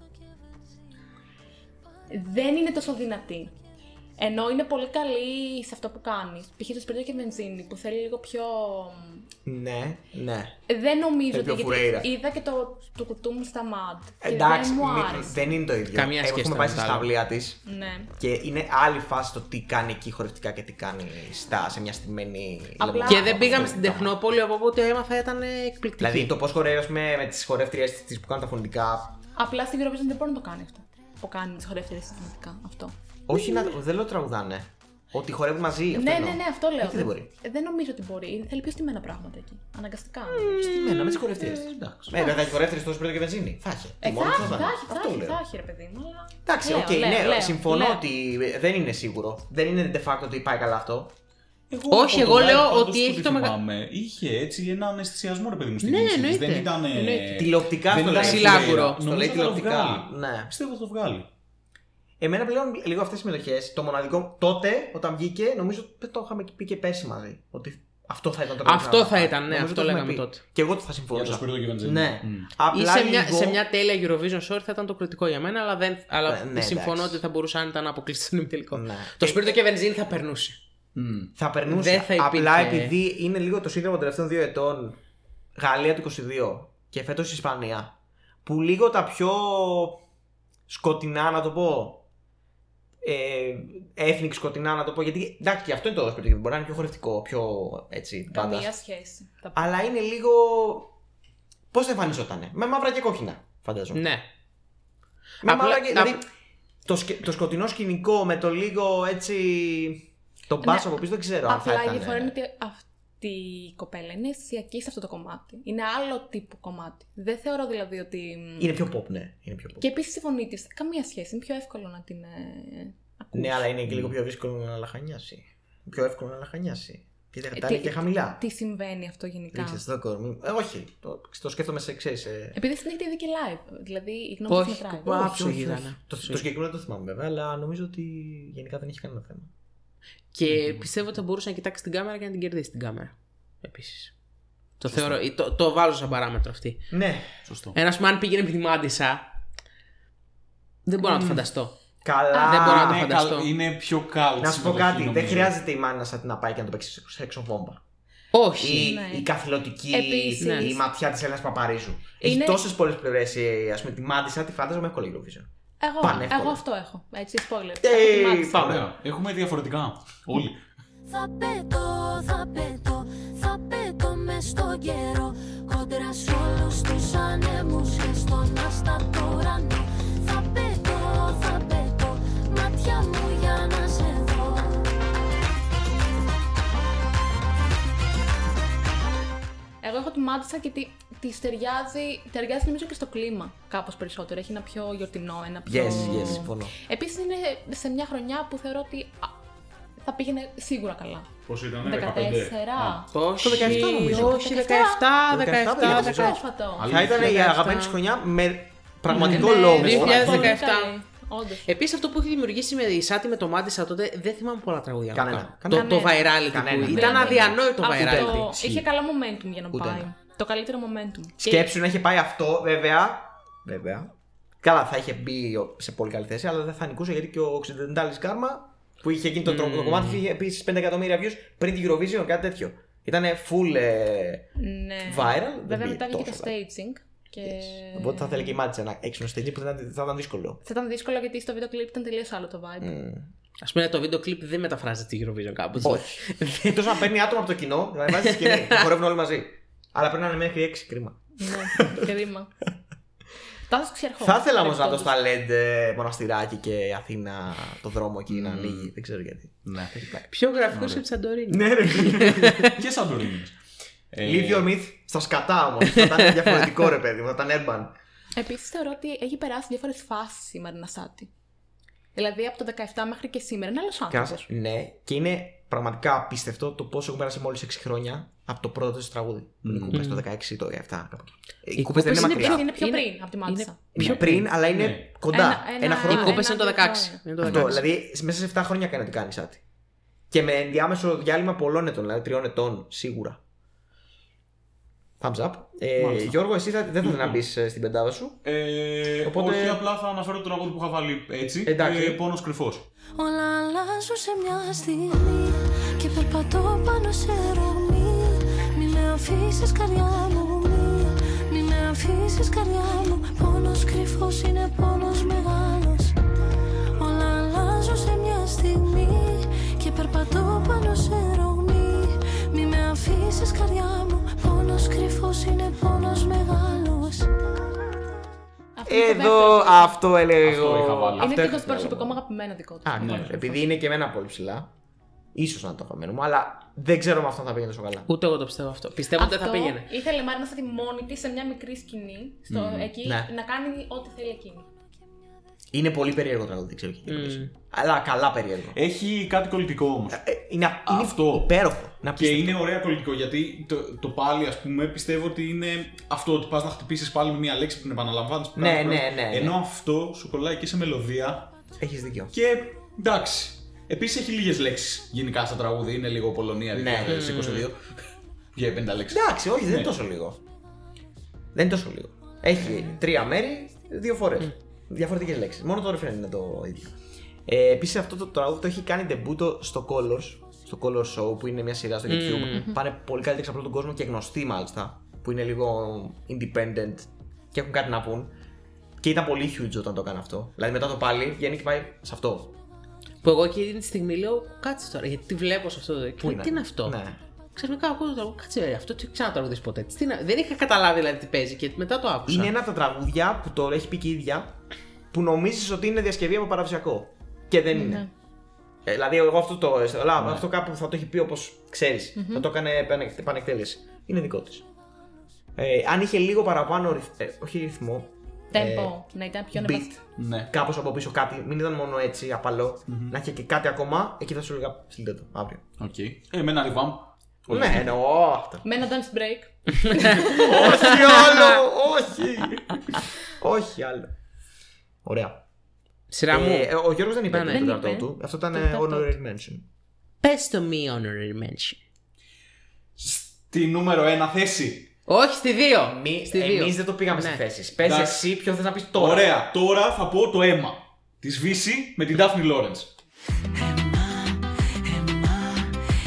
Δεν είναι τόσο δυνατή. Ενώ είναι πολύ καλή σε αυτό που κάνει. Π.χ. το σπίτι και βενζίνη που θέλει λίγο πιο. Ναι, ναι. Δεν νομίζω Θέλει ότι. πιο φουρέιρα. Γιατί είδα και το, το κουτού μου στα μάτ. και Εντάξει, δεν μου μη- άρεσε. δεν είναι το ίδιο. Καμία Εγώ σχέση Έχουμε τα πάει στη μετάλλα. σταυλία της Ναι. και είναι άλλη φάση το τι κάνει εκεί χορευτικά και τι κάνει στα, σε μια στημένη. Απλά- λαμπάδα. Και δεν πήγαμε στην Χορευτικά. Τεχνόπολη, από οπότε έμαθα ήταν εκπληκτική. Δηλαδή το πώς χορεύει ας πούμε, με τις χορεύτριέ της που κάνουν τα φωνητικά. Απλά στην Eurovision δεν μπορεί να το κάνει αυτό. Που κάνει τις χορεύτριες συστηματικά. Αυτό. Όχι, να, δεν λέω τραγουδάνε. Ότι χορεύουν μαζί. αυτό ναι, εννοώ. ναι, ναι, αυτό λέω. Γιατί δεν μπορεί. δεν νομίζω ότι μπορεί. Θέλει πιο στημένα πράγματα εκεί. Αναγκαστικά. Στημένα Ε, με τι χορευτριέ. Ναι, δεν θα έχει χορεύτριες τόσο πριν και βενζίνη. Θα έχει. Ε, Τη θα μόνη έχει, θα θα ήταν. έχει, θα Αυτό έχει, λέω. θα έχει, ρε παιδί μου. αλλά- Εντάξει, Λέω, οκ, λέω, ναι, λέω, συμφωνώ λέω. ότι δεν είναι σίγουρο. Δεν είναι de facto ότι πάει καλά αυτό. Όχι, Από εγώ το live λέω πάντως ότι που έχει τη το μεγα- θυμάμαι, Είχε έτσι έναν αισθησιασμό, ρε παιδί μου, στην Ναι, κίνηση της. εννοείται. Δεν ήταν. ε, Εννοείται. Τηλεοπτικά δεν στο ήταν λέει. Σιλάγκουρο. Στο λέει Νομίζω θα το τηλεοπτικά. βγάλει. Ναι. Πιστεύω θα το βγάλει. Εμένα πλέον λίγο αυτές τι συμμετοχές, το μοναδικό τότε όταν βγήκε, νομίζω ότι το είχαμε πει και πέσει μαζί. Ότι αυτό θα ήταν το καλύτερο. Αυτό να θα πάει. ήταν, ναι, Νομίζω αυτό το έχουμε λέγαμε πει. τότε. Και εγώ θα Για το συμφωνούσα. Σπύρο και Βενζίνη. Ναι. Μμ. Ή Απλά σε μια, λίγο- σε μια τέλεια Eurovision Short θα ήταν το κριτικό για μένα, αλλά, δεν, αλλά Ε, ναι, συμφωνώ εντάξει. ότι θα μπορούσε αν ήταν αποκλειστή στον ημιτελικό. Ναι. Το σπίρτο και βενζίνη θα περνούσε. Μμ. Θα περνούσε. Δεν θα υπήρχε. Απλά επειδή είναι λίγο το σύνδρομο των τελευταίων δύο ετών Γαλλία του 22 και φέτος Ισπανία. Που λίγο τα πιο σκοτεινά να το πω. Ε, έθνη σκοτεινά να το πω. Γιατί εντάξει, και αυτό είναι το σπίτι. Μπορεί να είναι πιο χορευτικό, πιο έτσι. Πάντα. Καμία σχέση. Θα- Αλλά είναι λίγο. Πώς θα εμφανιζότανε. Με μαύρα και κόκκινα, φαντάζομαι. Ναι. Με Απλά- μαύρα και. απ- Δηλαδή, το, σκε- το σκοτεινό σκηνικό με το λίγο έτσι. Τον μπάσο από πίσω δεν ξέρω αν θα Ναι. Απλά η ήταν. ναι, διαφορά είναι ότι αυτή η κοπέλα είναι αισθησιακή σε αυτό το κομμάτι. Είναι άλλο τύπου κομμάτι. Δεν θεωρώ δηλαδή ότι. Είναι πιο pop, ναι. Είναι πιο pop. Και επίσης η φωνή της, καμία σχέση. Είναι πιο εύκολο να την. ε, ακούσεις. Ναι, αλλά είναι και λίγο πιο δύσκολο να λαχανιάσει. Πιο εύκολο να λαχανιάσει. Και δεν Ε, κατάλληλα τι- και χαμηλά. Τι συμβαίνει αυτό γενικά. Ρίξε στο κορμί. Ε, όχι, το, το σκέφτομαι σε ξέρεις. Ε... Επειδή στην έχετε δει και live. Δηλαδή η γνώμη Όχι, της μετράει. κουπά, όχι, άψογη όχι, ήταν. όχι. Το, το συγκεκριμένο δεν το θυμάμαι βέβαια, αλλά νομίζω ότι γενικά δεν είχε κανένα θέμα. Και πιστεύω ότι θα μπορούσε να κοιτάξει την κάμερα και να την κερδίσει την κάμερα. Επίσης. Το, θεωρώ, το, το βάζω σαν παράμετρο αυτή. Ναι, Σωστό. Ένας που αν πήγαινε με τη μάντισα. Δεν μπορώ να το φανταστώ. καλά. δεν μπορώ να το Είναι φανταστώ. καλ- Είναι πιο κάλτ. Να σου πω κάτι, δεν χρειάζεται η μάνα σαν να πάει και να το παίξει σε εξοβόμπα. Όχι. Η, Ναι. η καθηλωτική, Επίσης. η- η ματιά της Έλληνας Παπαρίζου. Έχει Είναι- τόσες πολλές πλευρές. Ας πούμε, τη μάντισα τη φάνταζομαι εύκολα η Eurovision. Εγώ, Πάνε εύκολα. εγώ αυτό έχω. Έτσι, spoiler. Ε, Έχω τη μάτισα. πάμε. Έχουμε διαφορετικά. Όλοι. Θα πετώ, θα πετώ, θα πετώ στον καιρό Κόντρα σ' όλους τους ανέμους και στον άστατο ουρανό Θα πετώ, θα πετώ, μάτια μου για να σε δω Εγώ έχω τη μάτισα και τη, της ταιριάζει, ταιριάζει νομίζω και στο κλίμα κάπως περισσότερο. Έχει ένα πιο γιορτινό, ένα πιο... Yes, yes, συμφωνώ. Επίσης είναι σε μια χρονιά που θεωρώ ότι α, θα πήγαινε σίγουρα καλά. Πώ ήταν, ναι, 14. 15. Όχι, Το 17 νομίζω. όχι, 17, 17, 17, 17. νομίζω. Πρόσφατο. Θα ήταν η αγαπημένη σου χρονιά με πραγματικό Ναι, λόγο. 2017. Όντως. Επίσης, αυτό που έχει δημιουργήσει με η Σάτι με το Μάντισα τότε δεν θυμάμαι πολλά τραγούδια. Κανένα. αυτά. Το, Κανένα. το virality Κανένα. του. Ήταν Ναι, αδιανόητο virality. Αυτό είχε καλό momentum για να Ούτε πάει. ένα. Το καλύτερο momentum. Και- Σκέψου να είχε πάει αυτό, βέβαια. Βέβαια. Καλά, θα είχε μπει ο- σε πολύ καλή θέση, αλλά δεν θα νικούσε γιατί και ο Occidental Karma που είχε γίνει το, τρο- το κομμάτι του είχε επίσης 5 εκατομμύρια views πριν την Eurovision, κάτι τέτοιο. Ήταν full ε, Ναι. viral. Βέβαια δεν μετά πήγε βγήκε τόσο το καλά. staging. Και... Yes. Οπότε θα θέλει και η Μάτσα ένα έξυπνο stage που θα ήταν, θα ήταν δύσκολο. [laughs] Θα ήταν δύσκολο γιατί στο βίντεο κλιπ ήταν τελείως άλλο το vibe. Ναι. Ας πούμε, το βίντεο κλιπ δεν μεταφράζεται τη Eurovision κάπου. Όχι. Εκτός να παίρνει άτομα από το κοινό, να βάζεις σκηνή, [laughs] να χορεύουν όλοι μαζί. Αλλά πρέπει να είναι μέχρι 6 κρίμα. ναι, κρίμα. [laughs] Θα σα ξερχώ. Θα ήθελα όμως να δω στα LED ε, Μοναστηράκι και Αθήνα το δρόμο εκεί να ανοίγει. Δεν ξέρω γιατί. Ναι. Πιο γραφικό και τη Σαντορίνη. Ναι, ρε. Και Σαντορίνη. Ε, Leave your myth στα σκατά όμως. Θα ήταν διαφορετικό ρε παιδί μου, θα ήταν urban. Επίσης θεωρώ ότι έχει περάσει διάφορες φάσεις σήμερα να σάτι. Δηλαδή από το 17 μέχρι και σήμερα είναι άλλος άνθρωπο. Κάνας- Ναι, και είναι πραγματικά απίστευτο το πόσο έχουν περάσει μόλις 6 χρόνια από το πρώτο του τραγούδι. Που είναι οι κούπε το 16 ή το 17. κάπου εκεί. Οι κούπε δεν είναι Mm. κούπες μακριά. Είναι πιο Είναι- πριν από τη Μάλισσα. Πιο πριν, αλλά είναι Ναι. κοντά. Ένα- Ένα ένα- Οι χρόνο. κούπες κόπε είναι το Ένα-δύο 16. Είναι το Αυτό, 16. δηλαδή μέσα σε 7 χρόνια κάνει ότι κάνει κάτι. Και με ενδιάμεσο διάλειμμα πολλών ετών, δηλαδή τριών ετών σίγουρα. Thumbs up. Ε, Μάλιστα. Γιώργο, εσύ θα, δεν θα να μπεις στην πεντάδα σου. Ε, Οπότε- Όχι, απλά θα αναφέρω το τραγούδι που είχα βάλει έτσι. Εντάξει. Ε, Πόνος κρυφός. Όλα αλλάζουν σε μια στιγμή Και περπατώ πάνω σε ρογμή Μη με αφήσεις καρδιά μου μη, μη με αφήσεις καρδιά μου Πόνος κρυφός είναι πόνος μεγάλος Όλα αλλάζουν σε μια στιγμή Και περπατώ πάνω σε ρογμή Μη με αφήσεις καρδιά μου Πόνος κρυφός είναι πόνος μεγάλος Αυτό είναι το Ε, Εδώ δεύτερο. αυτό έλεγα Αυτό είχα εγώ. βάλει. Είναι Αυτό δικό είχα του προσωπικό μου βάλει. αγαπημένο δικό του. Α, ναι, Πολύ επειδή είναι και εμένα πολύ ψηλά. ίσως να το αγαπημένο μου, αλλά δεν ξέρω με αυτό θα πήγαινε τόσο καλά. Ούτε εγώ το πιστεύω αυτό. Πιστεύω ότι Αυτό δεν θα πήγαινε. ήθελε μάλλον να σταθεί μόνη της σε μια μικρή σκηνή, στο, εκεί, ναι. να κάνει ό,τι θέλει εκείνη. Είναι πολύ περίεργο τραγούδι, δεν ξέρω γιατί. Αλλά καλά περίεργο. Έχει κάτι κολλητικό όμως. Ε, είναι, α- είναι Ε, Αυτό. υπέροχο. Να Και πεις είναι ωραία κολλητικό γιατί το, το πάλι, ας πούμε, πιστεύω ότι είναι αυτό ότι πας να χτυπήσεις πάλι με μια λέξη που την επαναλαμβάνεις. Ναι, ναι, ναι, ναι. Ενώ αυτό σου κολλάει και σε μελωδία Έχεις δίκιο. και εντάξει. Επίσης έχει λίγες λέξεις γενικά στα τραγούδια. Είναι λίγο Πολωνία, Ναι. 2022. Για 50 λέξεις. Εντάξει, όχι, δεν είναι Ναι. τόσο λίγο. Δεν είναι τόσο λίγο. Ναι. Έχει τρία μέρη, δύο φορές. Διαφορετικές λέξεις. Μόνο το ρεφρέν είναι το ίδιο. Ε, Επίσης αυτό το τραγούδι το έχει κάνει ντεμπούτο στο Colors, στο Color Show που είναι μια σειρά στο YouTube. Πάνε πολύ καλύτεροι σε απλό τον κόσμο και γνωστοί μάλιστα, που είναι λίγο independent και έχουν κάτι να πούν. Και ήταν πολύ huge όταν το έκανε αυτό. Δηλαδή μετά το πάλι βγαίνει και πάει σε αυτό. Που εγώ εκείνη τη στιγμή λέω κάτσε τώρα, γιατί τη βλέπω σε αυτό το Πού Πού Ε, Τι είναι αυτό. Ναι. Ξαφνικά ακούω το τραγούδι, κάτσε ρε, αυτό τι ξανά τραγουδίσει ποτέ. Τι είναι- Δεν είχα καταλάβει δηλαδή τι παίζει και μετά το άκουσα. Είναι ένα από τα τραγούδια που το έχει πει και η ίδια που νομίζεις ότι είναι διασκευή από παραδοσιακό. Και δεν είναι. Ε, δηλαδή, εγώ αυτό το. Αλλά αυτό κάπου θα το έχει πει όπως ξέρεις. Θα το έκανε επανε- επανεκτέλεση. Είναι δικό της. Ε, αν είχε λίγο παραπάνω ρυθ, ε, όχι ρυθμό, Τέμπο, να ήταν πιο Ε, beat, ανεβαστικό. Ναι. κάπως από πίσω κάτι, μην ήταν μόνο έτσι απαλό, να είχε και κάτι ακόμα, εκεί θα σου έλεγα στείλτε το αύριο. Οκ. Ε, με ένα revamp. Πολύ Ναι, εννοώ [laughs] αυτό. Με ένα dance [laughs] break. όχι άλλο, όχι. όχι άλλο. Ωραία. Σειρά μου. Ε, ο Γιώργος δεν είπε Ναι, ναι. το Δεν τέταρτο είπε. του. Αυτό ήταν Το ε, τέταρτο honorary mention. Πες το μη honorary mention. Στη νούμερο 1 θέση. Όχι, στη 2. Μη, στη δύο. εμείς δεν το πήγαμε σε Ναι. θέσεις. Πες Εντάξει. εσύ ποιο θες να πεις τώρα. Ωραία. Τώρα θα πω το αίμα. Τη Βύση με την Daphne Lawrence. Εμά, εμά,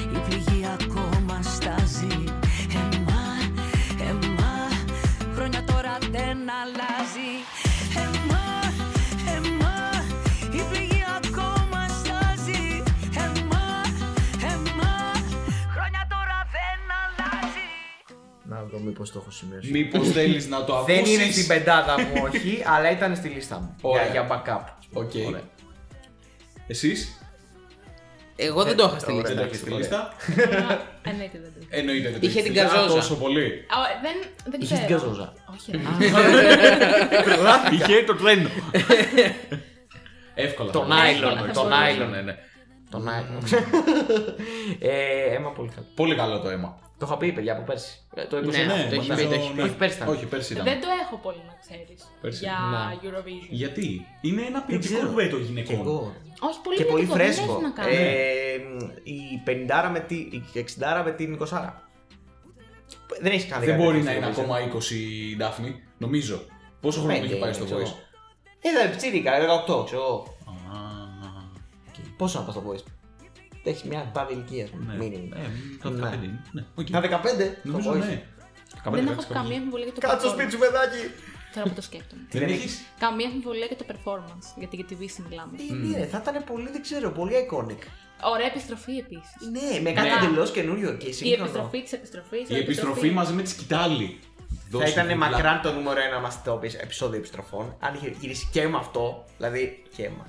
η πληγή ακόμα στάζει. Εμά, εμά, χρόνια τώρα δεν αλλάζει. Εμά, εμά, η πληγή ακόμα στάζει. Εμά, εμά, χρόνια τώρα δεν αλλάζει. μήπως το έχω σημειώσει. Μήπως [laughs] θέλεις να το ακούσει. Δεν είναι στην πεντάδα μου, όχι, αλλά ήταν στη λίστα μου. Ωραία. Για, για backup. Οκ. Ωραία. Εσείς Εγώ δεν το είχα στη ωραία, λίστα. δεν τα έχετε εντάξει, στη ωραία. λίστα. Ένα- Εννοείται Ε, ναι, δεν το Ε, είχα. Εννοείται δεν το Είχε έχετε την στη λίστα. καζόζα. Α, Τόσο πολύ. Α, Δεν, δεν Είχε ξέρω. την καζόζα. Όχι. [laughs] ρε. Είχε το τρένο. [laughs] Εύκολα. Τον θα Άιλον, nylon, θα τον μπορούσε. nylon, ναι, ναι. Τον nylon. [laughs] ε, αίμα πολύ καλό. Πολύ καλό το αίμα. Το είχα πει, παιδιά, από πέρσι. Ε, Το 29. Ναι, το έχει ήταν. πει, το έχει Όχι, πέρσι ήταν. Όχι, πέρσι ήταν. Δεν το έχω πολύ να ξέρεις. Πέρσι, Για ναι. Eurovision. Γιατί είναι ένα ε, Δεν ποιοτικό ξέρω. ντουέτο Και γυναικών. εγώ. Όχι πολύ Και πολύ ποιοτικό, δεν έχει φρέσκο. να κάνει. Ε, η 50 με τη. Η 60 με την 20. Δεν έχει κάνει Δεν κάτι μπορεί τέτοιο να είναι νομίζω. ακόμα 20 η Ντάφνη, νομίζω. Πόσο χρόνο Πέντε έχει πάει είναι, στο ξέρω εγώ. Voice. Ε, δεν ψήφικα, 18, ξέρω εγώ. Α, Πόσο να πα στο voice. Έχεις μια πάδη ηλικία. ναι. Μήνυμα. Ε, Ναι. το 15 είναι. Ναι, οκ. Τα 15. Νομίζω το ναι. voice. Δεν έχω καμία αμφιβολία για το Κάτσε στο Ναι. performance. σπίτι σου, παιδάκι. Τώρα που το σκέφτομαι. Δεν έχεις. Καμία αμφιβολία για το performance. Γιατί για τη Βύση μιλάμε. Τι είναι, Ναι, θα ήταν πολύ, δεν ξέρω, πολύ iconic. Ωραία επιστροφή επίσης. Ναι, με κάτι Καλά. εντελώς καινούριο και Η σύγχρονο. επιστροφή της επιστροφής. Η επιστροφή μαζί με τη σκητάλη. Θα Δώσε ήταν την μακράν το νούμερο ένα μας το πεις, επεισόδιο επιστροφών. Αν είχε γυρίσει και με αυτό, δηλαδή και με.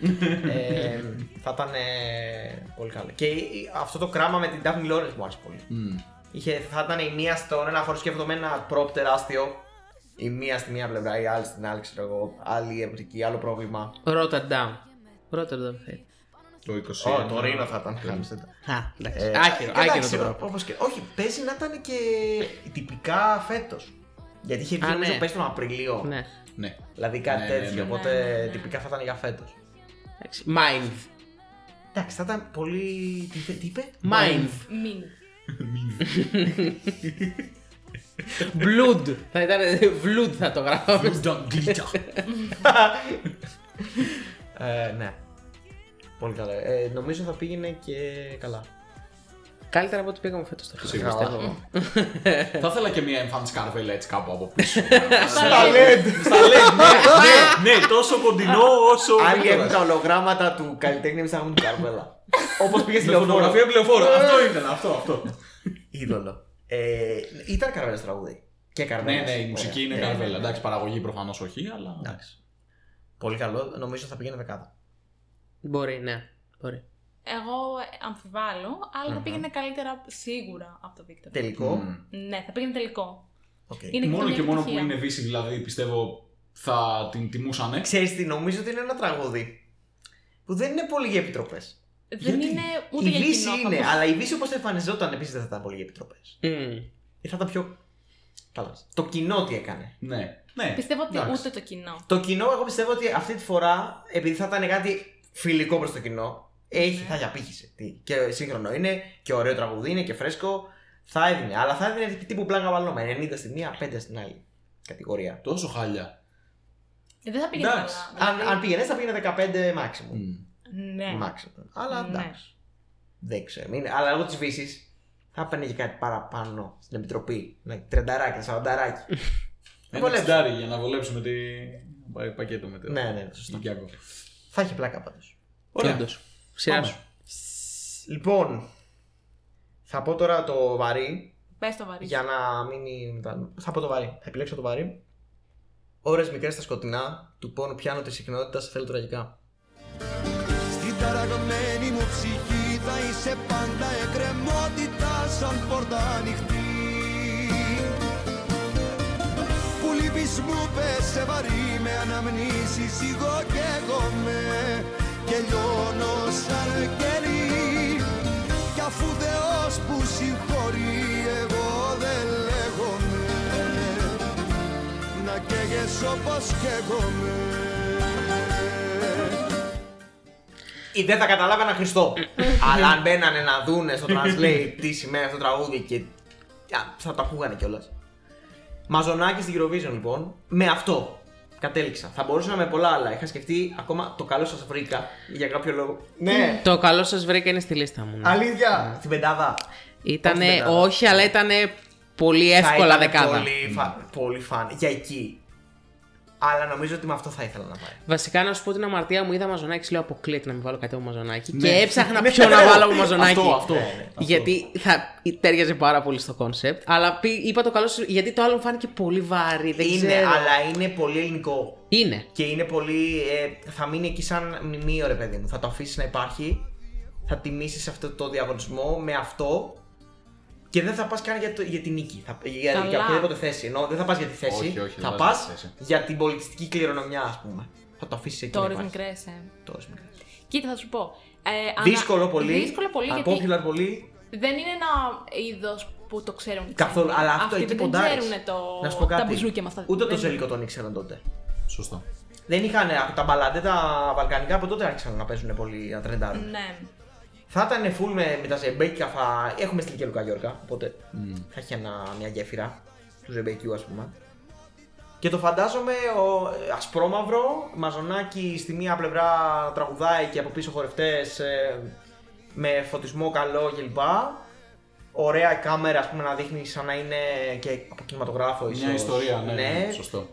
[laughs] ε, θα ήταν ε, πολύ καλό. Και η- αυτό το κράμα με την Daphne Lawrence μου άρεσε πολύ. Μμμ. Είχε, θα ήταν η μία στον ένα χώρο σκέφτομαι ένα πρόπ τεράστιο. Η μία στη μία πλευρά, η άλλη στην άλλη, ξέρω εγώ. Άλλη εμπειρική, άλλο πρόβλημα. Rotterdam. Rotterdam θέλει. Το 21. Ω, το Ρήνο θα ήταν. χάμισε τα. Α, εντάξει. Ε, Άκυρο, εντάξει, άκυρο το πρόβλημα. όπως και, όχι, παίζει να ήταν και τυπικά φέτος. Γιατί είχε βγει Α, νομίζω ναι. πέρσι τον Απριλίο. Ναι. Ναι. Δηλαδή κάτι Ναι, ναι, τέτοιο. ναι. Οπότε Ναι, ναι, ναι. τυπικά θα ήταν για φέτος. Εντάξει. Mind. Εντάξει, θα ήταν πολύ. Τι, είπε- τι είπε? Mind. Μην. Blood. θα ήταν. Blood θα το γράφαμε. Don't glitter. Ε, ναι. Πολύ καλά. Ε, νομίζω θα πήγαινε και καλά. Καλύτερα από ό,τι πήγαμε φέτος το Σίγουρα. χρόνο. πιστεύω. Θα ήθελα και μια εμφάνιση καρβέλα έτσι κάπου από [laughs] πίσω. Τα LED! ναι, ναι, τόσο κοντινό όσο. Άλλοι έχουν τα ολογράμματα του καλλιτέχνη, εμείς θα έχουμε την [laughs] καρβέλα. Όπως πήγες στη Με φωτογραφία λεωφόρο. πληροφόρο. Ε. Αυτό ήταν, αυτό, αυτό. Είδωλο. Ε, ήταν καρβέλα στο τραγούδι. Και καρβέλα. Ναι, ναι, η μουσική είναι Ναι. καρβέλα. Εντάξει, παραγωγή προφανώς όχι, αλλά. Εντάξει. Πολύ καλό. Νομίζω θα πήγαινε δεκάδα. Μπορεί, ναι. Μπορεί. Εγώ ε, αμφιβάλλω, αλλά θα πήγαινε καλύτερα σίγουρα από το Βίκτορ. Τελικό. Μμμ. Ναι, θα πήγαινε τελικό. Οκ. Είναι Μόνο μια και μόνο που επιτυχία. είναι Δύση, δηλαδή πιστεύω θα την τιμούσανε. Ξέρεις τι, νομίζω ότι είναι ένα τραγούδι που δεν είναι πολύ για επιτροπές. Δεν Γιατί? είναι ούτε Η για κοινό. Δύση θα είναι, πω. αλλά η Δύση όπως εμφανιζόταν επίσης δεν θα ήταν πολύ για επιτροπές. Μμμ. Ή θα ήταν πιο. Καλά. Το κοινό τι έκανε. Ναι. ναι. Πιστεύω ότι Εντάξει. ούτε το κοινό. Το κοινό, εγώ πιστεύω ότι αυτή τη φορά, επειδή θα ήταν κάτι φιλικό προς το κοινό, έχει, Ναι. θα διαπήχησε. Τι, Και σύγχρονο είναι, και ωραίο τραγουδί είναι, και φρέσκο. Θα έδινε. Αλλά θα έδινε τύπου πλάκα βαλώμα. 90 στην μία, 5 στην άλλη κατηγορία. Τόσο χάλια. Ε, Δεν θα πήγαινε Εντάξει. καλά. Αν, δηλαδή. αν πήγαινε, θα πήγαινε 15 maximum. Μμ. Ναι. Maximum. Αλλά Ναι. εντάξει. Δεν ξέρω. Είναι, αλλά λόγω της Βύση θα έπαιρνε και κάτι παραπάνω στην επιτροπή. Ένα τρενταράκι, ένα σαρανταράκι. [laughs] Να Ένα βολέψει. τσιντάρι για να βολέψουμε τη... να πάει πακέτο μετά. Ναι, ναι, σωστά. Λουκιάκο. θα έχει πλάκα πάντως. Ωραία. Όντως. Σειρά Πάμε. σου. Λοιπόν, θα πω τώρα το βαρύ Πες το βαρύ. για να μείνει. μετά. Θα πω το βαρύ. Θα επιλέξω το βαρύ. Ώρες μικρές στα σκοτεινά του πόνου πιάνω τη συχνότητα, σε θέλω τραγικά. Στην ταραγμένη μου ψυχή θα είσαι πάντα εκκρεμότητα σαν πόρτα ανοιχτή Που λύπης μου πες σε βαρύ με αναμνήσεις εγώ και εγώ με και λιώνω σαν κερί κι αφού Θεός που συγχωρεί εγώ δεν λέγομαι να καίγεσαι όπως καίγομαι Ή δεν θα καταλάβαινα Χριστό. Αλλά αν μπαίνανε να δούνε στο translate τι σημαίνει αυτό το τραγούδι και. Α, θα το ακούγανε κιόλας. Μαζονάκι στην Eurovision λοιπόν, με αυτό κατέληξα. Θα μπορούσα με πολλά άλλα. Είχα σκεφτεί ακόμα το καλό σας βρήκα για κάποιο λόγο. Ναι, Το καλό σας βρήκα είναι στη λίστα μου. ναι. αλήθεια! Στην πεντάδα. Όχι Ήτανε, στην πεντάδα. όχι, αλλά ήταν πολύ Θα εύκολα ήταν δεκάδα. Πολύ, φα... πολύ φαν. Για εκεί. Αλλά νομίζω ότι με αυτό θα ήθελα να πάει. Βασικά να σου πω την αμαρτία μου, είδα μαζονάκι, λέω αποκλείεται να μην βάλω κάτι από μαζονάκι. Ναι. Και έψαχνα ποιο να βάλω από μαζονάκι. Ναι, Αυτό, αυτό. Γιατί θα τέριαζε πάρα πολύ στο κόνσεπτ. Αλλά πει- είπα το καλό σου, γιατί το άλλο μου φάνηκε πολύ βαρύ. Δεν είναι, ξέρω. αλλά είναι πολύ ελληνικό. Είναι. Και είναι πολύ. ε, θα μείνει εκεί σαν μνημείο, ρε παιδί μου. Θα το αφήσεις να υπάρχει. Θα τιμήσεις αυτό το διαγωνισμό με αυτό. Και δεν θα πας καν για, το- για την νίκη. Θα, για, Καλά. για οποιαδήποτε θέση. Ενώ δεν θα πας για τη θέση. Όχι, όχι, δεν θα πας πας για τη θέση. για την πολιτιστική κληρονομιά, ας πούμε. Θα το αφήσεις εκεί. να Τώρα υπάρχει. δεν κρέσε. Το όρις μικρές. Κοίτα, θα σου πω. Ε, ανα- Δύσκολο πολύ. Δύσκολο πολύ γιατί Unpopular πολύ. δεν είναι ένα είδος που το ξέρουν. οι Καθόλου. ξένοι. Αλλά αυτό Αυτοί εκεί δεν ποντάρεις. ξέρουν το... Να σου πω κάτι. τα μπουζούκια μα. Ούτε το ζελικό τον ήξεραν τότε. Σωστό. Δεν είχαν τα μπαλάντε, τα βαλκανικά από τότε άρχισαν να παίζουν πολύ να τρεντάρουν. Ναι. Θα ήταν full με, με τα ζεμπέκια, θα... έχουμε στείλει και Λουκά Γιώργα, οπότε Mm. θα έχει ένα, μια γέφυρα του ζεμπέκιου ας πούμε. Και το φαντάζομαι ο ε, ασπρόμαυρο, μαζονάκι στη μία πλευρά τραγουδάει και από πίσω χορευτές ε, με φωτισμό καλό κλπ. Ωραία κάμερα ας πούμε να δείχνει σαν να είναι και από κινηματογράφο ίσως. Μια ιστορία, ναι, ναι. ναι. Σωστό.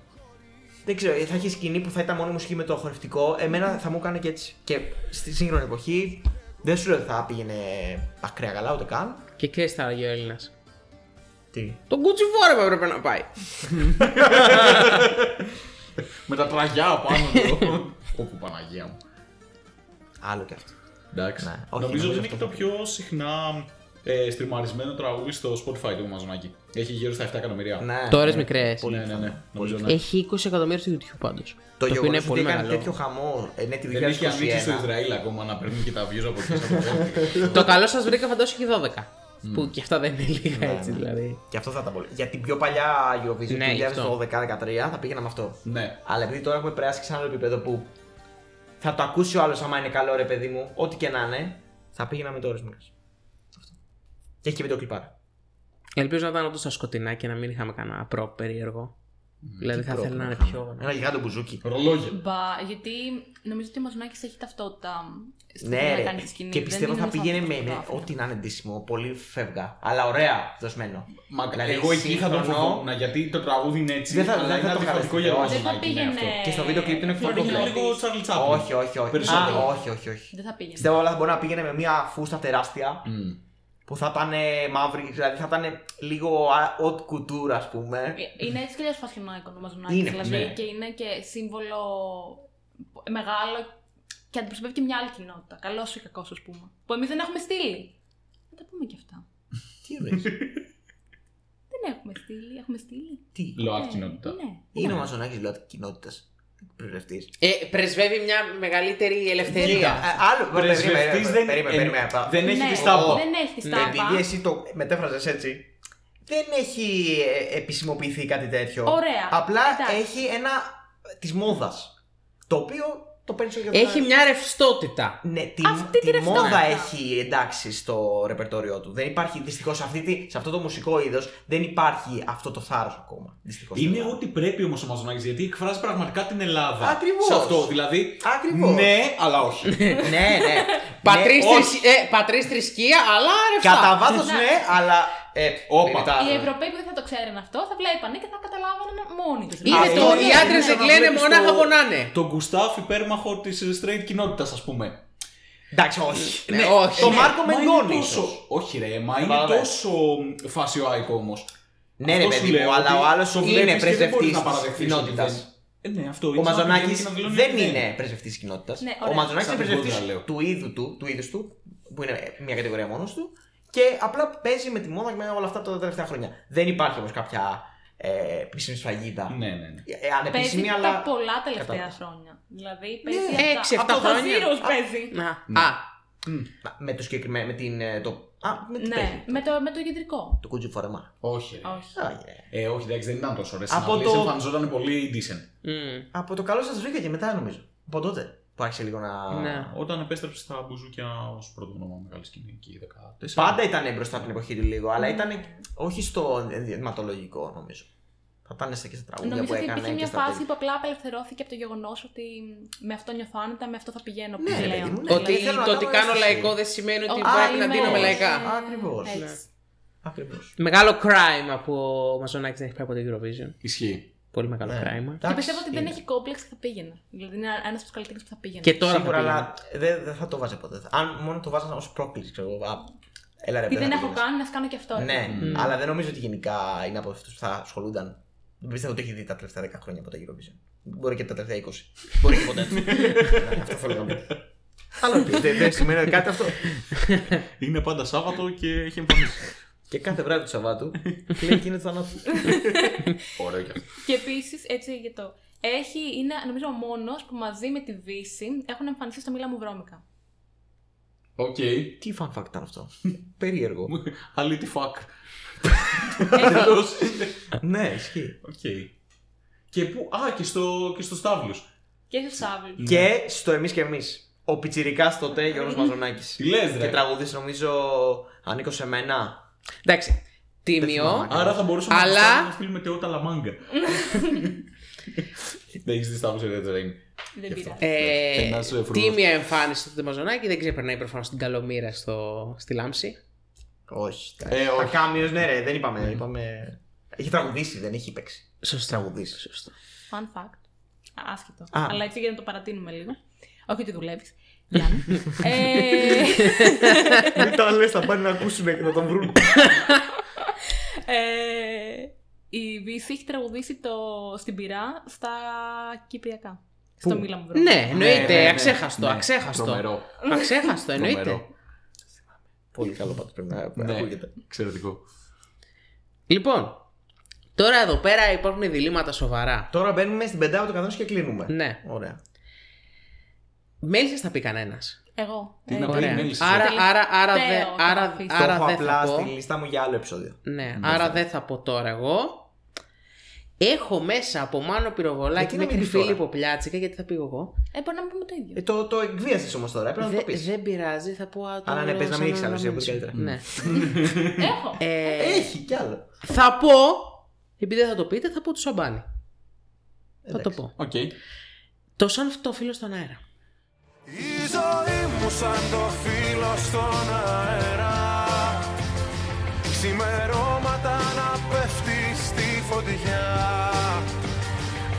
Δεν ξέρω, θα έχει σκηνή που θα ήταν μόνο μουσική με το χορευτικό. Εμένα θα μου κάνει και έτσι. Και στη σύγχρονη εποχή δεν σου λέω ότι θα πήγαινε ακραία καλά ούτε καν. Και ξέρεις τα ο Έλληνας. Τι. Τον κουτσιφόρο που έπρεπε να πάει. Με τα τραγιά [laughs] πάνω του. Όπου Παναγία μου. Άλλο κι αυτό. Εντάξει. Ναι, όχι, νομίζω ότι είναι και αυτό το θα πιο συχνά ε, στριμαρισμένο τραγούδι στο Spotify του Μαζονάκη. Έχει γύρω στα 7 εκατομμυρία. Ναι, Το ώρες ναι, μικρές. πολύ ναι, ναι. ναι. πιθανό. Νομίζω, ναι. Έχει 20 εκατομμύρια στο YouTube πάντως. Το, οποίο γεγονός είναι ότι πολύ έκανε μεγάλο. τέτοιο χαμό. Ε, ναι, τη Δεν έχει ανοίξει στο 2021. Ισραήλ ακόμα να παίρνουν και τα views από εκεί. από [laughs] εδώ. Το καλό σας βρήκα φαντάζομαι και 12. Που και αυτά δεν είναι λίγα έτσι δηλαδή. Και αυτό θα ήταν πολύ. Για την πιο παλιά Eurovision Ναι, γι' αυτό. του 2012-2013 θα πήγαινα με αυτό. Ναι. Αλλά επειδή τώρα έχουμε περάσει σε ένα άλλο επίπεδο που θα το ακούσει ο άλλος άμα είναι καλό ρε παιδί μου, ό,τι και να είναι, θα πήγαινα με το όρισμο. Αυτό. Και έχει και βίντεο κλιπάρα. Ελπίζω να ήταν όντως στα σκοτεινά και να μην είχαμε κανένα προ περίεργο. Mm. Δηλαδή θα ήθελα να είναι πιο. Ένα γιγάντο μπουζούκι. Ρολόγια. Μπα, γιατί νομίζω ότι ο Μαζονάκη έχει ταυτότητα. στο Ναι, να ρε. κάνει τη σκηνή. Και Δεν πιστεύω είναι θα σαν πήγαινε με, με φωτογράφημα. ό,τι να είναι ντύσιμο. Πολύ φεύγα. Αλλά ωραία δοσμένο. Μα, Δηλαδή, εγώ εκεί θα τον σύγχρονο- φοβόμουν γιατί το τραγούδι είναι έτσι. Δεν θα- αλλά δεν είναι θα το αντιφατικό χαρακτηρίσω. για το Δεν θα Μαζονάκη, είναι πήγαινε. αυτό. Και στο βίντεο κλιπ είναι Φλωρ- φοβερό. Είναι Φλωρ- λίγο Τσάρλι Τσάπλιν. Όχι, όχι, όχι. Περισσότερο. Α, όχι, όχι, όχι. Δεν θα πήγαινε. Πιστεύω όλα θα μπορεί να πήγαινε με μια φούστα τεράστια Μμ. που θα ήταν ε, μαύρη, δηλαδή θα ήταν λίγο α, haute couture, ας πούμε. Ε, Είναι έτσι και αλλιώ φασιονάκο ο Μαζονάκη. Είναι, δηλαδή, ναι. και είναι και σύμβολο μεγάλο και αντιπροσωπεύει και μια άλλη κοινότητα. Καλός ή κακός, ας πούμε. Που εμείς δεν έχουμε στείλει. Να τα πούμε και αυτά. Τι εννοείς? Δεν έχουμε στείλει. Έχουμε στείλει. Τι. ΛΟΑΤ Ναι, κοινότητα. Ναι. Είναι ο Μαζονάκη λέω κοινότητας. Πρεσβευτής. Ε, πρεσβεύει μια μεγαλύτερη ελευθερία. Άλλο. Πρεσβευτής δεν- Περίμενε, εν- περίμενε. απα- δεν έχει Ναι, τη στάπα. Δεν έχει τη Επειδή στάπα. εσύ το μετέφραζες έτσι, δεν έχει ε, επισημοποιηθεί κάτι τέτοιο. Ωραία. Απλά Εντάξει. έχει ένα της μόδας. Το οποίο το παίρνεις για τον Έχει ένα- μια ρευστότητα. Ναι, τη, Αυτή τη τη μόδα ρευστότητα. έχει εντάξει στο ρεπερτόριό του. Δεν υπάρχει δυστυχώς σε, αυτή τη- σε αυτό το μουσικό είδος δεν υπάρχει αυτό το θάρρος ακόμα. Δυστυχώς. Ναι, Είναι ό,τι πρέπει όμως ο Μαζονάκης γιατί εκφράζει πραγματικά την Ελλάδα. Ακριβώς. Σε αυτό δηλαδή. Ακριβώς. Ναι, αλλά όχι. Ναι, [laughs] ναι. Πατρίς, ναι, όχι. θρησκ- ε, πατρίς θρησκεία, αλλά ρευστά. Κατά βάθος ναι, αλλά. Ε, Όπα. μετά- Οι Ευρωπαίοι που δεν θα το ξέρουν αυτό θα βλέπανε και θα καταλάβανε μόνοι τους. Είδε Αυτό το, είναι οι άντρες σαν δεν να κλαίνε βλέπεις μονάχα το- από να είναι. Τον Γκουστάφ υπέρμαχο της straight κοινότητας, ας πούμε. Εντάξει, όχι. Ναι, όχι. Ε, Το Ναι. Μάρκο Μα είναι Μενγκόνη. τόσο- ίσως. Όχι, ρε, μα είναι Κατάλαβες. τόσο φασιοάικο όμως. Ναι, ρε παιδί μου, αλλά ο άλλος είναι πρεσβευτή τη κοινότητα. Ναι, αυτό Ο είναι σαν να Μαζονάκης πηγαίνει και να δηλώνει δεν ότι δεν. είναι πρεσβευτής της κοινότητας. Ναι, Ο ωραία. Μαζονάκης Σαν είναι την Κόντρα, πρεσβευτή λέω. του είδου του, του, είδους του, που είναι μια κατηγορία μόνος του. Και απλά παίζει με τη μόδα και με όλα αυτά τα τελευταία χρόνια. Δεν υπάρχει όμως κάποια ε, επίσημη σφραγίδα. Ναι, ναι, ναι. Ε, ανεπίσημη, Παίζει αλλά. τα πολλά τελευταία Κατάλαβα. χρόνια. Δηλαδή παίζει. Ναι. από τα- Έξι, εφτά από το χρόνια. Zeros παίζει. Να. Ναι. Α, Με το συγκεκριμένο. Με την. ε, Το... Α, με την. Ναι, Ναι. με το, με το κεντρικό. Το κούτζι φορεμά. Όχι, ρε. Όχι. Α, ναι. Ε, όχι, εντάξει, δεν ήταν τόσο ρε. Από Από το- το. Εμφανιζόταν πολύ decent. μμ. Από το καλό σας βρήκα και μετά νομίζω. Από τότε. Που άρχισε λίγο να. Ναι. Όταν επέστρεψες στα μπουζούκια ως πρώτο όνομα μεγάλη σκηνή εκεί, 14. Πάντα ήταν μπροστά από την εποχή του λίγο, Ναι. αλλά ήταν όχι στο ενδυματολογικό νομίζω. Θα πάνε στα και στα τραγούδια που Νομίζω ότι έκανε υπήρχε και μια στα φάση τέτοια. που απλά απελευθερώθηκε από το γεγονός ότι με αυτό νιώθω άνετα, με αυτό θα πηγαίνω Δηλαδή, Ναι, ρε παιδί μου, ναι. Ότι Θέλω να το ότι κάνω κάνω αίσθηση. λαϊκό δεν σημαίνει ότι Ότι πρέπει είμαι να δίνω με έτσι. λαϊκά. Ακριβώς. ναι. Έτσι. Ακριβώς. Μεγάλο crime από ο Μαζονάκης να έχει πάει από το Eurovision. Ισχύει. Πολύ μεγάλο Ναι. κράημα. Και Εντάξει, πιστεύω ότι δεν είναι. έχει κόμπλεξ και θα πήγαινε. Δηλαδή είναι ένας από τους καλλιτέχνες που θα πήγαινε. Και τώρα Σίγουρα, θα αλλά δεν δεν θα το βάζα ποτέ. Αν μόνο το βάζα ως πρόκληση, ξέρω εγώ. α, Έλα ρε, Τι παιδί, δεν να έχω πήγαινες. κάνει, να κάνω και αυτό. ρε. Ναι, Mm. αλλά δεν νομίζω ότι γενικά είναι από αυτούς που θα ασχολούνταν. Δεν πιστεύω ότι έχει δει τα τελευταία 10 χρόνια από τα Eurovision. Μπορεί και τα τελευταία 20. [laughs] Μπορεί και ποτέ. Ναι, αυτό θέλω να πω. Άλλο πεις, δεν δεν σημαίνει κάτι αυτό. Είναι πάντα Σάββατο και έχει εμφανίσει. Και κάθε βράδυ του Σαββάτου κλείνει και είναι του θανάτου. Ωραίο κι αυτό. Και επίσης, έτσι για το. Έχει, είναι νομίζω ο μόνος που μαζί με τη Δύση έχουν εμφανιστεί στο Μίλα μου βρώμικα. Οκ. Τι fun fact ήταν [laughs] αυτό. Περίεργο. Αλίτη fuck. Έχει- Τέλος. Ναι, ισχύει. Οκ. Και πού. Α, και στο, και στο Σταύλους. και έχει Ναι. Σάβλου. Και στο Εμείς και Εμείς. Ο Πιτσυρικά τότε [laughs] Γιώργο Μαζονάκης. Τι λες, Και ρε. τραγουδίσει, νομίζω, ανήκω σε μένα. Εντάξει. Τίμιο. θυμάμαι. Άρα θα μπορούσαμε Αλλά- να στείλουμε- να στείλουμε τεότα [laughs] λαμάγκα. Δεν έχεις δει Σταύλους Red Rain. Δεν πειράζει. Ε, Και ένας φρουρός. τίμια εμφάνιση του Μαζονάκη. Δεν ξεπερνάει προφανώς την καλομήρα στο, στη Λάμψη. Όχι. Ε, Ε, όχι. Τα κάμιος, ναι, ρε, δεν είπαμε. είπαμε... Έχει τραγουδήσει, δεν έχει παίξει. Σωστά. Τραγουδίσει. Σωστά. Fun fact. Άσχετο. Α. Αλλά έτσι για να το παρατείνουμε λίγο. Όχι ότι δουλεύεις. Γιάννη. ε, Μην τα λες, θα πάνε να ακούσουν και θα τον βρουν. ε, η Δύση έχει τραγουδήσει το, στην πυρά στα Κυπριακά. Στο Μίλα μου βρώμικα. Ναι, εννοείται. Ναι, ναι, ναι. αξέχαστο, Ναι. αξέχαστο. Τρομερό. Αξέχαστο, εννοείται. Τρομερό. Πολύ καλό πάντως πρέπει να Ναι. ακούγεται. Εξαιρετικό. Λοιπόν, τώρα εδώ πέρα υπάρχουν διλήμματα σοβαρά. Τώρα μπαίνουμε στην πεντάδα του καθένα και κλείνουμε. Ναι. Ωραία. Μέλισσε θα πει κανένας. Εγώ. Ε, Τι να Εγώ. πω. Άρα, μέλισσες. άρα, Τελευταίο άρα, άρα, θα δε- άρα, αφήσω. Άρα άρα το έχω δεν θα απλά στη πω. λίστα μου για άλλο επεισόδιο. Ναι, άρα δεν θα πω τώρα εγώ. Έχω μέσα από Μάνο Πυροβολάκη Γιατί να μέχρι μην πεις τώρα? Φίλιππο Πλιάτσικα, γιατί θα πήγω εγώ. Ε, μπορεί να μην πούμε το ίδιο. Ε, το το εκβίασες όμως τώρα, πρέπει να το Δε- πεις. Δεν πειράζει, θα πω άλλο. Αλλά ναι, πες να μην έχεις άλλο, εσύ, οπότε καλύτερα. Ναι. Έχω. Ε, Έχει κι άλλο. θα πω, επειδή δεν θα το πείτε, θα πω του Σαμπάνι. Θα το Εντάξει. πω. Οκ. Το σαν αυτό φίλο στον αέρα. Η ζωή μου σαν το φύλλο στον αέρα Ξημερώματα να πέφτει στη φωτιά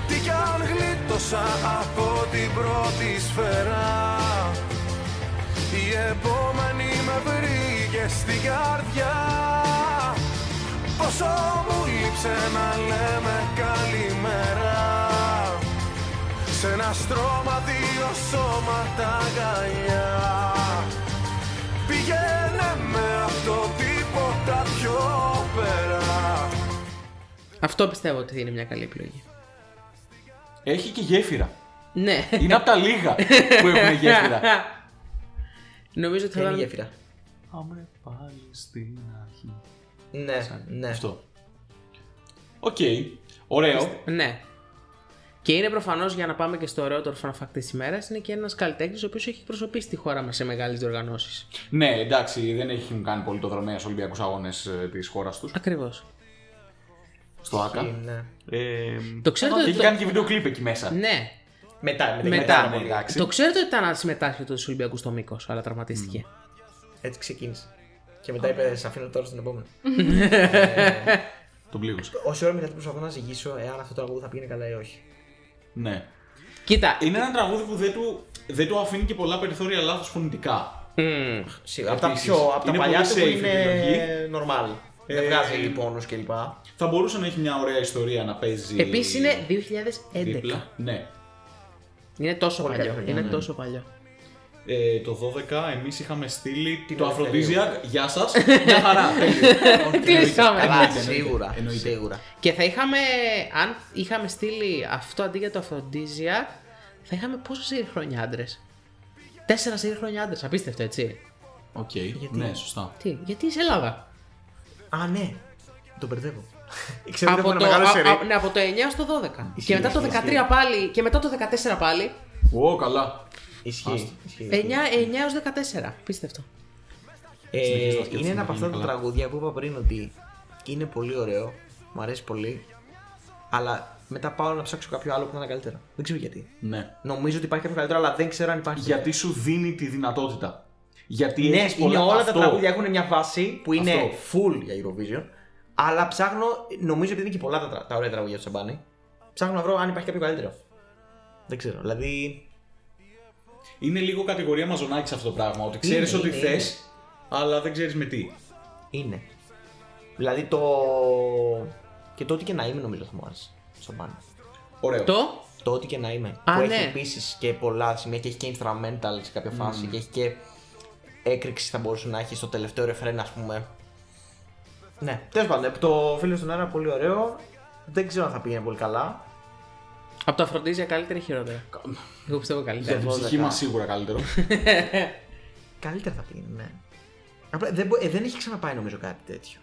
Τι κι αν γλίτωσα από την πρώτη σφαίρα Η επόμενη με βρήκε στην καρδιά Πόσο μου λείψε να λέμε καλημέρα σε ένα στρώμα δύο σώματα αγκαλιά Πηγαίνε με αυτό τίποτα πιο πέρα Αυτό πιστεύω ότι είναι μια καλή επιλογή. Έχει και γέφυρα. Ναι. Ε, Είναι από τα λίγα που έχουν [laughs] γέφυρα. [laughs] Νομίζω ότι θα Δεν είναι ήταν. γέφυρα. Άμρε πάλι στην αρχή. Ναι, ναι. Αυτό. Οκ. Ωραίο. Ναι. Και είναι προφανώς για να πάμε και στο ωραιότερο fun fact της ημέρας, είναι και ένας καλλιτέχνης ο οποίος έχει εκπροσωπήσει τη χώρα μας σε μεγάλες διοργανώσεις. Ναι, εντάξει, δεν έχουν κάνει πολύ το δρομέα στους Ολυμπιακούς Αγώνες της χώρας τους. Ακριβώς. Στο ΑΚΑ. Ναι. Ε, Το ξέρετε και ότι. έχει το- κάνει και βίντεο κλιπ εκεί μέσα. Ναι. Μετά, μετά. Μετά. ναι, εντάξει. Το ξέρετε ότι ήταν να συμμετάσχει του Ολυμπιακούς στο μήκος, αλλά τραυματίστηκε. Έτσι ξεκίνησε. Και μετά είπε, σε αφήνω τώρα στην επόμενη. Τον πλήγωσε. Όση ώρα μετά προσπαθώ να ζυγίσω εάν αυτό το τραγούδι θα πήγαινε καλά ή όχι. Ναι. Κοίτα. Είναι ένα τραγούδι που δεν του, δεν του αφήνει και πολλά περιθώρια λάθο φωνητικά. Μμμ. Σίγουρα. Από τα Επίσης, πιο, από τα είναι παλιά πολύ του safe είναι επιλογή. normal. Ε, Δεν βγάζει λοιπόν κλπ. Θα μπορούσε να έχει μια ωραία ιστορία να παίζει. Επίσης είναι 2011. δίπλα. Ναι. Είναι τόσο Πολύ παλιό. καλή, Είναι ναι. τόσο παλιό. Ε, το 12 εμείς είχαμε στείλει Την το Ελευθερίου. Αφροντίζιακ. Γεια σας. [laughs] Μια χαρά. τέλειο. Όχι, Κλείσαμε. εννοείται. Καλά, Εννοείται, σίγουρα. εννοείται. Σίγουρα. Και θα είχαμε, αν είχαμε στείλει αυτό αντί για το Αφροντίζιακ, θα είχαμε πόσε σύγχρονοι άντρες. Τέσσερα σύγχρονοι άντρες. Απίστευτο, έτσι. Οκ. Ναι, σωστά. Τι, γιατί είσαι Ελλάδα. Α, ναι. Το μπερδεύω. [laughs] Ξέρω ότι έχουμε το, ένα μεγάλο σερί. α, ναι, από το 9 στο 12. Ισχύει, και μετά το ισχύει, 13 ισχύει. πάλι. Και μετά το 14 πάλι. Ω, καλά. Άστο. Ισχύει. ισχύει. 9, 9 έως 14. Πίστευτο. Ε, Συνεχίζω να σκέφτομαι είναι ένα να από αυτά γίνει τα καλά. τραγούδια που είπα πριν ότι είναι πολύ ωραίο, μου αρέσει πολύ, αλλά μετά πάω να ψάξω κάποιο άλλο που να είναι καλύτερο. Δεν ξέρω γιατί. Ναι. Νομίζω ότι υπάρχει κάποιο καλύτερο, αλλά δεν ξέρω αν υπάρχει. Γιατί σου δίνει τη δυνατότητα. Γιατί Ναι, έχεις είναι πολλά- όλα αυτό. τα τραγούδια έχουν μια βάση που είναι Αυτό. full για Eurovision, αλλά ψάχνω, νομίζω ότι είναι και πολλά τα, τρα- τα ωραία τραγούδια του Σαμπάνη. ψάχνω να βρω αν υπάρχει κάποιο καλύτερο. Δεν ξέρω. Δηλαδή. Είναι λίγο κατηγορία μαζονάκι σε αυτό το πράγμα. Ότι ξέρεις Είναι, ότι είναι, θες, αλλά δεν ξέρεις με τι. Είναι. Δηλαδή το. Και το ότι και να είμαι νομίζω θα μου άρεσε. Στον πάνω. Ωραίο. Το. Το ότι και να είμαι. Α, που ναι. έχει επίσης και πολλά σημεία και έχει και instrumental σε κάποια Mm. φάση και έχει και έκρηξη θα μπορούσε να έχει στο τελευταίο ρεφρέν, ας πούμε. Ναι. Τέλος πάντων, το φίλος στον αέρα πολύ ωραίο. Δεν ξέρω αν θα πήγαινε πολύ καλά. Από το Αφροντίζια καλύτερα ή χειρότερα. Εγώ πιστεύω Για καλύτερα. την δώδεκα. ψυχή μας σίγουρα [laughs] καλύτερο. Καλύτερα θα πήγαινε, ναι. Απλά δεν, μπο- ε, δεν έχει ξαναπάει νομίζω κάτι τέτοιο.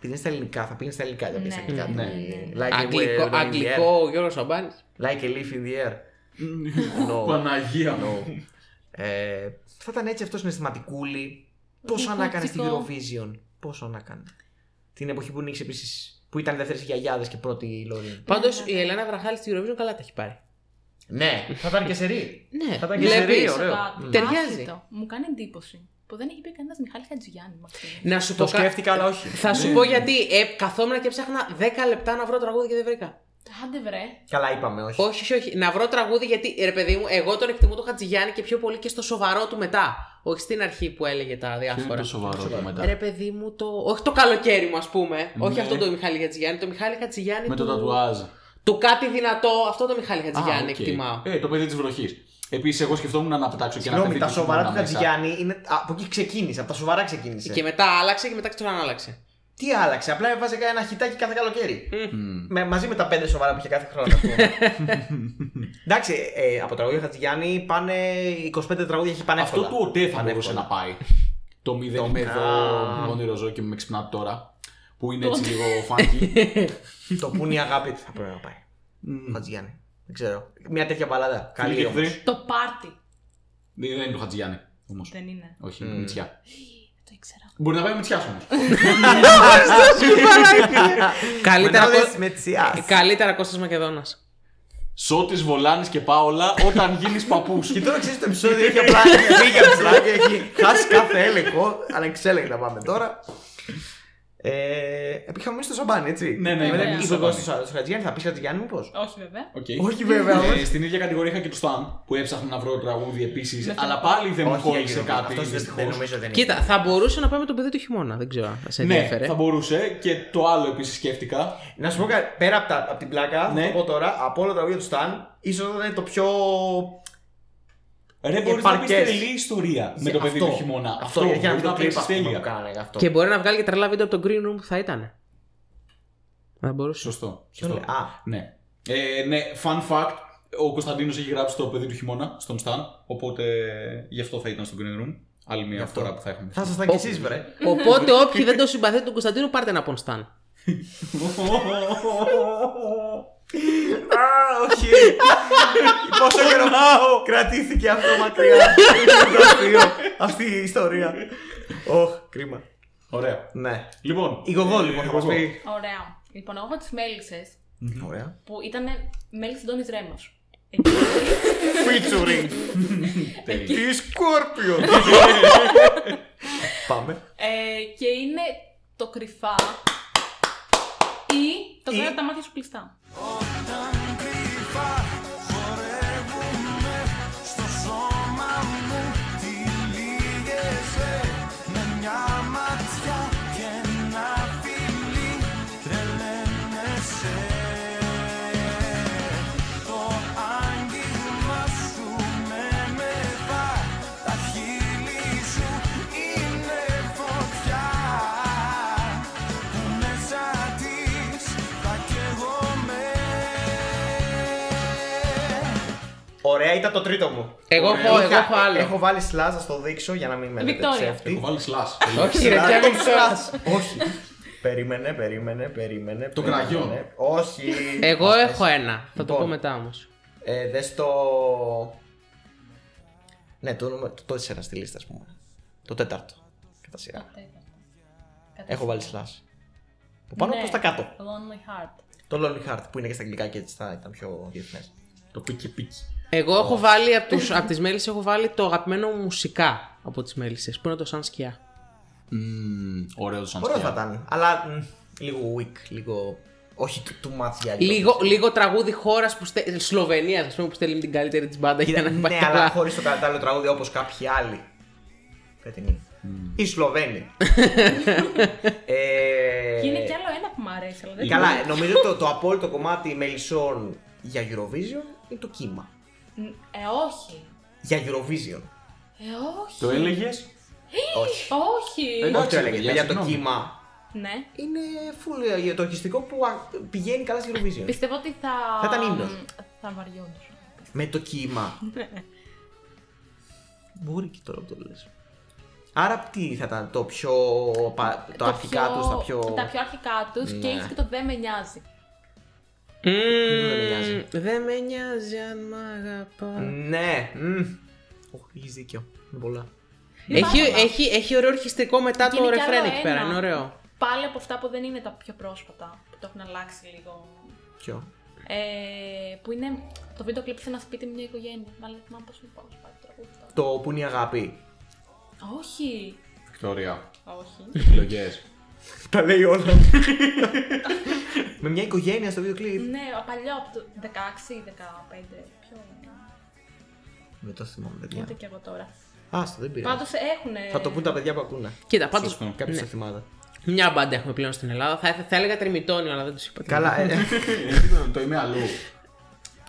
Πήγαινε στα ελληνικά, θα πήγαινε στα ελληνικά, δεν πήγαινε στα Ναι, αγγλικά. ναι, Like a Αγγλικό, whale in the air. αγγλικό ο Γιώργος Σαμπάνης. Like a leaf in the air. Ε, [laughs] no. Παναγία μου. [laughs] ε, θα ήταν έτσι αυτός συναισθηματικούλη. Πόσο να έκανε στην Eurovision. Πόσο να έκανε. Την εποχή που νίκησε επίσης. Που ήταν δεύτερη γιαγιάδες και πρώτη η Λωρίν. Πάντως η Ελένα Βραχάλη στη Eurovision καλά τα έχει πάρει. ναι, θα ήταν και σε ρί. Ναι, θα ήταν και σε ρί, βλέπεις. ωραίο. Κάτι Μμ. Ταιριάζει. άσχετο. Μου κάνει εντύπωση που δεν έχει πει κανένας Μιχάλη Χατζηγιάννη. μας. Να σου Το πω κα- σκέφτηκα, αλλά [laughs] όχι. Θα Ναι. σου πω γιατί ε, καθόμουν και ψάχνα 10 λεπτά να βρω τραγούδι και δεν βρήκα. Άντε βρε. Καλά, είπαμε, όχι. Όχι, όχι, όχι. Να βρω τραγούδι γιατί, ρε παιδί μου, εγώ τον εκτιμώ τον Χατζηγιάννη και πιο πολύ και στο σοβαρό του μετά. Όχι στην αρχή που έλεγε τα Ποιο είναι διάφορα. το σοβαρό του μετά. Ρε παιδί μου, το... όχι το καλοκαίρι μου, ας πούμε. Ναι. Όχι αυτό το Μιχάλη Χατζηγιάννη. Το Μιχάλη Χατζηγιάννη. Με το του... τατουάζ. του κάτι δυνατό. Αυτό το Μιχάλη Χατζηγιάννη Α, οκ. εκτιμάω. Ε, το παιδί της βροχής. Επίσης, εγώ σκεφτόμουν να πετάξω και ένα Συγγνώμη, παιδί. τα του σοβαρά χειμώνα του μέσα. Χατζηγιάννη είναι. α, Από εκεί ξεκίνησε, από τα σοβαρά ξεκίνησε. Και μετά άλλαξε και μετά ξαναάλλαξε. Τι άλλαξε, απλά έβαζε ένα χιτάκι κάθε καλοκαίρι. Μμμ. Με, μαζί με τα πέντε σοβαρά που είχε κάθε χρόνο. ας πούμε. [laughs] Εντάξει, ε, από τραγούδια Χατζηγιάννη πάνε 25 τραγούδια έχει πάνε Αυτό εύκολα. του οτέ θα Πάνε μπορούσε εύκολα. να πάει. Το μηδέν Το με να. εδώ, όνειρο ζω και με ξυπνάτε τώρα. Που είναι έτσι λίγο [laughs] funky. Το που είναι η αγάπη θα πρέπει να πάει. Χατζηγιάννη. Δεν ξέρω. Μια τέτοια μπαλάδα. Καλή. Φίλοι και όμως. εχθροί. Το πάρτι. Δεν δεν είναι το Χατζιάννη όμως. Δεν είναι. Όχι, είναι Μητσιά. Το ήξερα. Μπορεί να πάει Μητσιά όμως. Καλύτερα, Μενάδες Κω- με τσιάς. Καλύτερα Κώστας Μακεδόνας. Σώτης Βολάνης και Πάολα όταν γίνεις παππούς. [laughs] Και τώρα ξέρεις το επεισόδιο έχει απλά φύγει από τη πλάτη, έχει χάσει κάθε έλεγχο. Ανεξέλεγκτα πάμε τώρα. Ε, είχαμε μείνει στο σαμπάνι, έτσι. Ναι, ναι, Μετά ναι, είπε στο εγώ σαμπάνι. στο στο Χατζηγιάννη, θα πεις Χατζηγιάννη, μήπως. Όχι βέβαια. Οκ. Όχι, βέβαια, Ε, όχι. Στην ίδια κατηγορία είχα και του Σταν που έψαχνα να βρω τραγούδι επίσης, αλλά πάλι δεν μου Όχι, κόλλησε έγινε, κάτι. αυτός δεν- δυστυχώς. δεν νομίζω δεν είναι. Ε. Κοίτα, θα μπορούσε να πάμε το παιδί του χειμώνα. Δεν ξέρω αν θα σε Ναι, ενδιαφέρε. θα μπορούσε και το άλλο επίσης σκέφτηκα. Να σου πω κάτι, πέρα από, τα, απ' την πλάκα, Ναι. θα το πω τώρα, από όλα τα τραγούδια του Σταν, ίσως ήταν το πιο. Ρε, μπορείς να πεις Επαρκές. τρελή ιστορία με το παιδί Ε, αυτό. του χειμώνα. Αυτό, γιατί ένα μπορείς βίντεο να κλιπ παίξεις ας πούμε, που τέλεια. κάνανε γι' αυτό. Και μπορεί να βγάλει και τρελά βίντεο από το green room που θα ήταν. Θα μπορούσε. Σωστό. Ποιο σωστό. λέει, α. Ναι. Ε, ναι, fun fact. Ο Κωνσταντίνος έχει γράψει το παιδί του χειμώνα στον Σταν. Οπότε ε, γι' αυτό θα ήταν στο Green Room. Άλλη μια αυτό. φορά που θα έχουμε. Θα ήσασταν κι εσείς, βρε. Οπότε όποιοι δεν το συμπαθείτε τον Κωνσταντίνο, πάρτε ένα πονστάν. Α, όχι. Πόσο καιρό κρατήθηκε αυτό μακριά. Είναι το αστείο, Αυτή η ιστορία. Ωχ, κρίμα. Ωραία. Ναι. Λοιπόν. Η Γογό ε, λοιπόν θα μας Γογό. πει. Ωραία. Λοιπόν, εγώ έχω τις μέλισσες Ωραία. που ήταν μέλισσε Ντόνις Ρέμος. Featuring. Η Σκόρπιον. Πάμε. Ε, και είναι το κρυφά ή το κρύο τα μάτια σου κλειστά. Ωραία, ήταν το τρίτο μου. Εγώ έχω, εγώ Ε, Είχα- έχω άλλο. Έχω βάλει slash, θα στο δείξω για να μην με λέτε Βικτόρια. Έχω ψεύτη. βάλει slash. δηλαδή, Όχι, ρε, Slash, πια το μισό. slash. Όχι. Περίμενε, περίμενε, περίμενε. Το περίμενε. κραγιόν. Όχι. Εγώ Αυτές. έχω ένα. Θα το Λοιπόν. πω μετά όμως. Ε, δες το. Ναι, το νούμερο. Το 4 στη λίστα, ας πούμε. Το τέταρτο. Κατά σειρά. Έχω βάλει slash. Που πάνω Ναι. προς τα κάτω. Lonely Heart. Το Lonely Heart που είναι και στα αγγλικά και έτσι θα ήταν πιο διεθνές. Το πίκι πίκι. Εγώ έχω Λοιπόν. βάλει από, τους, από τις μέλισσες έχω βάλει το αγαπημένο μου μουσικά από τις μέλισσες που είναι το σαν σκιά. Ωραίο το σαν Ωραίο θα σκιά. ήταν. Αλλά μ, λίγο weak, λίγο. Όχι του, του Μαθιαλιώτη. Λίγο, λίγο τραγούδι χώρας που στε... Σλοβενίας, ας πούμε, που στέλνει την καλύτερη της μπάντα για να Κοίτα, ναι, πάει αλλά καλά. χωρίς το κατάλληλο τραγούδι όπως κάποιοι άλλοι. Φετινή. Mm. Οι [laughs] Σλοβαίνοι. ε, Και είναι κι άλλο ένα που μου αρέσει, αλλά δεν Καλά, νομίζω το, το απόλυτο κομμάτι μελισσών για Eurovision είναι το κύμα. Ε, όχι. Για Eurovision. Ε, όχι. Το έλεγες. Όχι. Όχι. Όχι, Ε, το Ε, παιδιά, έλεγες. Παιδιά, το συγγνώμη. κύμα Ναι. είναι φουλ το ορχιστικό που α, πηγαίνει καλά στη Eurovision. Πιστεύω ότι θα. Θα ήταν ύμνος. Θα βαριόντουσαν. Με το κύμα. Μπορεί και τώρα που το λες. Άρα τι θα ήταν το πιο. πα- Το, αρχικά πιο- τους, τα πιο. Τα πιο αρχικά τους και Ναι. έχεις και το δεν με νοιάζει. Δεν με νοιάζει. Δεν με νοιάζει αν μ' αγαπά. Ναι. μμ. Οχ, έχεις δίκιο. Είναι πολλά. Έχει, Πάρα πολλά. έχει, έχει ωραίο ορχιστρικό μετά το Και είναι κι ρεφρέν άλλο εκεί πέρα. ένα. Είναι ωραίο. Πάλι από αυτά που δεν είναι τα πιο πρόσφατα, που το έχουν αλλάξει λίγο. Ποιο. Ε, που είναι το βίντεο κλειπ σε ένα σπίτι με μια οικογένεια. Μάλλον δεν θυμάμαι πώς είναι πάνω πάει το τραγούδι. τώρα. Το που είναι η αγάπη. Όχι. Βικτόρια. [laughs] Όχι. Επιλογέ. [laughs] Τα λέει όλα. [laughs] Με μια οικογένεια στο βίντεο κλειπ. ναι, ο παλιό από το 16 ή 15. Ποιο είναι. Δεν το θυμάμαι, παιδιά. Ούτε κι εγώ τώρα. Άστο, δεν πειράζει. Πάντως έχουν. Θα το πούν τα παιδιά που ακούνε. Κοίτα, πάντως Κάποιο θα θυμάται. μια μπάντα έχουμε πλέον στην Ελλάδα. Θα, θα έλεγα τριμητόνιο, αλλά δεν τους είπα. τι Καλά, ε, Το είμαι αλλού. είναι.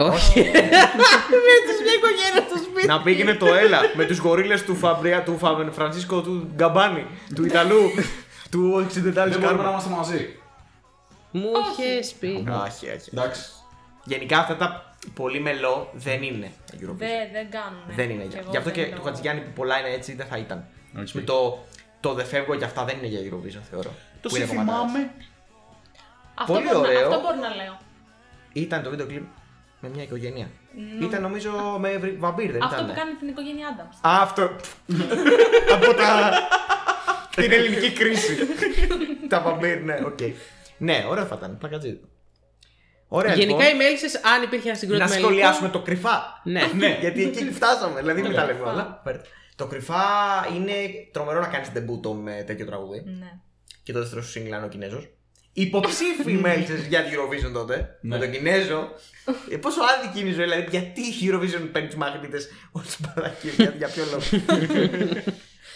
Όχι. [laughs] [laughs] να πήγαινε το έλα με τους γορίλες του Φαμπρία, του Φα- Φρανσίσκο, του Γκαμπάνι, του Ιταλού, [laughs] του Εξιντεντάλης Δεν μπορούμε να Κάρμα. είμαστε μαζί. Μου είχε πει. Άχι, άχι. Εντάξει. Γενικά αυτά τα πολύ μελό δεν είναι Eurovision. Δεν, δεν κάνουν. Δεν είναι. Κι για- εγώ Γι' αυτό δεν και το- του Χατζηγιάννη που πολλά είναι έτσι δεν θα ήταν. Οκ. Με το, το δε φεύγω και αυτά δεν είναι για Eurovision θεωρώ. Το Που είναι κομματάρες. θυμάμαι. Αυτό Πολύ μπορώ να- ωραίο. Αυτό μπορώ να λέω. Ήταν το βίντεο κλιπ με μια οικογένεια. Νο- Ήταν νομίζω με βρυ- βαμπύρ, δεν Αυτό ήταν. που κάνει την οικογένειά Adams. Αυτό. Από τα. την ελληνική κρίση. τα βαμπύρ, ναι, οκ. Ναι, ωραίο θα ήταν. Πλακατζίδικο. Ωραία, Γενικά οι λοιπόν. μέλισσες, αν υπήρχε ένα Να συγκρότημα. ελληνικό- σχολιάσουμε το κρυφά. Ναι. ναι, [laughs] γιατί εκεί φτάσαμε. Δηλαδή, Ναι, μην τα λέμε κρυφά. όλα. Φέρτε. Το κρυφά είναι τρομερό να κάνεις τεμπούτο με τέτοιο τραγούδι. Mm. Ναι. Και το δεύτερο σου είναι ο Κινέζος. [laughs] Υποψήφοι μέλισσες για την Eurovision τότε. Ναι. Με τον Κινέζο. Ε, πόσο άδικη είναι η ζωή, δηλαδή, γιατί η Eurovision παίρνει του μαγνήτε όλε τι παρακίε, για, για [laughs] ποιο λόγο.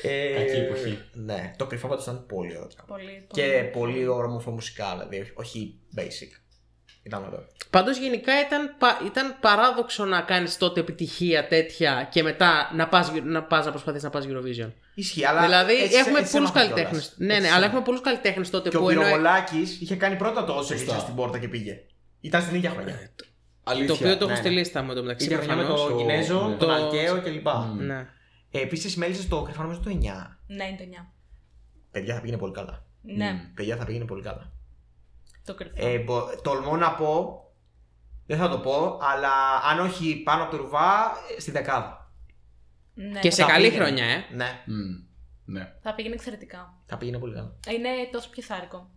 ε, Κακή εποχή. Ναι, το κρυφό πάντως ήταν πολύ ωραίο τραγούδι. Πολύ, Και πολύ όμορφο μουσικά, δηλαδή, όχι- όχι basic. Ήταν ωραίο. Πάντως γενικά ήταν, πα- ήταν παράδοξο να κάνεις τότε επιτυχία τέτοια και μετά να πας να, πας, να προσπαθείς να πας Eurovision. Ισχύει, αλλά. δηλαδή έτσι σε- έχουμε έτσι σε πολλού μάθα καλλιτέχνες. κιόλας. Ναι, Έτσι ναι, σε αλλά μάθα. έχουμε πολλούς καλλιτέχνες τότε Και ο που εννοεί- Πυροβολάκης είχε κάνει πρώτα το όσο είχε Σωστά. στην πόρτα και πήγε. Ήταν στην ίδια χρονιά. Ε, Αλήθεια. Το οποίο το έχω ναι, στη ναι. λίστα μου εν τω μεταξύ. ίδια χρονιά με προφανώς. τον το- Κινέζο, ναι. τον Το- Αλκαίο κλπ. Ναι. Επίσης μέλησες το κρυφά νομίζω το 9. Ναι, είναι το 9. Παιδιά θα πήγαινε πολύ καλά. Ναι, Παιδιά θα πήγαινε πολύ καλά. το κρυφό. Ε, μπο- τολμώ να πω. Δεν θα το πω, αλλά αν όχι πάνω από το ρουβά, ε, στην δεκάδα. ναι, Και θα- σε θα καλή πήγαινε. χρονιά, ε. Ναι, Μμμ. Ναι. θα πήγαινε εξαιρετικά. θα πήγαινε πολύ καλά. Είναι τόσο πιθάρικο.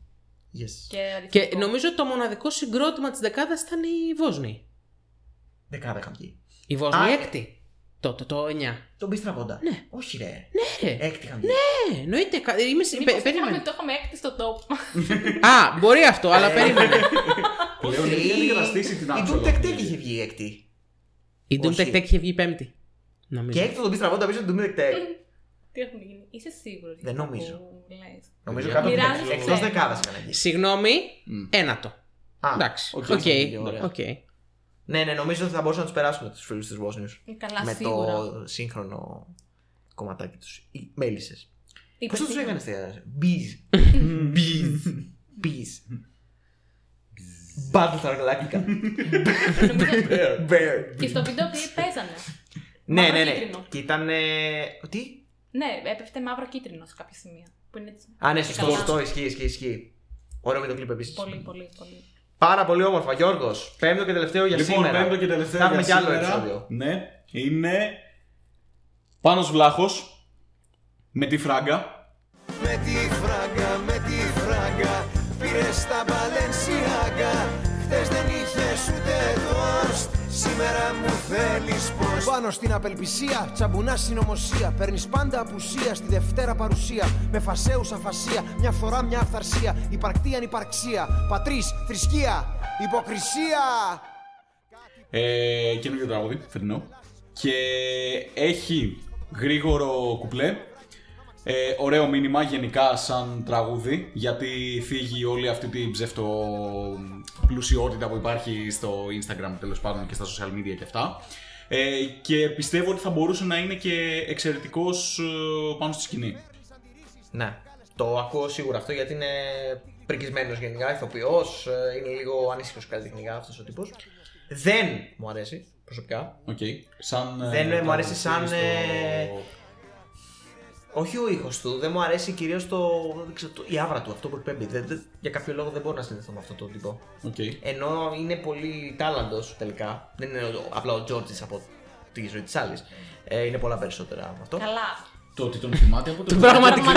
Yes. Και, Και αριθμητικό. νομίζω το μοναδικό συγκρότημα της δεκάδας ήταν η Βόσνη. Δεκάδα είχαν βγει. Η Βόσνη Α. έκτη. Τότε το 9. Ναι, Τον πίστρα πόντα. Ναι. Όχι ρε. ρε. Έκτη είχαν βγει. Ναι, εννοείται. κα- Είμαι σι- Μήπως πε- το είχαμε- Περίμενε. Το είχαμε έκτη στο top [laughs] μα. Α, μπορεί αυτό, Ε, αλλά περίμενε. Πλέον έχει αντικαταστήσει την Η άψογα. Ντούν Τεκτέκ είχε βγει έκτη. Η Doom Όχι. Tech Tech είχε βγει πέμπτη. Και Νομίζω. έκτη τον πίστρα πόντα πίσω την Ντούν Τεκτέκ. Τι έχουν γίνει. Είσαι σίγουρος. Δεν νομίζω. Λες. Νομίζω κάτω Μοιράζεσαι. εκτό δεκάδας είχαν βγει. Συγγνώμη, Μμ. ένατο. Α, Εντάξει. οκ. Οκ. Ωραία. Οκ. Ναι, ναι, νομίζω ότι θα μπορούσαν να τους περάσουμε τους φίλους της Βόσνιους. Καλά, με σίγουρα. το σύγχρονο κομματάκι τους. Οι μέλισσες. Είπες Πώς τους σίγουρα. έκανε τέτοια. [laughs] Μπιζ. Μπιζ. Μπιζ. Battle στα γαλάκτικα. Νομίζω- Bear. Και στο βίντεο κλειπ παίζανε. Ναι, μαύρο ναι, ναι. κίτρινο. Και ήταν. ε, Τι? Ναι, έπεφτε μαύρο-κίτρινο σε κάποια σημεία. Που είναι έτσι. Α, ναι, Και σωστό, καλά. σωστό. Ισχύει, ισχύει, ισχύει. Ωραίο με το κλειπ επίσης. Πολύ, πολύ, πολύ. Πάρα πολύ όμορφα. Γιώργος, πέμπτο και τελευταίο για Λοιπόν, σήμερα. πέμπτο και τελευταίο. Θα έχουμε για κι άλλο σήμερα. επεισόδιο. Ναι, είναι. Πάνος Βλάχος με τη φράγκα. Με τη φράγκα, με τη φράγκα Πήρες στα Μπαλενσιάγκα Χτες δεν είχες ούτε τοστ Σήμερα σήμερα μου θέλεις πως Πάνω στην απελπισία, τσαμπουνά συνωμοσία. Παίρνεις πάντα απουσία στη Δευτέρα παρουσία. Με φασαίους αφασία, μια φορά μια αυθαρσία. Υπαρκτή ανυπαρξία. Πατρίς, θρησκεία, υποκρισία. Ε, καινούργιο τραγούδι, φετινό. Και έχει γρήγορο κουπλέ. Ε, ωραίο μήνυμα γενικά σαν τραγούδι γιατί θίγει όλη αυτή την ψευτο πλουσιότητα που υπάρχει στο Instagram τέλος πάντων και στα social media και αυτά ε, και πιστεύω ότι θα μπορούσε να είναι και εξαιρετικός ε, πάνω στη σκηνή Ναι. Το ακούω σίγουρα αυτό γιατί είναι πρικισμένος γενικά, ηθοποιός. Είναι λίγο ανήσυχος καλλιτεχνικά αυτός ο τύπος. Δεν μου αρέσει προσωπικά. Οκ. Σαν, ε, Δεν, ε, μου αρέσει τραγούδι σαν, στο- ε, Όχι ο ήχος του, δεν μου αρέσει κυρίως το, δεν ξέρω, το- η άβρα του, αυτό που εκπέμπει. Δεν- δεν- για κάποιο λόγο δεν μπορώ να συνδεθώ με αυτό το τύπο. Οκ. Ενώ είναι πολύ τάλαντος τελικά. Δεν είναι ο- απλά ο Τζόρτζης από τη ζωή της άλλης. Ε, είναι πολλά περισσότερα από αυτό. Καλά. Το ότι τον θυμάται [laughs] από το Πραγματικά.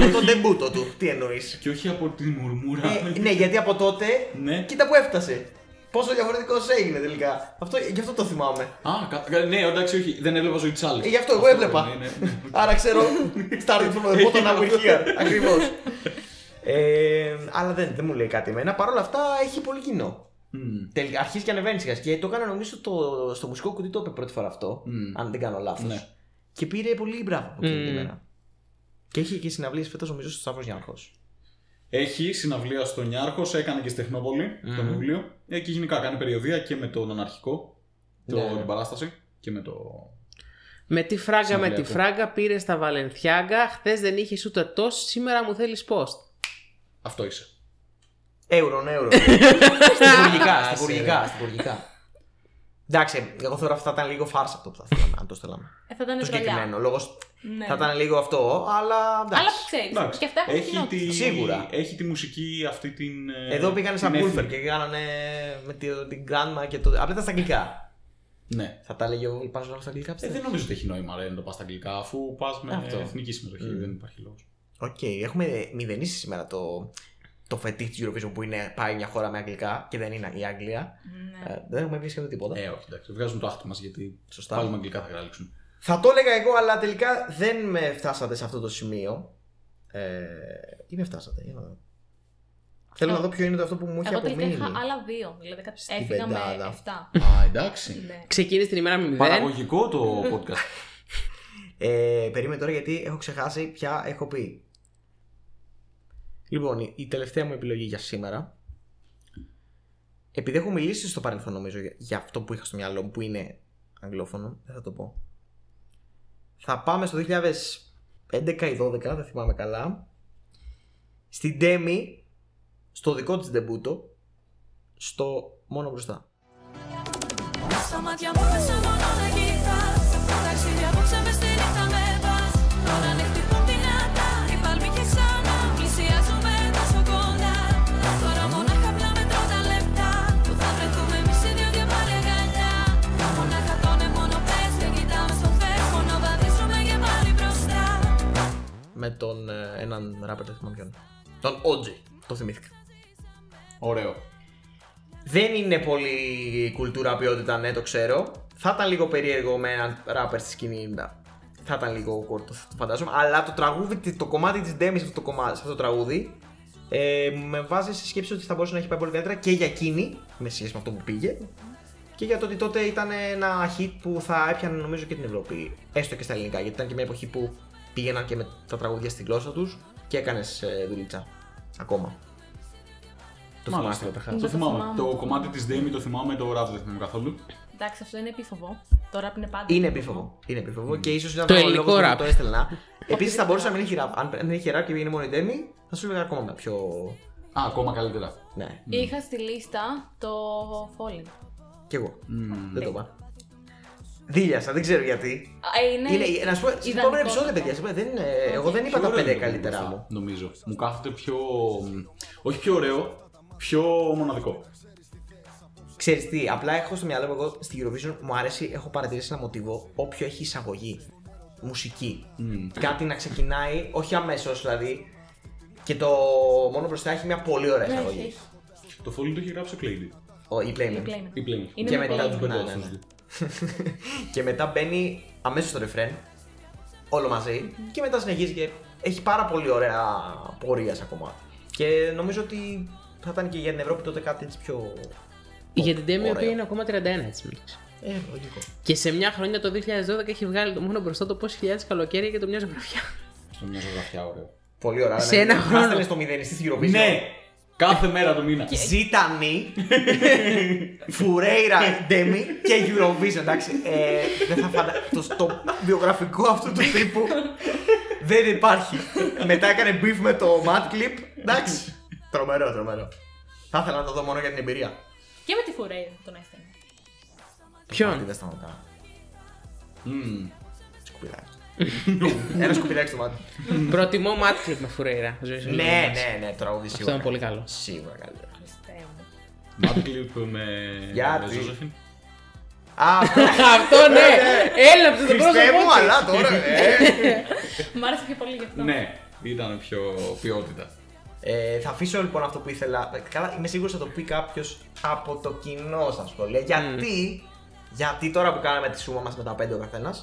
Είναι το ντεμπούτο του, τι εννοείς. [laughs] Και όχι από τη μουρμούρα. Ε, ναι, γιατί από τότε. Ναι. Κοίτα που έφτασε. Πόσο διαφορετικός έγινε τελικά. Αυτό, γι' αυτό το θυμάμαι. Α, κα- κα- ναι, εντάξει, όχι. Δεν έβλεπα ζωή της άλλης. Ε, γι' αυτό εγώ έβλεπα. Ναι, ναι, ναι. Άρα ξέρω. Starting from the bottom now we're here. Ακριβώς. Ε, αλλά δεν, δεν μου λέει κάτι εμένα. Παρ' όλα αυτά έχει πολύ κοινό. Μμμ. Τελικά αρχίζει και ανεβαίνει σιγά σιγά. Και το έκανα νομίζω το, στο μουσικό κουτί το είπε πρώτη φορά αυτό. Μμ. Αν δεν κάνω λάθος. Ναι. Και πήρε πολύ μπράβο από εκείνη τη Μμ. μέρα. Και έχει και συναυλίες φέτος νομίζω στο Σταύρος Γιάννχο. Έχει συναυλία στο Νιάρχος, έκανε και στη Τεχνόπολη τον Μμμ. Ιούλιο. Ε, και γενικά κάνει περιοδία και με τον Αναρχικό. Το, Ναι. Την παράσταση. Και με το. Με τη φράγκα, με τη Συνβλέπω. φράγκα πήρε στα Βαλενθιάγκα. Χθες δεν είχες ούτε τόσο, σήμερα μου θέλεις post. Αυτό είσαι. Εύρον, εύρον. Στιβουργικά, στιβουργικά, στιβουργικά. Εντάξει, εγώ θεωρώ αυτά ήταν λίγο φάρσα αυτό που θα θέλαμε, αν το στέλναμε. Ε, θα ήταν τρολιά. Το συγκεκριμένο. Λόγος Ναι. θα ήταν λίγο αυτό, αλλά εντάξει. Αλλά ξέρεις. Ε, Και αυτά έχουν Έχει κοινότητα. τη... Σίγουρα. Έχει τη μουσική αυτή την. ε, Εδώ πήγανε σαν την Πούλφερ ethnic. και κάνανε με τη- την Grandma και το. Απλά ήταν στα αγγλικά. Ναι. Θα τα λέγε ο Λιπάνο Λόγο στα αγγλικά, Ε, πιστεύω. δεν νομίζω ότι έχει νόημα ρε, να το πας στα αγγλικά, αφού πας με Αυτό. εθνική συμμετοχή. Δεν υπάρχει λόγος. Οκ, έχουμε μηδενίσει σήμερα το, το φετίχ της Eurovision που είναι πάει μια χώρα με αγγλικά και δεν είναι η Αγγλία. Ναι. Ε, δεν έχουμε βγει σχεδόν τίποτα. Ε, όχι, εντάξει. Βγάζουν το άχτη μας γιατί Σωστά. πάλι με αγγλικά θα γράλιξουν. Θα το έλεγα εγώ, αλλά τελικά δεν με φτάσατε σε αυτό το σημείο. Ε, ή με φτάσατε, για να δω. Θέλω να δω ποιο είναι το αυτό που μου έχει Ε, Εγώ τελικά απομείνει. είχα άλλα δύο. Δηλαδή κάποιος έφυγα με πεντάδα. [laughs] 7. Α, εντάξει. Ναι. Ξεκίνησε την ημέρα με μηδέν. Παραγωγικό το podcast. Ε, περίμενε τώρα γιατί έχω ξεχάσει ποια έχω πει. Λοιπόν, η- η τελευταία μου επιλογή για σήμερα. Επειδή έχω μιλήσει στο παρελθόν νομίζω για- για αυτό που είχα στο μυαλό μου που είναι αγγλόφωνο, δεν θα το πω. Θα πάμε στο 2011 ή 12, δεν θυμάμαι καλά. Στην Τέμι, στο δικό της ντεμπούτο, στο μόνο μπροστά. Στα μάτια μου δεν σε μόνο να κοιτάς Ταξίδι απόψε μες στη νύχτα με πας Τώρα με χτυπούν δυνατά Οι παλμοί και ξανά Πλησιάζουμε τόσο κοντά Τώρα μονάχα πια μετρώ τα λεπτά Που θα βρεθούμε εμείς οι δύο και πάλι αγκαλιά Μονάχα τον μόνο πες Δεν κοιτάμε στο θες Μόνο βαδίζουμε και πάλι μπροστά Με τον ε, έναν ράπερ, δεν θυμάμαι ποιον. Τον Ότζι, το θυμήθηκα. Ωραίο. Δεν είναι πολύ κουλτούρα ποιότητα, ναι, το ξέρω. Θα ήταν λίγο περίεργο με έναν ράπερ στη σκηνή. να- Θα ήταν λίγο κόρτο, το φαντάζομαι. Αλλά το τραγούδι, το κομμάτι της Ντέμις σε αυτό το, κομμάτι, σε αυτό το τραγούδι, ε, με βάζει σε σκέψη ότι θα μπορούσε να έχει πάει πολύ καλύτερα και για εκείνη, με σχέση με αυτό που πήγε, και για το ότι τότε ήταν ένα hit που θα έπιανε νομίζω και την Ευρώπη. Έστω και στα ελληνικά, γιατί ήταν και μια εποχή που πήγαιναν και με τα τραγούδια στη γλώσσα τους και έκανες δουλίτσα. Ακόμα. Το Μάλιστα. θυμάστε, το είχα. Το Δεν το θυμάμαι. θυμάμαι. Το κομμάτι της Demi το θυμάμαι, το ράβδο δεν θυμάμαι καθόλου. Εντάξει, αυτό είναι επίφοβο. Το ραπ είναι πάντα. Είναι επίφοβο. Είναι επίφοβο και ίσως ήταν Το ο ελληνικό λόγος που ραπ. Το έστελνα. [laughs] Επίσης θα μπορούσε να μην έχει ραπ. Αν δεν έχει ραπ και είναι μόνο η Demi, θα σου έλεγα ακόμα πιο. Α, ακόμα καλύτερα. Ναι, Είχα στη λίστα το Falling. κι εγώ. Μμμ. Ναι. Δεν το είπα. Δίλιασα, δεν ξέρω γιατί. Α, ε, ναι. Ναι, Είναι. Είναι, να σου πω, στο ιδανικό επόμενο επεισόδιο, αυτό. παιδιά, σας είπα, δεν, είναι- εγώ δεν είπα Πιο τα ωραίο πέντε είναι το καλύτερά μπροστά, μου. Νομίζω. Μου κάθεται πιο. Όχι πιο ωραίο, πιο μοναδικό. Ξέρεις τι, απλά έχω στο μυαλό μου εγώ στην Eurovision μου αρέσει, έχω παρατηρήσει ένα μοτίβο, όποιο έχει εισαγωγή, μουσική, κάτι να ξεκινάει, όχι αμέσως δηλαδή, και το μόνο μπροστά έχει μια πολύ ωραία Ναι, εισαγωγή. έχει. Το φόλι το έχει γράψει ο Κλέιντι. Ο, η Playmen. Η Playmen. Η Playmen. Είναι Ναι. Και με μετά Playmen. τους Πέντε ναι, ώρες ναι, τους ναι. δύο. και μετά μπαίνει αμέσως στο ρεφρέν. Όλο μαζί. Και μετά συνεχίζει και έχει πάρα πολύ ωραία πορείας σαν κομμάτι. Και νομίζω ότι θα ήταν και για την Ευρώπη τότε κάτι έτσι πιο. Για την Demi, η οποία Ωραίο. είναι ακόμα 31 έτσι. μεταξύ. Ε, λογικό. Και σε μια χρονιά το 2012 έχει βγάλει το μόνο μπροστά το πόσε χιλιάδες καλοκαίρια και το μια ζωγραφιά. Στο μια ζωγραφιά, ωραίο. Πολύ ωραία. Σε Ναι. ένα Μας χρόνο. στέλνες στο μηδενιστή στη Eurovision. Ναι! Κάθε μέρα του μήνα. Ζήτανη, Φουρέιρα, Ντέμι και Eurovision, εντάξει. Ε, δεν θα φαντα... το, το βιογραφικό αυτού του τύπου δεν υπάρχει. Μετά έκανε beef με το Mad Clip, εντάξει. τρομερό, τρομερό. Θα ήθελα να το δω μόνο για την εμπειρία. Και με τη Φουρέιρα τον έφτανε. Ότι Ποιον? δεν σταματά. Μμμ. [laughs] Σκουπιδάκι. Ένα σκουπιδάκι στο μάτι. Προτιμώ Μάτκλιπ με Φουρέιρα. Ζωής μου. ναι, ναι, ναι, τραγούδι σίγουρα. ήταν πολύ καλό. Σίγουρα καλύτερο. Χριστέ μου. Mad Clip με. Για με τη- Ζώζεφιν. [laughs] Α, [laughs] Αυτό ναι! Έλα από το Χριστέ μου, πρόσωπο αλλά τώρα. ε. Μ' άρεσε πιο πολύ γι' αυτό. Ναι, ήταν πιο ποιότητα. Ε, θα αφήσω λοιπόν αυτό που ήθελα. Καλά, είμαι σίγουρος θα το πει κάποιος από το κοινό στα σχόλια. Γιατί, γιατί τώρα που κάναμε τη σούμα μας με τα πέντε ο καθένας,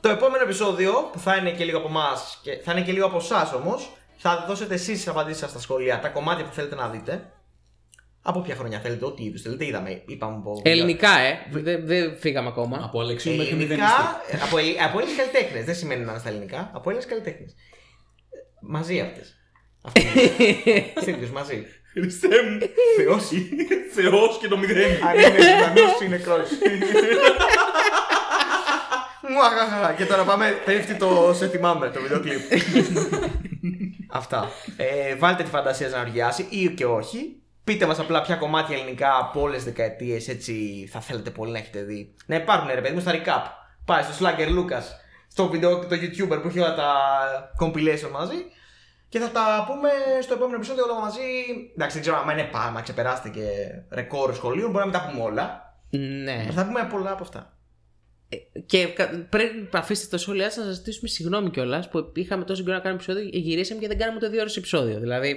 το επόμενο επεισόδιο που θα είναι και λίγο από εμάς και θα είναι και λίγο από εσάς όμως, θα δώσετε εσείς τις απαντήσεις σας στα σχόλια, τα κομμάτια που θέλετε να δείτε. Από ποια χρονιά θέλετε, ό,τι είδους θέλετε, είδαμε, είπαμε από. Ελληνικά, ε. Δεν δεν φύγαμε ακόμα. Από Αλεξίου μέχρι Ελληνικά, μηδενιστή. από, ελλη- από Έλληνες καλλιτέχνες. Δεν σημαίνει να είναι στα ελληνικά. Από Έλληνες καλλιτέχνες. Μαζί αυτές. [laughs] Σύντιο, μαζί. Χριστέ μου. Θεός. Θεός και το μηδέν. Αν είναι ζωντανός είναι κρός. Μουαχαχα. Και τώρα πάμε, πέφτει το σε θυμάμαι, το βίντεο κλιπ. Αυτά. Ε, βάλτε τη φαντασία να οργιάσει ή και όχι. Πείτε μας απλά ποια [laughs] κομμάτια ελληνικά από όλες τις δεκαετίες έτσι θα θέλετε πολύ να έχετε δει. Να υπάρχουν ρε παιδί μου στα recap. Πάει στο Slacker Lucas, στο βίντεο το YouTuber που έχει όλα τα compilation μαζί. Και θα τα πούμε στο επόμενο επεισόδιο όλα μαζί. Εντάξει, δεν ξέρω αν είναι πάμε, ξεπεράστηκε ρεκόρ σχολείων. Μπορεί να μην τα πούμε όλα. Ναι. Θα πούμε πολλά από αυτά. Και κα- πρέπει να αφήσετε τα σχόλιά σας να ζητήσουμε συγγνώμη κιόλας που είχαμε τόσο καιρό να κάνουμε επεισόδιο. ε, Γυρίσαμε και δεν κάναμε το δύο ώρες επεισόδιο. Δηλαδή.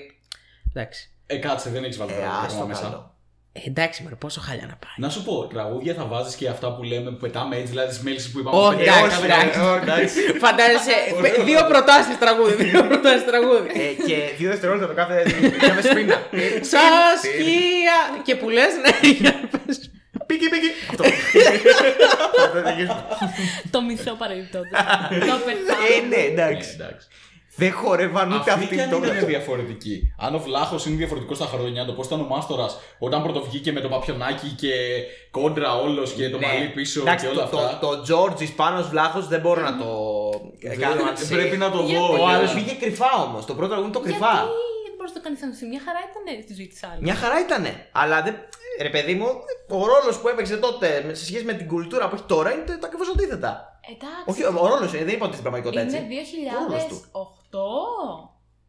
Εντάξει. Ε, κάτσε, δεν έχεις βάλει Ε, τραγούδια ας το ακόμα μέσα. καλό. Ε, Εντάξει, μωρέ, πόσο χάλια να πάει. Να σου πω, τραγούδια θα βάζεις και αυτά που λέμε που πετάμε έτσι, δηλαδή τις μέλισσε που Όχι, είπαμε. εντάξει, όχι, εντάξει. ε, εντάξει. Φαντάζεσαι. πε- Δύο προτάσεις τραγούδι. Δύο προτάσεις τραγούδι. Ε, Και δύο δευτερόλεπτα το κάθε. [laughs] Ε, Για με σπίνα. Σα σκία. Και που λες, [laughs] ναι, για να πες. Πίκι, πίκι. Αυτό. Αυτό θα γυρίσουμε. Το μισό [laughs] παρελθόντο. το [laughs] Ε, ναι, πετάω. Ε, εντάξει. Ναι. εντάξει. Δεν χορεύαν ούτε Αυτή αυτοί κι αν τώρα. ήταν διαφορετική. Αν ο Βλάχος είναι διαφορετικός στα χρόνια, το πώς ήταν ο Μάστορας όταν πρωτοβγήκε με το παπιονάκι και κόντρα όλος και το Ναι. μαλλί πίσω Εντάξει, και όλα το- αυτά. Το, το George πάνω βλάχος δεν μπορώ να το κάνω Δεν- ανσύ. Πρέπει να το δω. Ο για- άλλος πήγε κρυφά όμως. Το πρώτο τραγούδι το κρυφά. Γιατί δεν μπορούσε να το κάνεις σαν Μια χαρά ήταν στη ζωή της άλλης. Μια χαρά ήτανε. Αλλά δεν... ρε παιδί μου, ο ρόλος που έπαιξε τότε με- σε σχέση με την κουλτούρα που έχει τώρα είναι το ακριβώς αντίθετα. Εντάξει. Όχι, ο ρόλος δεν είπα ότι στην πραγματικότητα έτσι. Είναι 2008. Ο ρόλος του.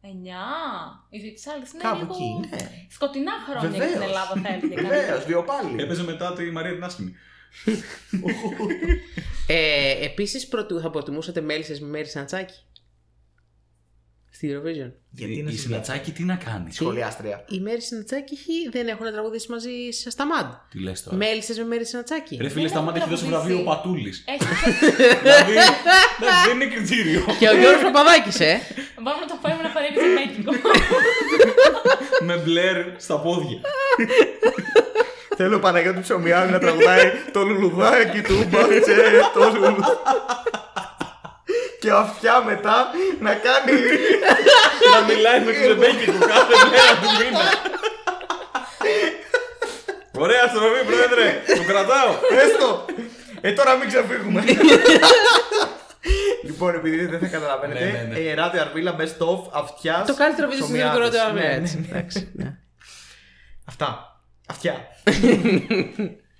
9. Η ζωή τη άλλη είναι Κάπου λίγο εκεί, ναι. σκοτεινά χρόνια για την Βεβαίως. Ελλάδα, θα έλεγε κανείς. Βεβαίως, δύο πάλι. Έπαιζε μετά τη Μαρία την Άσχημη. Ε, Επίσης, θα προτιμούσατε μέλισσες με μέρη σαν τσάκι. Στη Eurovision. Γιατί είναι Ε, Η συνατσ- Σινατσάκη τι να κάνει. σχολιάστρια. Η Μέρη Σινατσάκη έχει- δεν έχουν τραγουδήσει μαζί στα μαντ. Τι λες τώρα. Μέλισσες με Μέρη Σινατσάκη. Ρε φίλε, Δεν στα μάτια έχει έχω δώσει τραγουδίσει. βραβείο ο Πατούλης. [laughs] Έχει. δηλαδή. εντάξει, Δεν είναι κριτήριο. Και ο Γιώργος Παπαδάκης, ε. Πάμε να το φέρουμε να χορεύει σε [laughs] Μέξικο. με μπλερ στα πόδια. Θέλω Παναγιώτης Ψωμιάδης να τραγουδάει το λουλουδάκι του μπάτσε το λουλουδάκι. Και αυτιά μετά να κάνει. Να μιλάει με το ζεμπέκι του κάθε μέρα του μήνα. Ωραία, αστρονομή, πρόεδρε. Το κρατάω. Έστω! Ε, τώρα μην ξεφύγουμε. λοιπόν, επειδή δεν θα καταλαβαίνετε, Ναι, ναι, ναι. ε, Radio Arvilla Best of αυτιάς. [laughs] Το καλύτερο βίντεο στην Ελλάδα του Ρόντιο ναι. Αυτά. Αυτιά.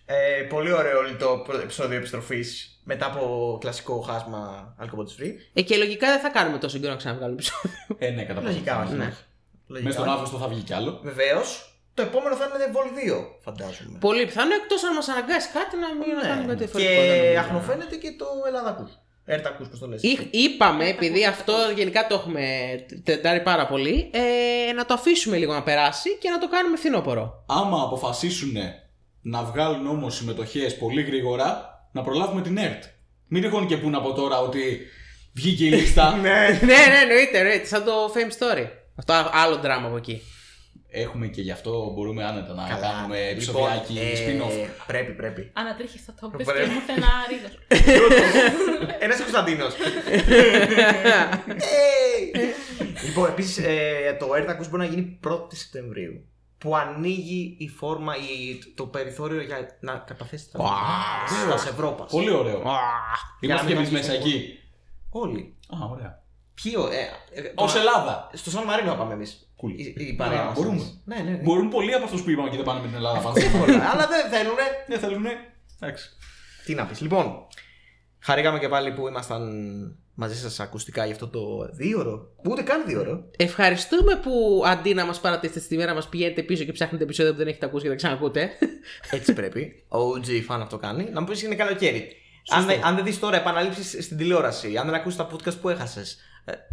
ε, πολύ ωραίο όλο το πρώτο επεισόδιο επιστροφής μετά από κλασικό χάσμα Alcobots Free. Ε, και λογικά δεν θα κάνουμε τόσο καιρό να ξαναβγάλουμε επεισόδιο. Ε, ναι, κατά πάσα Λογικά όχι. πιθανότητα. Ναι. Μέσα στον Αύγουστο θα βγει κι άλλο. Βεβαίως. Το επόμενο θα είναι Vol 2, φαντάζομαι. Πολύ πιθανό εκτός αν μας αναγκάσει κάτι να μην Ναι. να κάνουμε κάτι διαφορετικό. δεν Και νομίζω. αχνοφαίνεται και το Ελλάδα Κούς. Έρτα Κούς, πώς το λες. Είχ- Είπαμε, επειδή αυτό γενικά το έχουμε τεντάρει πάρα πολύ, ε, να το αφήσουμε λίγο να περάσει και να το κάνουμε φθινόπωρο. Άμα αποφασίσουν να βγάλουν όμως συμμετοχές πολύ γρήγορα να προλάβουμε την ΕΡΤ. Μην τυχόν και πούν από τώρα ότι βγήκε η [laughs] λίστα. ναι, ναι, εννοείται, εννοείται. Σαν το fame story. Αυτό α- άλλο δράμα από εκεί. Έχουμε και γι' αυτό μπορούμε άνετα να Καλά. κάνουμε Λοιπόν, επεισοδιακή ε, Λοιπόν, spin-off. Πρέπει, πρέπει. Ανατρίχει αυτό το πες Βρε. και μου ήρθε ένα ρίγος. Ένας Κωνσταντίνος. λοιπόν, επίσης το Air Tacos μπορεί να γίνει 1η Σεπτεμβρίου. Που ανοίγει η φόρμα, η- το περιθώριο για να καταθέσει τα δώρα τη Ευρώπη. Πολύ ωραίο. Είμαστε και να μην εμεί μέσα αρχίσουμε. εκεί. Όλοι. Α, ωραία. Ποιο, ε, ε, Ως τώρα- Ελλάδα. Στο Σαν Μαρίνο θα πάμε εμείς. Cool. Η, η παρέα Α, μας. μπορούμε. Ναι, ναι. ναι. Μπορούν πολλοί από αυτούς που είπαμε και δεν πάνε με την Ελλάδα. [laughs] φαντάζομαι. Σίγουρα. Αλλά δεν Ναι, θέλουνε. Δεν θέλουν. Εντάξει. Τι να πεις. Λοιπόν, χαρήκαμε και πάλι που ήμασταν μαζί σας ακουστικά για αυτό το δύο ώρο. Που ούτε καν δύο ώρο. Ευχαριστούμε που αντί να μας παρατήσετε στη μέρα μας πηγαίνετε πίσω και ψάχνετε επεισόδια που δεν έχετε ακούσει και τα [laughs] ξανακούτε. Έτσι πρέπει. Ο OG fan αυτό κάνει. Να μου πεις είναι καλοκαίρι. Αν, δεν- αν δεν δεις τώρα επαναλήψεις στην τηλεόραση, αν δεν ακούσεις τα podcast που έχασες.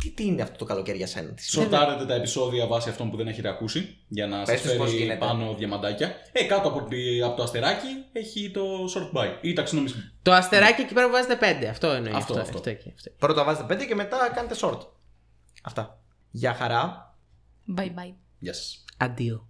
Τι, τι είναι αυτό το καλοκαίρι για σένα, τι σου Σορτάρετε τα επεισόδια βάσει αυτών που δεν έχετε ακούσει για να σα Πες τους πώς φέρει γίνεται. πάνω διαμαντάκια. Ε, κάτω από, τη- από το αστεράκι έχει το short buy ή ταξινομισμό. το αστεράκι εκεί πέρα που βάζετε πέντε. Αυτό εννοείς. Αυτό, Αυτό, αυτό. αυτό. εκεί, αυτό. Πρώτα βάζετε πέντε και μετά κάνετε short. Αυτά. Γεια χαρά. Bye bye. Γεια σας. Αντίο.